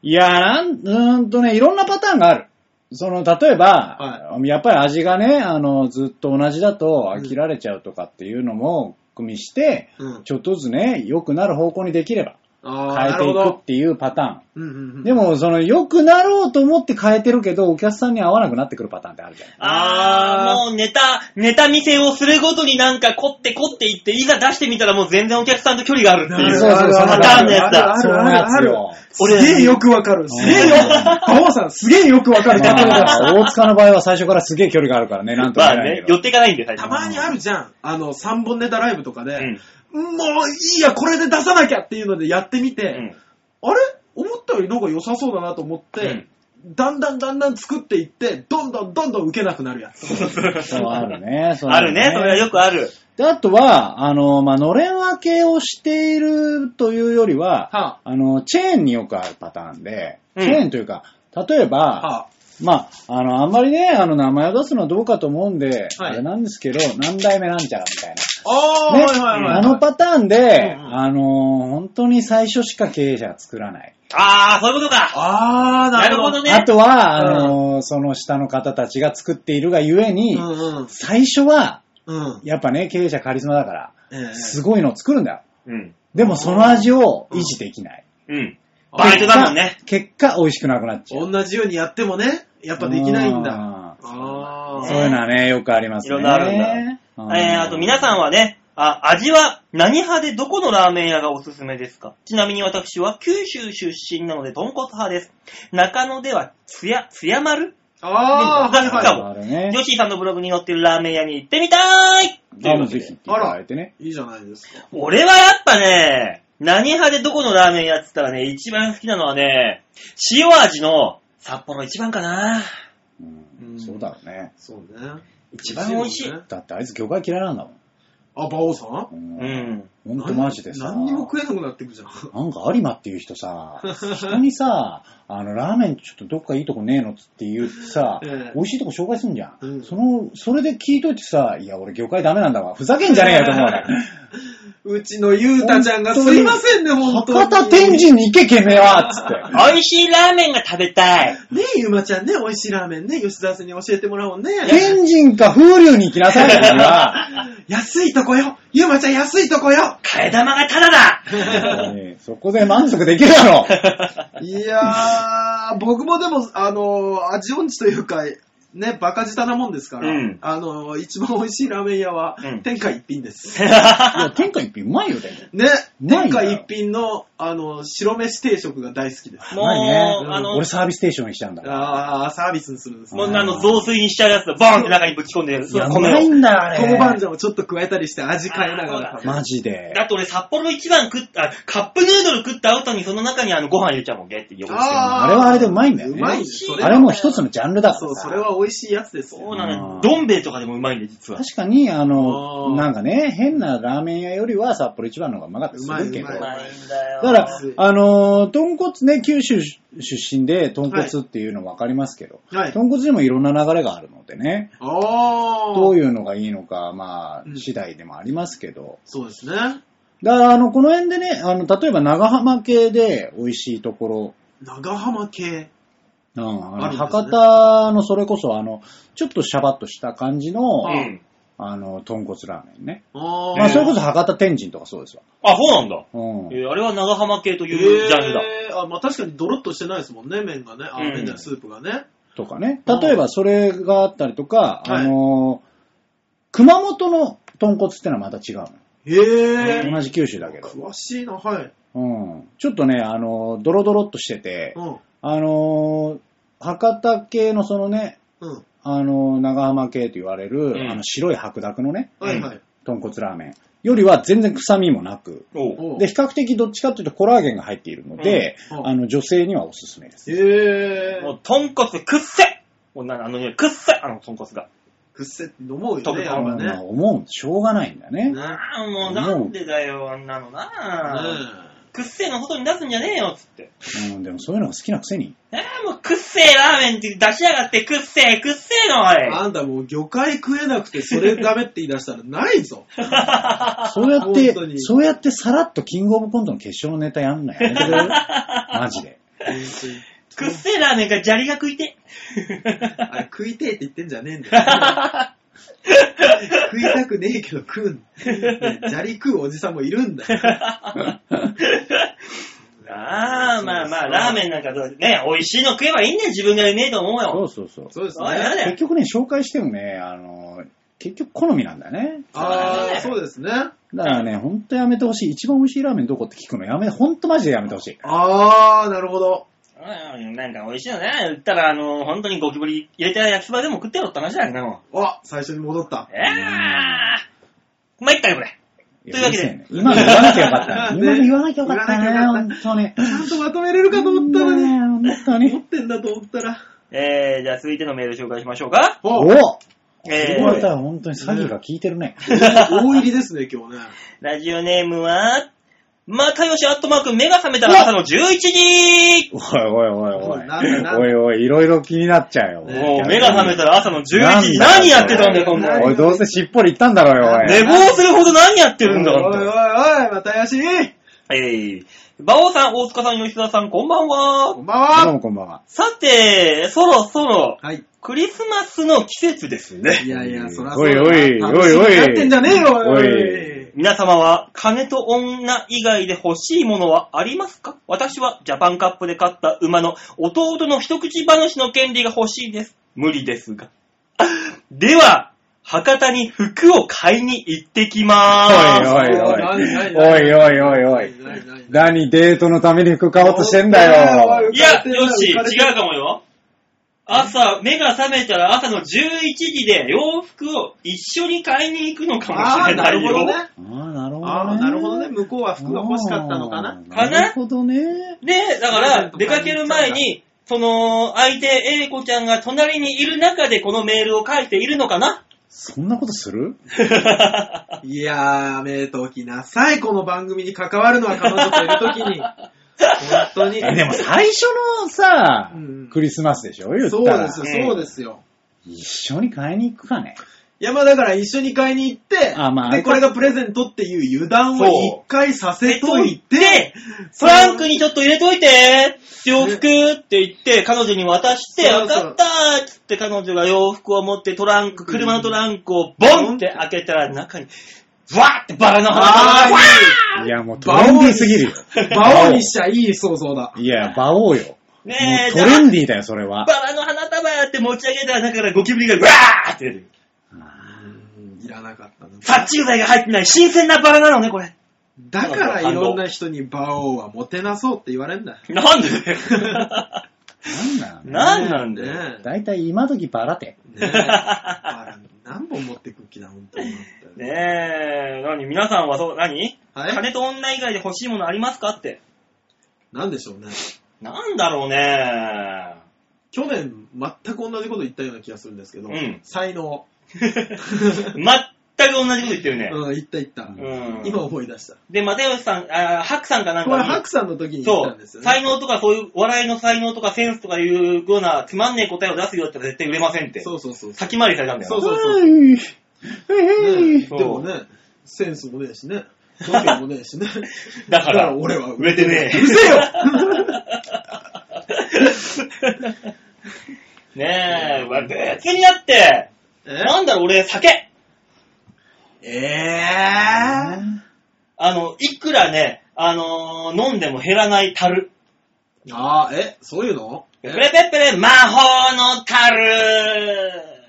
[SPEAKER 4] いや、なん、うーんとね、いろんなパターンがある。その、例えば、やっぱり味がね、あの、ずっと同じだと飽きられちゃうとかっていうのも、組みして、
[SPEAKER 3] うん。
[SPEAKER 4] ちょっとずつね、良くなる方向にできれば、
[SPEAKER 3] ああ、
[SPEAKER 4] 変え
[SPEAKER 3] なる
[SPEAKER 4] て
[SPEAKER 3] ほ
[SPEAKER 4] いく
[SPEAKER 3] ど
[SPEAKER 4] っ。ていうパタ
[SPEAKER 3] うんうんう
[SPEAKER 4] ー
[SPEAKER 3] ん
[SPEAKER 4] ン。で、も、その、良くなろうと思って変えてるけど、お客さんに合わなくなってくるパターンってあるじゃん。
[SPEAKER 2] あ
[SPEAKER 3] あー
[SPEAKER 2] ー、もうネタ、ネタ見せをするごとになんか凝って凝っていって、いざ出してみたらもう全然お客さんと距離があるってい
[SPEAKER 3] な
[SPEAKER 2] う。
[SPEAKER 3] る
[SPEAKER 4] そ
[SPEAKER 3] ほど
[SPEAKER 4] うそう、その
[SPEAKER 2] パターンのやつだ
[SPEAKER 3] あるあるあるある。
[SPEAKER 2] 俺
[SPEAKER 3] すげえよくわかる。すげえよ。馬王さん、すげえよくわかる。
[SPEAKER 4] まあ [LAUGHS] 大塚の場合は最初からすげえ距離があるからね、なんとも
[SPEAKER 2] ま
[SPEAKER 4] 言え
[SPEAKER 2] あ
[SPEAKER 4] ない
[SPEAKER 2] ね
[SPEAKER 4] け、ど。
[SPEAKER 2] 寄っていかないんで、最
[SPEAKER 3] た
[SPEAKER 2] 初。
[SPEAKER 3] まにあるじゃん。あの、3本ネタライブとかで、
[SPEAKER 2] うん
[SPEAKER 3] もういいや、これで出さなきゃっていうのでやってみて、
[SPEAKER 2] うん
[SPEAKER 3] あれ思ったよりなんか良さそうだなと思って、だんだんだんだん作っていって、どんどんどんどん受けなくなるやつ。
[SPEAKER 4] そうあるね。そう
[SPEAKER 2] [LAUGHS] あるね、それはよくある。
[SPEAKER 4] で、あとは、あの、まあ、のれん分けをしているというよりは、
[SPEAKER 3] は
[SPEAKER 4] あの、チェーンによくあるパターンで、
[SPEAKER 2] うん
[SPEAKER 4] チェーンというか、例えば、
[SPEAKER 3] あ、は
[SPEAKER 4] まあ、あの、あんまりね、あの、名前を出すのはどうかと思うんで、
[SPEAKER 3] はい
[SPEAKER 4] あれなんですけど、何代目なんちゃらみたいな。
[SPEAKER 3] あ、ああ、
[SPEAKER 4] ね
[SPEAKER 3] はいはいはい。
[SPEAKER 4] あのパターンで、
[SPEAKER 3] うんうん
[SPEAKER 4] あの、本当に最初しか経営者は作らない。
[SPEAKER 2] あー、そういうことか。
[SPEAKER 3] ああ、なる
[SPEAKER 2] なるほ
[SPEAKER 3] ほ
[SPEAKER 2] ど
[SPEAKER 3] ど。
[SPEAKER 2] ね
[SPEAKER 4] あとは、あの、その下の方たちが作っているがゆえに、
[SPEAKER 3] うんうん。
[SPEAKER 4] 最初は、
[SPEAKER 3] うん。
[SPEAKER 4] やっぱね、経営者カリスマだから、
[SPEAKER 3] ええ
[SPEAKER 4] すごいのを作るんだよ。
[SPEAKER 2] うん。
[SPEAKER 4] でもその味を維持できない。
[SPEAKER 2] うん。バイトだもんね。
[SPEAKER 4] 結果、美味しくなくなっちゃう。
[SPEAKER 3] 同じようにやってもね、やっぱできないんだ。
[SPEAKER 4] だ。
[SPEAKER 3] ああ。
[SPEAKER 4] そういうのはね、よくあります
[SPEAKER 2] い
[SPEAKER 4] ね。
[SPEAKER 2] ろんなあるんだ
[SPEAKER 4] う
[SPEAKER 2] えー、あと皆さんはね、あ、味は何派でどこのラーメン屋がおすすめですかちなみに私は九州出身なので豚骨派です。中野ではつや、つや丸
[SPEAKER 3] ああ、はい
[SPEAKER 2] か
[SPEAKER 3] は
[SPEAKER 2] も
[SPEAKER 4] あるね。
[SPEAKER 2] ヨッシーさんのブログに載ってるラーメン屋に行ってみたーいって
[SPEAKER 4] あ
[SPEAKER 2] いうこ
[SPEAKER 4] も
[SPEAKER 2] と
[SPEAKER 4] うぜ
[SPEAKER 2] で
[SPEAKER 4] ひ行っていただいてね。
[SPEAKER 3] い。いいじゃないですか。
[SPEAKER 2] 俺はやっぱね、何派でどこのラーメン屋って言ったらね、一番好きなのはね、塩味の札幌一番かな。
[SPEAKER 4] うん
[SPEAKER 3] うん
[SPEAKER 4] そうだろうね。
[SPEAKER 3] そうね。
[SPEAKER 2] 一番美味しい
[SPEAKER 3] よね
[SPEAKER 4] だってあいつ魚介嫌いなんだもん。
[SPEAKER 3] あ、馬王さん
[SPEAKER 2] う
[SPEAKER 4] うん
[SPEAKER 2] ん。
[SPEAKER 4] ほんとマジでさ。
[SPEAKER 3] 何にも食えなくなってくじゃん。
[SPEAKER 4] なんか有馬っていう
[SPEAKER 3] [LAUGHS]
[SPEAKER 4] 人さ、人にさ、あの、ラーメンちょっとどっかいいとこねえのっつって言ってさ、
[SPEAKER 3] ええ
[SPEAKER 4] 美味しいとこ紹介すんじゃん。
[SPEAKER 3] うん
[SPEAKER 4] その、それで聞いといてさ、いや、俺魚介ダメなんだわ。ふざけんじゃねえよと思うね。
[SPEAKER 3] うちのゆうたちゃんがすいませんね、 [LAUGHS] 本当に。
[SPEAKER 4] 博多天神に行け、けめは
[SPEAKER 3] [LAUGHS]
[SPEAKER 4] っつって。
[SPEAKER 2] 美味しいラーメンが食べた [LAUGHS] い。
[SPEAKER 3] ねえ、ゆまちゃんね、美味しいラーメンね、吉沢さんに教えてもらおうね。
[SPEAKER 4] 天神か風流に行きなさいよ、君
[SPEAKER 3] [LAUGHS]
[SPEAKER 4] は。
[SPEAKER 3] 安いとこよゆまちゃん安いとこよ
[SPEAKER 2] 替え玉がタダだ
[SPEAKER 4] ええそこで満足できる
[SPEAKER 3] [LAUGHS]
[SPEAKER 4] だろう。
[SPEAKER 3] いやー、僕もでも、あの、味音痴というか、ね、バカ舌なもんですから、
[SPEAKER 2] うん
[SPEAKER 3] あの、一番美味しいラーメン屋は、
[SPEAKER 2] うん
[SPEAKER 3] 天下一品です。
[SPEAKER 4] [LAUGHS] いや、天下一品うまいよ、でも。
[SPEAKER 3] ね、
[SPEAKER 4] な
[SPEAKER 3] 天
[SPEAKER 4] いん
[SPEAKER 3] 下
[SPEAKER 4] だよ
[SPEAKER 3] 一品の、あの、白飯定食が大好きです。
[SPEAKER 2] もう、
[SPEAKER 4] ないね
[SPEAKER 2] あの、
[SPEAKER 4] 俺サービステーションにしちゃうんだ。
[SPEAKER 3] あー、サービスにするんです
[SPEAKER 2] も
[SPEAKER 3] ね。
[SPEAKER 2] うあの、雑炊にしちゃうやつだボーンって中にぶち込んで、
[SPEAKER 4] いや、う
[SPEAKER 2] 米
[SPEAKER 4] まい
[SPEAKER 2] を。
[SPEAKER 4] んだよ、あれ。
[SPEAKER 3] 豆板醤をちょっと加えたりして味変えながら食べる。
[SPEAKER 4] マジで。
[SPEAKER 2] だって俺、札幌一番食った、あカップヌードル食った後にその中にあの、ご飯入れちゃうもん、ゲって横にして
[SPEAKER 4] あれはあれでうまいんだよね
[SPEAKER 3] うまいそ
[SPEAKER 4] あれもう一つのジャンルだか
[SPEAKER 3] そ
[SPEAKER 4] ら
[SPEAKER 3] う、
[SPEAKER 4] さ。
[SPEAKER 3] それは美味しいやつですよ。
[SPEAKER 2] そうなの
[SPEAKER 4] う
[SPEAKER 2] よ。
[SPEAKER 4] ん
[SPEAKER 2] どん兵衛とかでもうまいんで、実は。
[SPEAKER 4] 確かに、あの、
[SPEAKER 3] あー
[SPEAKER 4] なんかね、変なラーメン屋よりは札幌一番の方がうまかったりするけ
[SPEAKER 3] う
[SPEAKER 4] ど。
[SPEAKER 3] まいう
[SPEAKER 4] だ
[SPEAKER 2] まいんだよ。
[SPEAKER 4] から
[SPEAKER 3] うん、
[SPEAKER 4] あのー、豚骨ね、九州出身で豚骨っていうの分かりますけど、
[SPEAKER 3] はい。
[SPEAKER 4] 豚骨にもいろんな流れがあるのでね、
[SPEAKER 3] ああ。
[SPEAKER 4] どういうのがいいのか、ま
[SPEAKER 3] う
[SPEAKER 4] あ、
[SPEAKER 3] ん
[SPEAKER 4] 次第でもありますけど、
[SPEAKER 3] そうですね。
[SPEAKER 4] だから、あの、この辺でね、あの、例えば長浜系で美味しいところ、
[SPEAKER 3] 長浜系。
[SPEAKER 4] うん、あの
[SPEAKER 3] あるんですね
[SPEAKER 4] 博多のそれこそ、あの、ちょっとシャバッとした感じの、
[SPEAKER 2] うん。
[SPEAKER 4] あの、豚骨ラーメンね。
[SPEAKER 3] あ
[SPEAKER 4] まあ、それこ
[SPEAKER 3] そ
[SPEAKER 4] そ博多天神とかそうですわ。
[SPEAKER 2] あ、そうなんだ。
[SPEAKER 4] うん。
[SPEAKER 2] えーあれは長浜系というジャンルだ。
[SPEAKER 3] だ。あ、まあ確かにドロッとしてないですもんね、麺がね。あ、
[SPEAKER 2] うん
[SPEAKER 3] 麺じゃないスープがね。
[SPEAKER 4] とかね。例えばそれがあったりとか、
[SPEAKER 3] はい
[SPEAKER 4] あのー熊本の豚骨ってのはまた違うのよ
[SPEAKER 3] へえ。
[SPEAKER 4] 同じ九州だけど。
[SPEAKER 3] 詳しいな、はい。
[SPEAKER 4] うん。ちょっとね、あのードロドロっとしてて、
[SPEAKER 3] うん。
[SPEAKER 4] あのー博多系のそのね、
[SPEAKER 3] うん。
[SPEAKER 4] あのー長浜系と言われる、
[SPEAKER 2] ん
[SPEAKER 4] あの白い白濁のね、
[SPEAKER 3] はいはい。
[SPEAKER 4] 豚骨ラーメンよりは全然臭みもなく、
[SPEAKER 2] おう
[SPEAKER 3] おう
[SPEAKER 4] で、比較的どっちかというとコラーゲンが入っているので、
[SPEAKER 3] うん
[SPEAKER 4] あの、女性にはおすすめです。
[SPEAKER 3] へえ。
[SPEAKER 2] もう、豚骨くっせもうなあの匂い、くっせあの豚骨が。
[SPEAKER 3] くっせって飲もうよ
[SPEAKER 2] 特
[SPEAKER 3] ね、
[SPEAKER 2] に
[SPEAKER 3] やっぱね。
[SPEAKER 4] まあ
[SPEAKER 3] ね
[SPEAKER 4] 思う、しょうがないんだね。
[SPEAKER 3] ね
[SPEAKER 2] ああ、もうなんでだよ、あんなのな、くっせの外に出すんじゃねえよ、つって。
[SPEAKER 4] うん、でもそういうのが好きなくせに。
[SPEAKER 2] ああ、もうくっせえラーメンって出しやがって、くっせえ、くっせえの、おい。
[SPEAKER 3] あんたもう魚介食えなくてそれダメって言い出したらないぞ。
[SPEAKER 4] そうやっ
[SPEAKER 3] 本
[SPEAKER 4] て
[SPEAKER 3] 当、に
[SPEAKER 4] そうやってさらっとキングオブコントの決勝のネタやんない。やめてくれるマジで。
[SPEAKER 2] くっせえラーメンが砂利が食いて。
[SPEAKER 3] あれ食いてえって言ってんじゃねえんだよ。食いたくねえけど食うん。ね砂利食うおじさんもいるんだよ。
[SPEAKER 2] ああ、まあまあ、
[SPEAKER 3] そう
[SPEAKER 2] ラーメンなんかどうね、美味しいの食えばいいんだよ、自分がうめえと思う
[SPEAKER 4] そ
[SPEAKER 2] よ。
[SPEAKER 4] うそうそう。
[SPEAKER 3] そうです
[SPEAKER 2] あや
[SPEAKER 3] ね。
[SPEAKER 2] だよ
[SPEAKER 4] 結局ね、紹介してもね、あの、結局好みなんだよね。
[SPEAKER 3] ああ、そうですね。あ
[SPEAKER 4] だからね、ほんとやめてほしい。一番美味しいラーメンどこって聞くのやめ、ほんとマジでやめてほしい。
[SPEAKER 3] あー、なるほど。
[SPEAKER 2] うんなんか美味しいよね。言ったら、あの、本当にゴキブリ入れた焼きそばでも食ってろって話だよね、も
[SPEAKER 3] あ、最初に戻った
[SPEAKER 2] う。。えーまいったよ、これ。
[SPEAKER 4] い
[SPEAKER 2] というわけで
[SPEAKER 4] うるせえね今の言わなきゃよかったね。
[SPEAKER 3] ね
[SPEAKER 4] 今の言わなきゃよかった
[SPEAKER 3] 言
[SPEAKER 4] ね。
[SPEAKER 3] わな
[SPEAKER 4] ほ
[SPEAKER 3] き
[SPEAKER 4] んとね
[SPEAKER 3] ち。ゃんとまとめれるかと思ったのに。
[SPEAKER 4] ほんと
[SPEAKER 3] 持っ
[SPEAKER 4] に。
[SPEAKER 3] てんだと思ったら。
[SPEAKER 2] えー、じゃあ続いてのメール紹介しましょうか。
[SPEAKER 3] お
[SPEAKER 4] おお
[SPEAKER 2] え
[SPEAKER 4] これ
[SPEAKER 2] ー、
[SPEAKER 4] は本当に詐欺が効いてるね。
[SPEAKER 3] 大入りですね、今日ね。
[SPEAKER 2] ラジオネームは、またよしアットマーク、目が覚めたら朝の11時
[SPEAKER 4] おいおいおいおい。
[SPEAKER 3] なんだなんだ
[SPEAKER 4] おいおい、いろいろ気になっちゃうよ。
[SPEAKER 3] ね
[SPEAKER 2] もう目が覚めたら朝の11時。
[SPEAKER 4] なんだ
[SPEAKER 2] 何やってたんだよ、そんな
[SPEAKER 3] な
[SPEAKER 2] の。
[SPEAKER 4] おい、どうせしっぽり行ったんだろうよ、おい。
[SPEAKER 2] 寝坊するほど何やってるんだ
[SPEAKER 3] おいおいおい
[SPEAKER 2] か、
[SPEAKER 3] おい、またやし
[SPEAKER 2] えー、馬王さん、大塚さん、吉田さん、こんばん
[SPEAKER 3] こ
[SPEAKER 2] は。
[SPEAKER 3] んばん
[SPEAKER 4] どう
[SPEAKER 3] は
[SPEAKER 4] もこんばんは。
[SPEAKER 2] さて、そろそろ、
[SPEAKER 3] はい。
[SPEAKER 2] クリスマスの季節ですね。
[SPEAKER 3] いやいや、そらそ
[SPEAKER 4] おい
[SPEAKER 3] ら。
[SPEAKER 4] おい、お
[SPEAKER 3] 楽
[SPEAKER 4] い
[SPEAKER 3] しみ
[SPEAKER 4] お
[SPEAKER 3] に
[SPEAKER 4] い。
[SPEAKER 3] やってんじゃねえよ、お
[SPEAKER 4] お
[SPEAKER 3] い
[SPEAKER 4] い。
[SPEAKER 2] 皆様は金と女以外で欲しいものはありますか私はジャパンカップで勝った馬の弟の一口話の権利が欲しいです。無理ですが。 [LAUGHS] では、博多に服を買いに行ってきまーす。
[SPEAKER 4] おいおいおいおいおいおい。
[SPEAKER 3] だ
[SPEAKER 4] 何デートのために服買おうとしてんだよ。
[SPEAKER 2] いや、
[SPEAKER 3] 浮
[SPEAKER 2] よ
[SPEAKER 3] かれ
[SPEAKER 2] し、
[SPEAKER 3] てるな浮かれてる
[SPEAKER 2] 違うかもよ。朝、目が覚めたら朝の11時で洋服を一緒に買いに行くのかも
[SPEAKER 3] あ
[SPEAKER 2] し
[SPEAKER 3] あ、
[SPEAKER 2] れ
[SPEAKER 3] な
[SPEAKER 2] な
[SPEAKER 3] る
[SPEAKER 2] い
[SPEAKER 3] ほど
[SPEAKER 2] よ。
[SPEAKER 3] ね。
[SPEAKER 4] ああ、なるほどね。
[SPEAKER 3] ああ、なるほどね。向こうは服が欲しかったのかな。
[SPEAKER 4] あー
[SPEAKER 2] かな
[SPEAKER 4] なるほどね。
[SPEAKER 2] で、だから、出かける前に、その、相手、A 子ちゃんが隣にいる中でこのメールを書いているのかな
[SPEAKER 4] そんなことする
[SPEAKER 3] いやー、やめときなさい。この番組に関わるのは彼女といるときに。本当に。
[SPEAKER 4] えでも最初のさ
[SPEAKER 3] うん、
[SPEAKER 4] クリスマスでしょ言っ
[SPEAKER 3] そう
[SPEAKER 4] た
[SPEAKER 3] で
[SPEAKER 4] ら
[SPEAKER 3] す。よ、そうですよ。
[SPEAKER 4] 一緒に買いに行くかね。
[SPEAKER 3] いや、まあだから一緒に買いに行って、
[SPEAKER 4] あまあ
[SPEAKER 3] で、これがプレゼントっていう油断を一回させといて
[SPEAKER 2] で、、トランクにちょっと入れといて、洋服って言って、彼女に渡して、
[SPEAKER 3] そう
[SPEAKER 2] 分
[SPEAKER 3] そう
[SPEAKER 2] かったーっつって彼女が洋服を持ってトランク、車のトランクをボンって開けたら中に、わーってバラの花が、わ
[SPEAKER 4] いや、もうトレンディーすぎるよ。
[SPEAKER 3] バオにしちゃいい想像だ。
[SPEAKER 4] いや、馬王よ。
[SPEAKER 2] ーね
[SPEAKER 4] も
[SPEAKER 2] え、
[SPEAKER 4] う
[SPEAKER 2] じ
[SPEAKER 4] ト
[SPEAKER 2] ゃ
[SPEAKER 4] レン
[SPEAKER 2] あ
[SPEAKER 4] ディーだよ、それは。
[SPEAKER 2] バラの花束やって持ち上げたら中からゴキブリがわーって出る。
[SPEAKER 3] いらなかったな。
[SPEAKER 2] 殺虫剤が入ってない新鮮なバラなのね、これ。
[SPEAKER 3] だからいろんな人にバオはもてなそうって言われんだ。
[SPEAKER 2] なんで
[SPEAKER 4] なんだ
[SPEAKER 2] [LAUGHS] なんなんだよ。
[SPEAKER 3] ね
[SPEAKER 4] だいたい今時バラて。
[SPEAKER 2] [LAUGHS]
[SPEAKER 3] え。ねえ。あら何本持ってく気だ、本当に。
[SPEAKER 2] ねえ、何皆さんはそう、何
[SPEAKER 3] はい
[SPEAKER 2] 金と女以外で欲しいものありますかって。
[SPEAKER 3] なんでしょうね。
[SPEAKER 2] なんだろうね
[SPEAKER 3] 去年、全く同じこと言ったような気がするんですけど、
[SPEAKER 2] うん
[SPEAKER 3] 才能。
[SPEAKER 2] 全く同じこと言ってるね。
[SPEAKER 3] うん、言った言った。
[SPEAKER 2] うん。
[SPEAKER 3] 今思い出した。
[SPEAKER 2] で、又吉さん、あーハクさんかなん
[SPEAKER 3] これ、
[SPEAKER 2] か
[SPEAKER 3] ハ
[SPEAKER 2] に
[SPEAKER 3] クさんの時に言っ
[SPEAKER 2] そ
[SPEAKER 3] たん
[SPEAKER 2] う
[SPEAKER 3] です、よね。
[SPEAKER 2] 才能とかそういう、お笑いの才能とかセンスとかいうようなつまんねえ答えを出すようだったら絶対売れませんって。
[SPEAKER 3] そうそうそうそう。
[SPEAKER 2] 先回りされたんだよ。
[SPEAKER 3] そうそうそう。
[SPEAKER 4] はい。はいはい
[SPEAKER 3] ね、でもね、センスもねえしね、度胸もねえしね。
[SPEAKER 2] [LAUGHS] だから
[SPEAKER 3] 俺は
[SPEAKER 2] 売れてねえ
[SPEAKER 3] うるせえよ
[SPEAKER 2] [LAUGHS] ねえ、別になって、
[SPEAKER 3] え
[SPEAKER 2] なんだろう、俺、酒。
[SPEAKER 3] え
[SPEAKER 2] あの、いくらね、あのー飲んでも減らない樽。
[SPEAKER 3] ー。ああ、え、そういうの
[SPEAKER 2] ペレペペレ、魔法の樽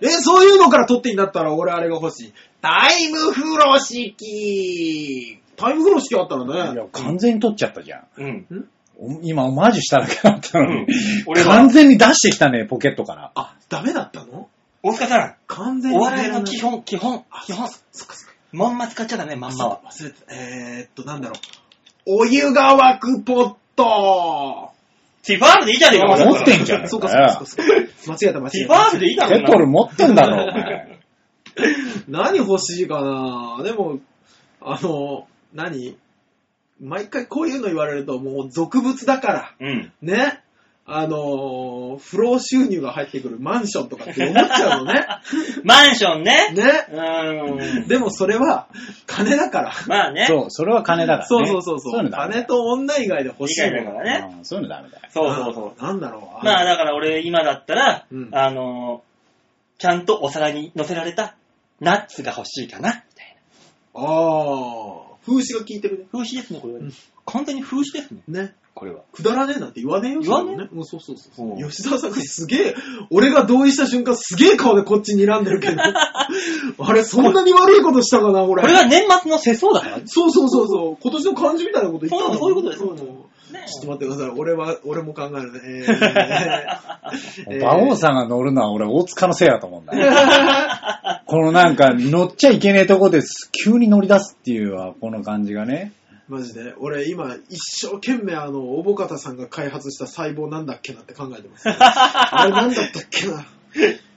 [SPEAKER 3] え、そういうのから取っていいんだったら俺あれが欲しい。タイム風呂敷タイム風呂敷あったら
[SPEAKER 4] い
[SPEAKER 3] ね。
[SPEAKER 4] や、完全に取っちゃったじゃん。
[SPEAKER 2] うん。
[SPEAKER 4] お今、オマージュしたらかなったの
[SPEAKER 2] うん
[SPEAKER 4] に。
[SPEAKER 2] 俺は
[SPEAKER 4] 完全に出してきたね、ポケットから。
[SPEAKER 3] あ、ダメだったの
[SPEAKER 2] 大塚さん、
[SPEAKER 3] 完全に
[SPEAKER 2] お
[SPEAKER 3] ダメだな。
[SPEAKER 2] 笑いの基本、基本、基本。
[SPEAKER 3] そっかそっか。
[SPEAKER 2] まんま使っちゃダメ、まんまは。
[SPEAKER 3] 忘れてた。えーっと、なんだろう。お湯が沸くポット
[SPEAKER 2] ティファールでいいじゃねえか、
[SPEAKER 4] 持
[SPEAKER 2] 俺だった
[SPEAKER 4] っ
[SPEAKER 2] ら
[SPEAKER 4] てんじゃん。
[SPEAKER 3] そうかそうかそうか。間違えた間違
[SPEAKER 2] ティ
[SPEAKER 3] え
[SPEAKER 2] ファール
[SPEAKER 3] た。
[SPEAKER 2] でいいだろ、
[SPEAKER 4] ケ
[SPEAKER 2] そんなの
[SPEAKER 4] トル持ってんだろ、お前。
[SPEAKER 3] 何欲しいかなでも、あの、何毎回こういうの言われるともう俗物だから。
[SPEAKER 2] うん。
[SPEAKER 3] ね、あのー、不労収入が入ってくるマンションとかって思っちゃ
[SPEAKER 2] [LAUGHS]
[SPEAKER 3] うのね。
[SPEAKER 2] マンションね。
[SPEAKER 3] ね。
[SPEAKER 2] うーん。
[SPEAKER 3] でもそれは金だから。
[SPEAKER 2] まあね。
[SPEAKER 4] そう、それは金だからね。
[SPEAKER 3] そうそうそう
[SPEAKER 4] い
[SPEAKER 3] そうう。
[SPEAKER 4] のダメ
[SPEAKER 3] 金と女以外で
[SPEAKER 2] 以
[SPEAKER 3] 欲しい
[SPEAKER 2] 外だ
[SPEAKER 3] も
[SPEAKER 2] か
[SPEAKER 3] の。
[SPEAKER 2] らね。
[SPEAKER 4] うんそういうのダメだよ。
[SPEAKER 2] そうそうそう。
[SPEAKER 3] あなんだろう。
[SPEAKER 2] まあ
[SPEAKER 3] あ
[SPEAKER 2] だから俺今だったら、
[SPEAKER 3] うん
[SPEAKER 2] あのー、ちゃんとお皿に乗せられたナッツが欲しいかな、みたいな。
[SPEAKER 3] あー、風刺が効いてる
[SPEAKER 2] 風刺ですね、これはね、
[SPEAKER 3] うん
[SPEAKER 2] 完全に風刺ですね、
[SPEAKER 3] ね。ね。
[SPEAKER 2] これは。
[SPEAKER 3] くだらねえなんて言わねえよ。
[SPEAKER 2] 言わねえ
[SPEAKER 3] それもねもうそうそうそうう。
[SPEAKER 2] ん
[SPEAKER 3] 吉沢さんがすげえ、俺が同意した瞬間すげえ顔でこっち睨んでる
[SPEAKER 2] [LAUGHS]
[SPEAKER 3] けど。あれ、そんなに悪いことしたかな、俺。
[SPEAKER 2] これが年末の世相だからね。
[SPEAKER 3] そうそうそうそう。今年の漢字みたいなこと言ったの
[SPEAKER 2] そうそういうことです
[SPEAKER 3] んちょっと待ってください。俺は、俺も考えるね。えー
[SPEAKER 4] 馬王さんが乗るのは俺、大塚のせいだと思うんだよ。このなんか、乗っちゃいけねえとこです、急に乗り出すっていうは、この感じがね。
[SPEAKER 3] マジで。俺今、一生懸命あの、おぼかたさんが開発した細胞なんだっけなって考え
[SPEAKER 2] [LAUGHS]
[SPEAKER 3] てます。あれなんだったっけな。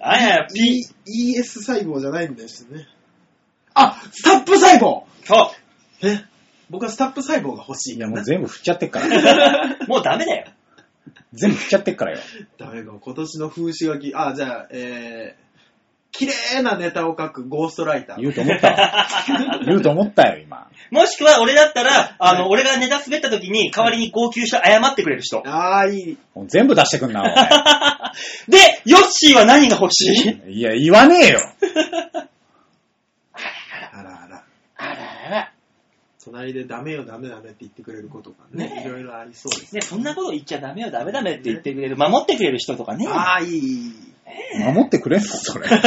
[SPEAKER 2] あいやいや、ピ
[SPEAKER 3] E、ES 細胞じゃないんだよね。あ、スタップ細胞
[SPEAKER 2] そ
[SPEAKER 3] え僕はスタップ細胞が欲しい。
[SPEAKER 4] いや、もう全部振っちゃってっから。
[SPEAKER 2] う。もうダメだよ。
[SPEAKER 4] 全部振っちゃってっからよ。
[SPEAKER 3] ダメか、今年の風刺書き、あ、じゃあ、えー、綺麗なネタを書くゴーストライター。
[SPEAKER 4] 言うと思ったわ。言うと思ったよ、今。
[SPEAKER 2] もしくは俺だったら、あの、俺がネタ滑った時に代わりに号泣して謝ってくれる人。
[SPEAKER 3] ああ、いい。
[SPEAKER 4] もう全部出してくん [LAUGHS] な、
[SPEAKER 2] で、ヨッシーは何が欲しい
[SPEAKER 4] お前。いや、言わねえよ。
[SPEAKER 3] あらあら。
[SPEAKER 2] あらあら。
[SPEAKER 3] 隣でダメよダメダメって言ってくれることがね、
[SPEAKER 2] ねえ
[SPEAKER 3] いろいろありそうです。
[SPEAKER 2] ね、そんなこと言っちゃダメよ、ダメダメって言ってくれる、守ってくれる人とかね。
[SPEAKER 3] ああ、いい。
[SPEAKER 4] 守ってくれんのそ [LAUGHS] れ。守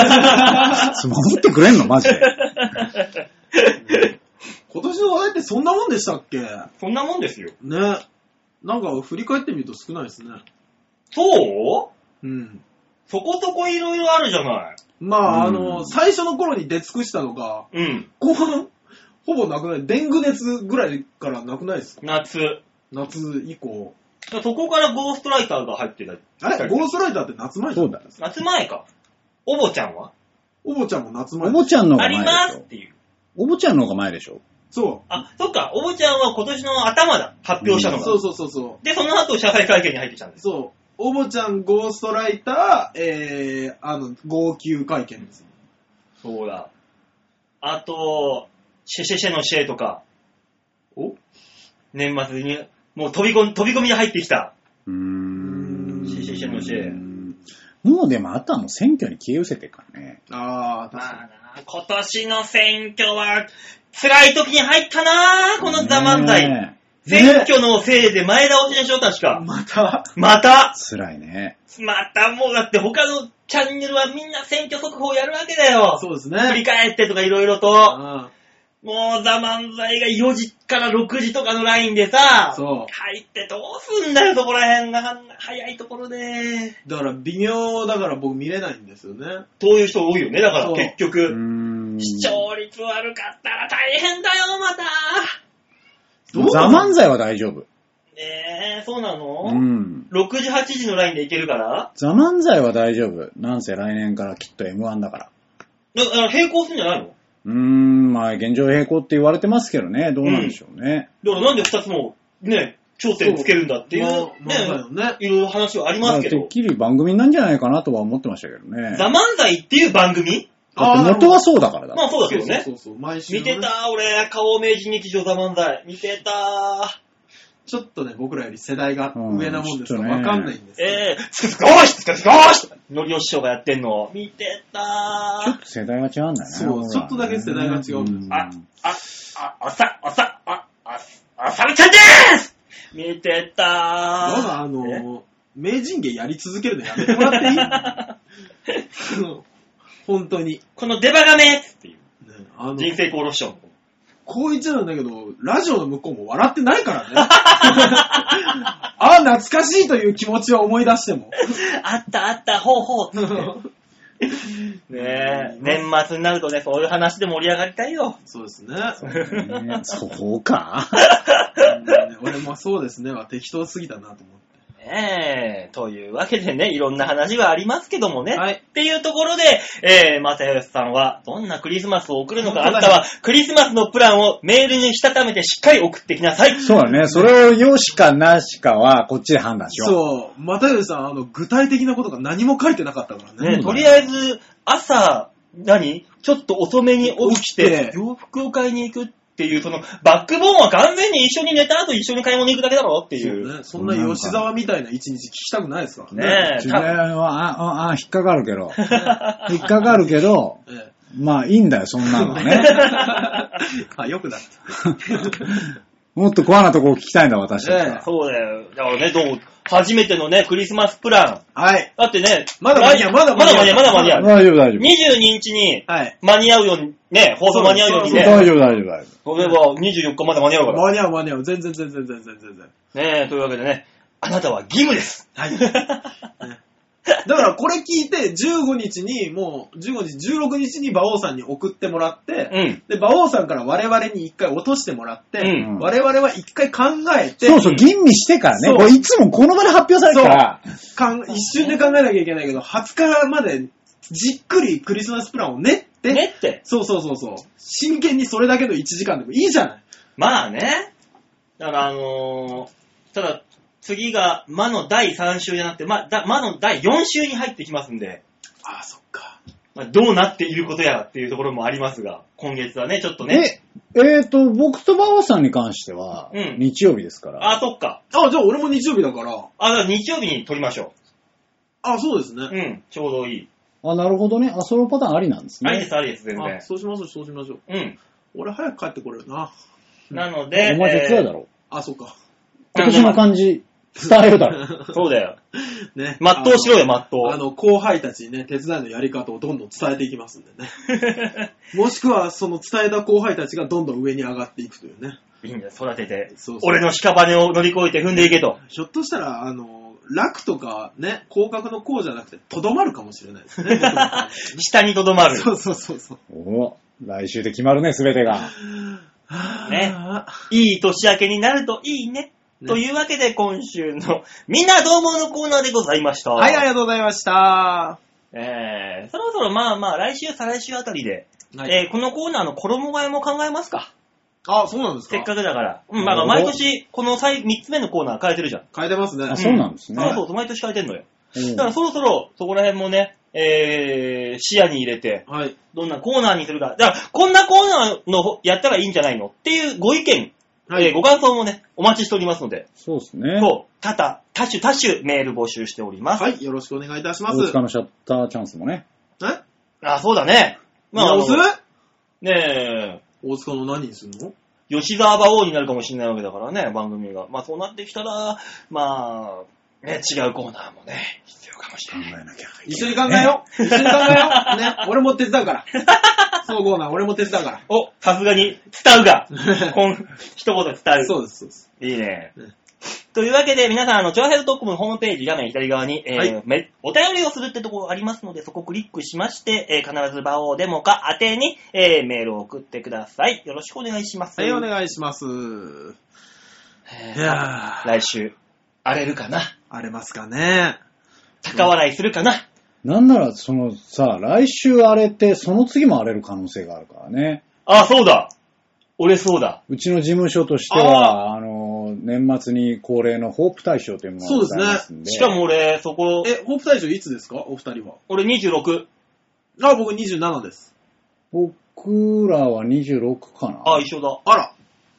[SPEAKER 4] ってくれんのマジで。
[SPEAKER 3] 今年の話題ってそんなもんでしたっけね。
[SPEAKER 2] そんなもんですよ。
[SPEAKER 3] なんか振り返ってみると少ないですね。
[SPEAKER 2] そう
[SPEAKER 3] うん。
[SPEAKER 2] そこそこいろいろあるじゃない。
[SPEAKER 3] まあ、あ
[SPEAKER 4] う
[SPEAKER 3] の、
[SPEAKER 4] ん
[SPEAKER 3] 最初の頃に出尽くしたのが、
[SPEAKER 2] うん。
[SPEAKER 3] 後半、ほぼなくない。デング熱ぐらいからなくないですか
[SPEAKER 2] 夏。
[SPEAKER 3] 夏以降。
[SPEAKER 2] そこからゴーストライターが入ってた。
[SPEAKER 3] あれゴーストライターって夏前じゃ
[SPEAKER 4] そ
[SPEAKER 3] ん
[SPEAKER 4] うだ。よ。
[SPEAKER 2] 夏前か。おぼちゃんは
[SPEAKER 3] おぼちゃんも夏
[SPEAKER 4] [LAUGHS] お
[SPEAKER 3] 前。
[SPEAKER 4] ぼちゃんの方
[SPEAKER 2] あ
[SPEAKER 4] が
[SPEAKER 2] り
[SPEAKER 4] 前
[SPEAKER 2] ま
[SPEAKER 4] です
[SPEAKER 2] っ
[SPEAKER 4] しょ。
[SPEAKER 2] ていう。
[SPEAKER 4] おぼちゃんの方が前でしょ。
[SPEAKER 3] そ
[SPEAKER 2] あ、そっか、おぼちゃんは今年の頭だ。発表した
[SPEAKER 3] う。
[SPEAKER 2] のが。
[SPEAKER 3] そうそうそうそう。
[SPEAKER 2] で、その後、謝罪会見に入ってきたんです。
[SPEAKER 3] そう。おぼちゃん、ゴーストライター、えー、あの、号泣会見です。
[SPEAKER 2] そうだ。あと、シェシェシェのシェとか、
[SPEAKER 3] お
[SPEAKER 2] 年末に、もう飛び込み、飛び込みで入ってきた。
[SPEAKER 4] うーん。
[SPEAKER 2] しししもし
[SPEAKER 4] もうでも、あとはもう選挙に消え失せてるからね。
[SPEAKER 3] あー、確か
[SPEAKER 2] まあな、今年の選挙は、辛い時に入ったなこのザ漫才。
[SPEAKER 4] ね
[SPEAKER 2] 選挙のせいで前倒しでしょ、確か
[SPEAKER 3] に。。また、
[SPEAKER 2] ま
[SPEAKER 4] え
[SPEAKER 2] た、
[SPEAKER 4] 辛いね。
[SPEAKER 2] またもうだって他のチャンネルはみんな選挙速報やるわけだよ。
[SPEAKER 3] そうです
[SPEAKER 2] 振り
[SPEAKER 3] ね。
[SPEAKER 2] 返ってとかいろいろと。
[SPEAKER 3] あ
[SPEAKER 2] もうザ漫才が4時から6時とかのラインでさ、
[SPEAKER 3] そう
[SPEAKER 2] 入ってどうすんだよ、そこら辺が。早いところで。
[SPEAKER 3] ーだから、微妙だから僕見れないんですよね。
[SPEAKER 2] そういう人多いよね、だから
[SPEAKER 3] そう
[SPEAKER 2] 結
[SPEAKER 4] う
[SPEAKER 2] 局。
[SPEAKER 4] ーん。
[SPEAKER 2] 視聴率悪かったら大変だよ、また。
[SPEAKER 3] どう
[SPEAKER 4] ザ漫才は大丈夫。
[SPEAKER 2] ねえ、そうなの、
[SPEAKER 4] うん。
[SPEAKER 2] ?6 時、8時のラインでいけるから
[SPEAKER 4] ザ漫才は大丈夫。なんせ来年からきっと M1 だから。
[SPEAKER 2] なあの並行するんじゃないの
[SPEAKER 4] うーん、まあ、現状並行って言われてますけどね。どうなんでしょうね。
[SPEAKER 2] だからなんで2つも、ね、頂点つけるんだっていう、
[SPEAKER 3] そうまあまあ
[SPEAKER 2] ね、
[SPEAKER 3] よね。
[SPEAKER 2] いろいろ話はありま
[SPEAKER 4] まあ
[SPEAKER 2] すけ
[SPEAKER 4] てっ
[SPEAKER 2] ど、
[SPEAKER 4] きり番組なんじゃないかなとは思ってましたけどね。
[SPEAKER 2] ザ・漫才っていう番組
[SPEAKER 4] だって元はそうだからだ。
[SPEAKER 2] まあそうだけどね。
[SPEAKER 3] そうそうそう、毎週
[SPEAKER 2] 見
[SPEAKER 3] のね、
[SPEAKER 2] てた、俺、顔明治劇場ザ・漫才。見てた。
[SPEAKER 3] ちょっとね、僕らより世代が
[SPEAKER 4] うん
[SPEAKER 3] 上なもんですから
[SPEAKER 4] ちょっと
[SPEAKER 3] わか
[SPEAKER 4] ね
[SPEAKER 3] んないんですけど。
[SPEAKER 2] えー、つくつくおーしつくつくおーしのりお師匠がやってんのを見てたー。
[SPEAKER 4] ちょっと世代が違うんだよね。
[SPEAKER 3] そう
[SPEAKER 4] ほら
[SPEAKER 3] ちょっとだけ世代が違うんです
[SPEAKER 2] あ、あ、あ、あさ、あさ、あ、あ、あさるちゃんでーす見てたー。
[SPEAKER 3] まだあ
[SPEAKER 2] え [LAUGHS]
[SPEAKER 3] の、名人芸やり続けるのやめてもらっていいあの本当に。
[SPEAKER 2] このデバガメっていう。
[SPEAKER 3] ねあの、
[SPEAKER 2] 人生功労賞の。
[SPEAKER 3] こう言っちゃうんだけど、ラジオの向こうも笑ってないからね。ああ、懐かしいという気持ちは思い出しても。
[SPEAKER 2] [LAUGHS] あったあった、ほうほうっつって。ねえ、年末になるとね、そういう話で盛り上がりたいよ。
[SPEAKER 3] そうです [LAUGHS] ね。
[SPEAKER 4] ねそう
[SPEAKER 3] [LAUGHS]
[SPEAKER 4] か。
[SPEAKER 3] うん俺もそうですねは適当すぎたなと思って。
[SPEAKER 2] ねえ、というわけでね、いろんな話はありますけどもね。
[SPEAKER 3] はい
[SPEAKER 2] っていうところで、えー、またよしさんは、どんなクリスマスを送るのか、あ
[SPEAKER 3] 本当
[SPEAKER 2] な
[SPEAKER 3] だ
[SPEAKER 2] た
[SPEAKER 3] よ
[SPEAKER 2] はクリスマスのプランをメールにしたためてしっかり送ってきなさい。
[SPEAKER 4] そうだね。それをよしかなしかは、こっちで判断しよう。
[SPEAKER 3] そう、又吉さん、あの、具体的なことが何も書いてなかったから
[SPEAKER 2] ね、
[SPEAKER 3] ね。
[SPEAKER 4] うん
[SPEAKER 2] とりあえず、朝、何ちょっと遅めに起きて
[SPEAKER 3] 起きて、
[SPEAKER 2] 洋服を買いに行くっていう、その、バックボーンは完全に一緒に寝た後一緒に買い物に行くだけだろってい。
[SPEAKER 3] そううねそんな吉沢みたいな一日聞きたくないですからね。
[SPEAKER 2] ねえ、
[SPEAKER 4] 自分
[SPEAKER 2] た
[SPEAKER 4] は、あ、あ、あ、引っかかるけ
[SPEAKER 3] [LAUGHS]
[SPEAKER 4] ど。引っかかるけど、
[SPEAKER 3] え [LAUGHS]
[SPEAKER 4] まあいいんだよ、そんなのはね。
[SPEAKER 3] えあ、よくなった。
[SPEAKER 4] もっとコアなとこ聞きたいんだ、私たちは。
[SPEAKER 2] そうだよ。だからね、どう、初めてのね、クリスマスプラン。
[SPEAKER 3] はい。
[SPEAKER 2] だってね、
[SPEAKER 3] まだ間に合うまだ
[SPEAKER 2] ま
[SPEAKER 3] 間
[SPEAKER 2] だ
[SPEAKER 3] に
[SPEAKER 2] 間に
[SPEAKER 3] 合
[SPEAKER 2] 合う、
[SPEAKER 3] う
[SPEAKER 2] まだ間に合う。
[SPEAKER 4] 大丈夫、大丈夫。
[SPEAKER 2] 22日に
[SPEAKER 3] はい。
[SPEAKER 2] 間に合うように、ね、放送間に合うように
[SPEAKER 3] そう
[SPEAKER 2] ね、
[SPEAKER 4] 大丈夫、大丈夫、大丈
[SPEAKER 2] そういえば24日まで間に合うから。
[SPEAKER 3] 間に合う間に合う。全然全然全然全然。
[SPEAKER 2] ねというわけでね、あなたは義務です。
[SPEAKER 3] はい。だからこれ聞いて、15日に、もう、15日、16日に馬王さんに送ってもらっ
[SPEAKER 2] [LAUGHS]
[SPEAKER 3] て、
[SPEAKER 2] うん。
[SPEAKER 3] で、馬王さんから我々に一回落としてもらって、
[SPEAKER 2] うん
[SPEAKER 3] 我々は一回考えて、
[SPEAKER 4] 夫。そうそう、吟味してからね。
[SPEAKER 3] そう
[SPEAKER 4] これいつもこの場で発表されるから、
[SPEAKER 3] かん一瞬で考えなきゃいけないけど、20日までじっくりクリスマスプランを練って、
[SPEAKER 2] ねって。
[SPEAKER 3] そうそうそうそう、真剣にそれだけの1時間でもいいじゃない。
[SPEAKER 2] まあね。だからあのー、ただ、次が魔の第3週じゃなくて、ま、だ魔の第4週に入ってきますんで、
[SPEAKER 3] ああ、そっか。
[SPEAKER 2] まあ、どうなっていることやらっていうところもありますが、今月はね、ちょっとね。
[SPEAKER 4] え、えーと、僕と馬王さんに関しては
[SPEAKER 2] うん、
[SPEAKER 4] 日曜日ですから。
[SPEAKER 2] あ、そっか。
[SPEAKER 3] ああ、じゃあ俺も日曜日だから、
[SPEAKER 2] あ、だから日曜日に撮りましょ
[SPEAKER 3] ああ、そうですね。
[SPEAKER 2] う。うん、ちょうどいい。
[SPEAKER 4] あ、なるほどね。あ、そのパターンありなんです
[SPEAKER 2] ありで
[SPEAKER 4] ね。
[SPEAKER 2] す、ありです、全
[SPEAKER 3] あ
[SPEAKER 2] 然。
[SPEAKER 3] そうしましょう、そうしましょう。
[SPEAKER 2] うん。
[SPEAKER 3] 俺早く帰ってこれるな。
[SPEAKER 2] なので、
[SPEAKER 4] お前
[SPEAKER 2] えー
[SPEAKER 4] 手伝いだろ。
[SPEAKER 3] あ、そっか。
[SPEAKER 4] 今年の感
[SPEAKER 2] [LAUGHS]
[SPEAKER 4] じ、伝えるだろ。
[SPEAKER 2] そうだよ。
[SPEAKER 3] ね。
[SPEAKER 2] 全うしろよ、全
[SPEAKER 3] あのあ
[SPEAKER 2] う。
[SPEAKER 3] の、後輩たちにね、手伝いのやり方をどんどん伝えていきますんでね。もしくは、その伝えた後輩たちがどんどん上に上がっていくというね。
[SPEAKER 2] いいんだよ、育てて。
[SPEAKER 3] そうそう
[SPEAKER 2] 俺の屍を乗り越えて踏んでいけと。
[SPEAKER 3] ひょっとしたら、あの、楽とかね、広角のこうじゃなくて、とどまるかもしれないです [LAUGHS] ね。僕の感じ
[SPEAKER 2] 下にとどまる。
[SPEAKER 3] そうそうそうそう。
[SPEAKER 4] お来週で決まるね、すべて
[SPEAKER 2] [LAUGHS]
[SPEAKER 4] が。
[SPEAKER 2] ね
[SPEAKER 3] あ
[SPEAKER 2] いい年明けになるといいね。
[SPEAKER 3] ね
[SPEAKER 2] というわけで、今週の、みんなどうものコーナーでございました。
[SPEAKER 3] ーはい、ありがとうございました。
[SPEAKER 2] えー、そろそろまあまあ、来週、再来週あたりで、
[SPEAKER 3] はい、
[SPEAKER 2] えー、このコーナーの衣替えも考えますか。
[SPEAKER 3] あ、そうなんですか
[SPEAKER 2] せっかくだから。うん、ま
[SPEAKER 4] なる
[SPEAKER 2] あ
[SPEAKER 4] ほ
[SPEAKER 2] 毎
[SPEAKER 4] ど
[SPEAKER 2] 年、この最3つ目のコーナー変えてるじゃん。
[SPEAKER 3] 変えてますね。
[SPEAKER 4] あ、そうなんですね
[SPEAKER 2] そう。そうそう、毎年変えてんのよ。
[SPEAKER 4] うん
[SPEAKER 2] だからそろそろ、そこら辺もね、えー、視野に入れて、
[SPEAKER 3] はい。
[SPEAKER 2] どんなコーナーにするか。だから、こんなコーナーの方やったらいいんじゃないのっていうご意見、
[SPEAKER 3] はい
[SPEAKER 2] えーご感想もね、お待ちしておりますので、
[SPEAKER 4] そうですね。
[SPEAKER 2] そう、多々、多種多種メール募集しております。
[SPEAKER 3] はい、よろしくお願いいたします。
[SPEAKER 4] 大塚のシャッターチャンスもね。
[SPEAKER 3] え
[SPEAKER 2] あ、そうだね。まあ、
[SPEAKER 3] 直す
[SPEAKER 2] あのねえ、
[SPEAKER 3] 大塚の何にするの
[SPEAKER 2] 吉沢馬王になるかもしれないわけだからね、番組が。まあ、そうなってきたら、まあ、ね、違うコーナーもね、必要かもし
[SPEAKER 4] 考
[SPEAKER 2] れない。
[SPEAKER 4] えなきゃい
[SPEAKER 3] 一緒に考えよう。一緒に考えよう。 [LAUGHS] ね。俺も手伝うから。そうコーナー、俺も手伝うか。
[SPEAKER 2] お、さすがに、伝うが [LAUGHS]
[SPEAKER 3] ら。
[SPEAKER 2] こん一言伝う。
[SPEAKER 3] そうです、そうです。
[SPEAKER 2] いいね
[SPEAKER 3] うん。
[SPEAKER 2] というわけで、皆さん、あの、チョアヘルドットコムのホームページ画面左側に、えー
[SPEAKER 3] はい
[SPEAKER 2] めお便りをするってところがありますので、そこをクリックしまして、えー必ず場をデモか宛てに、えーメールを送ってください。よろしくお願いします。
[SPEAKER 3] はい、お願いします。い
[SPEAKER 2] えー
[SPEAKER 3] やー、
[SPEAKER 2] 来週、荒れるかな
[SPEAKER 3] 荒れますかね。
[SPEAKER 2] 高笑いするかな、
[SPEAKER 4] なんなら、そのさ、来週荒れて、その次も荒れる可能性があるからね。
[SPEAKER 2] あ、そうだ俺そうだ
[SPEAKER 4] うちの事務所としては、あの、年末に恒例のホープ大賞というものがございますんで。
[SPEAKER 2] しかも俺、そこ、
[SPEAKER 3] え、ホープ大賞いつですかお二人は。
[SPEAKER 2] 俺26。
[SPEAKER 3] あ、僕27です。
[SPEAKER 4] 僕らは26かな。
[SPEAKER 2] あ、一緒だ。
[SPEAKER 3] あら。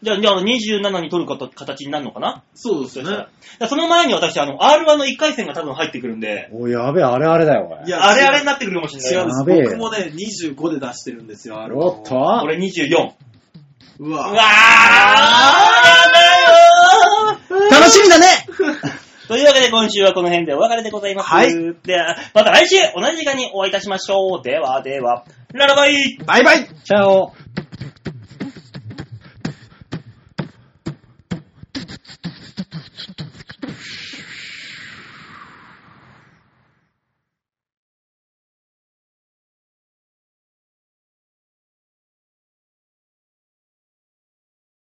[SPEAKER 2] じゃあ、じゃあ27に取ること形になるのかな
[SPEAKER 3] そうです
[SPEAKER 2] そ
[SPEAKER 3] よ
[SPEAKER 2] したら
[SPEAKER 3] ね
[SPEAKER 2] だ。からその前に私、あの、R1 の1回戦が多分入ってくるんで、
[SPEAKER 4] おい、やべえ、あれあれだよ、これ。
[SPEAKER 3] いや
[SPEAKER 2] あれあれになってくるかもしれ
[SPEAKER 3] 違
[SPEAKER 2] な
[SPEAKER 3] う
[SPEAKER 2] い
[SPEAKER 3] ん
[SPEAKER 2] な。
[SPEAKER 4] やべえ
[SPEAKER 3] です。僕もね、25で出してるんですよ、あの
[SPEAKER 4] おっと
[SPEAKER 2] 俺24。
[SPEAKER 3] う
[SPEAKER 2] うわ
[SPEAKER 3] わ
[SPEAKER 2] ーやべえよー
[SPEAKER 4] 楽しみだね
[SPEAKER 2] というわけで今週はこの辺でお別れでございます。
[SPEAKER 3] はい
[SPEAKER 2] では、また来週同じ時間にお会いいたしましょう。ではでは、ララバイ
[SPEAKER 3] バイバイ
[SPEAKER 4] チャオ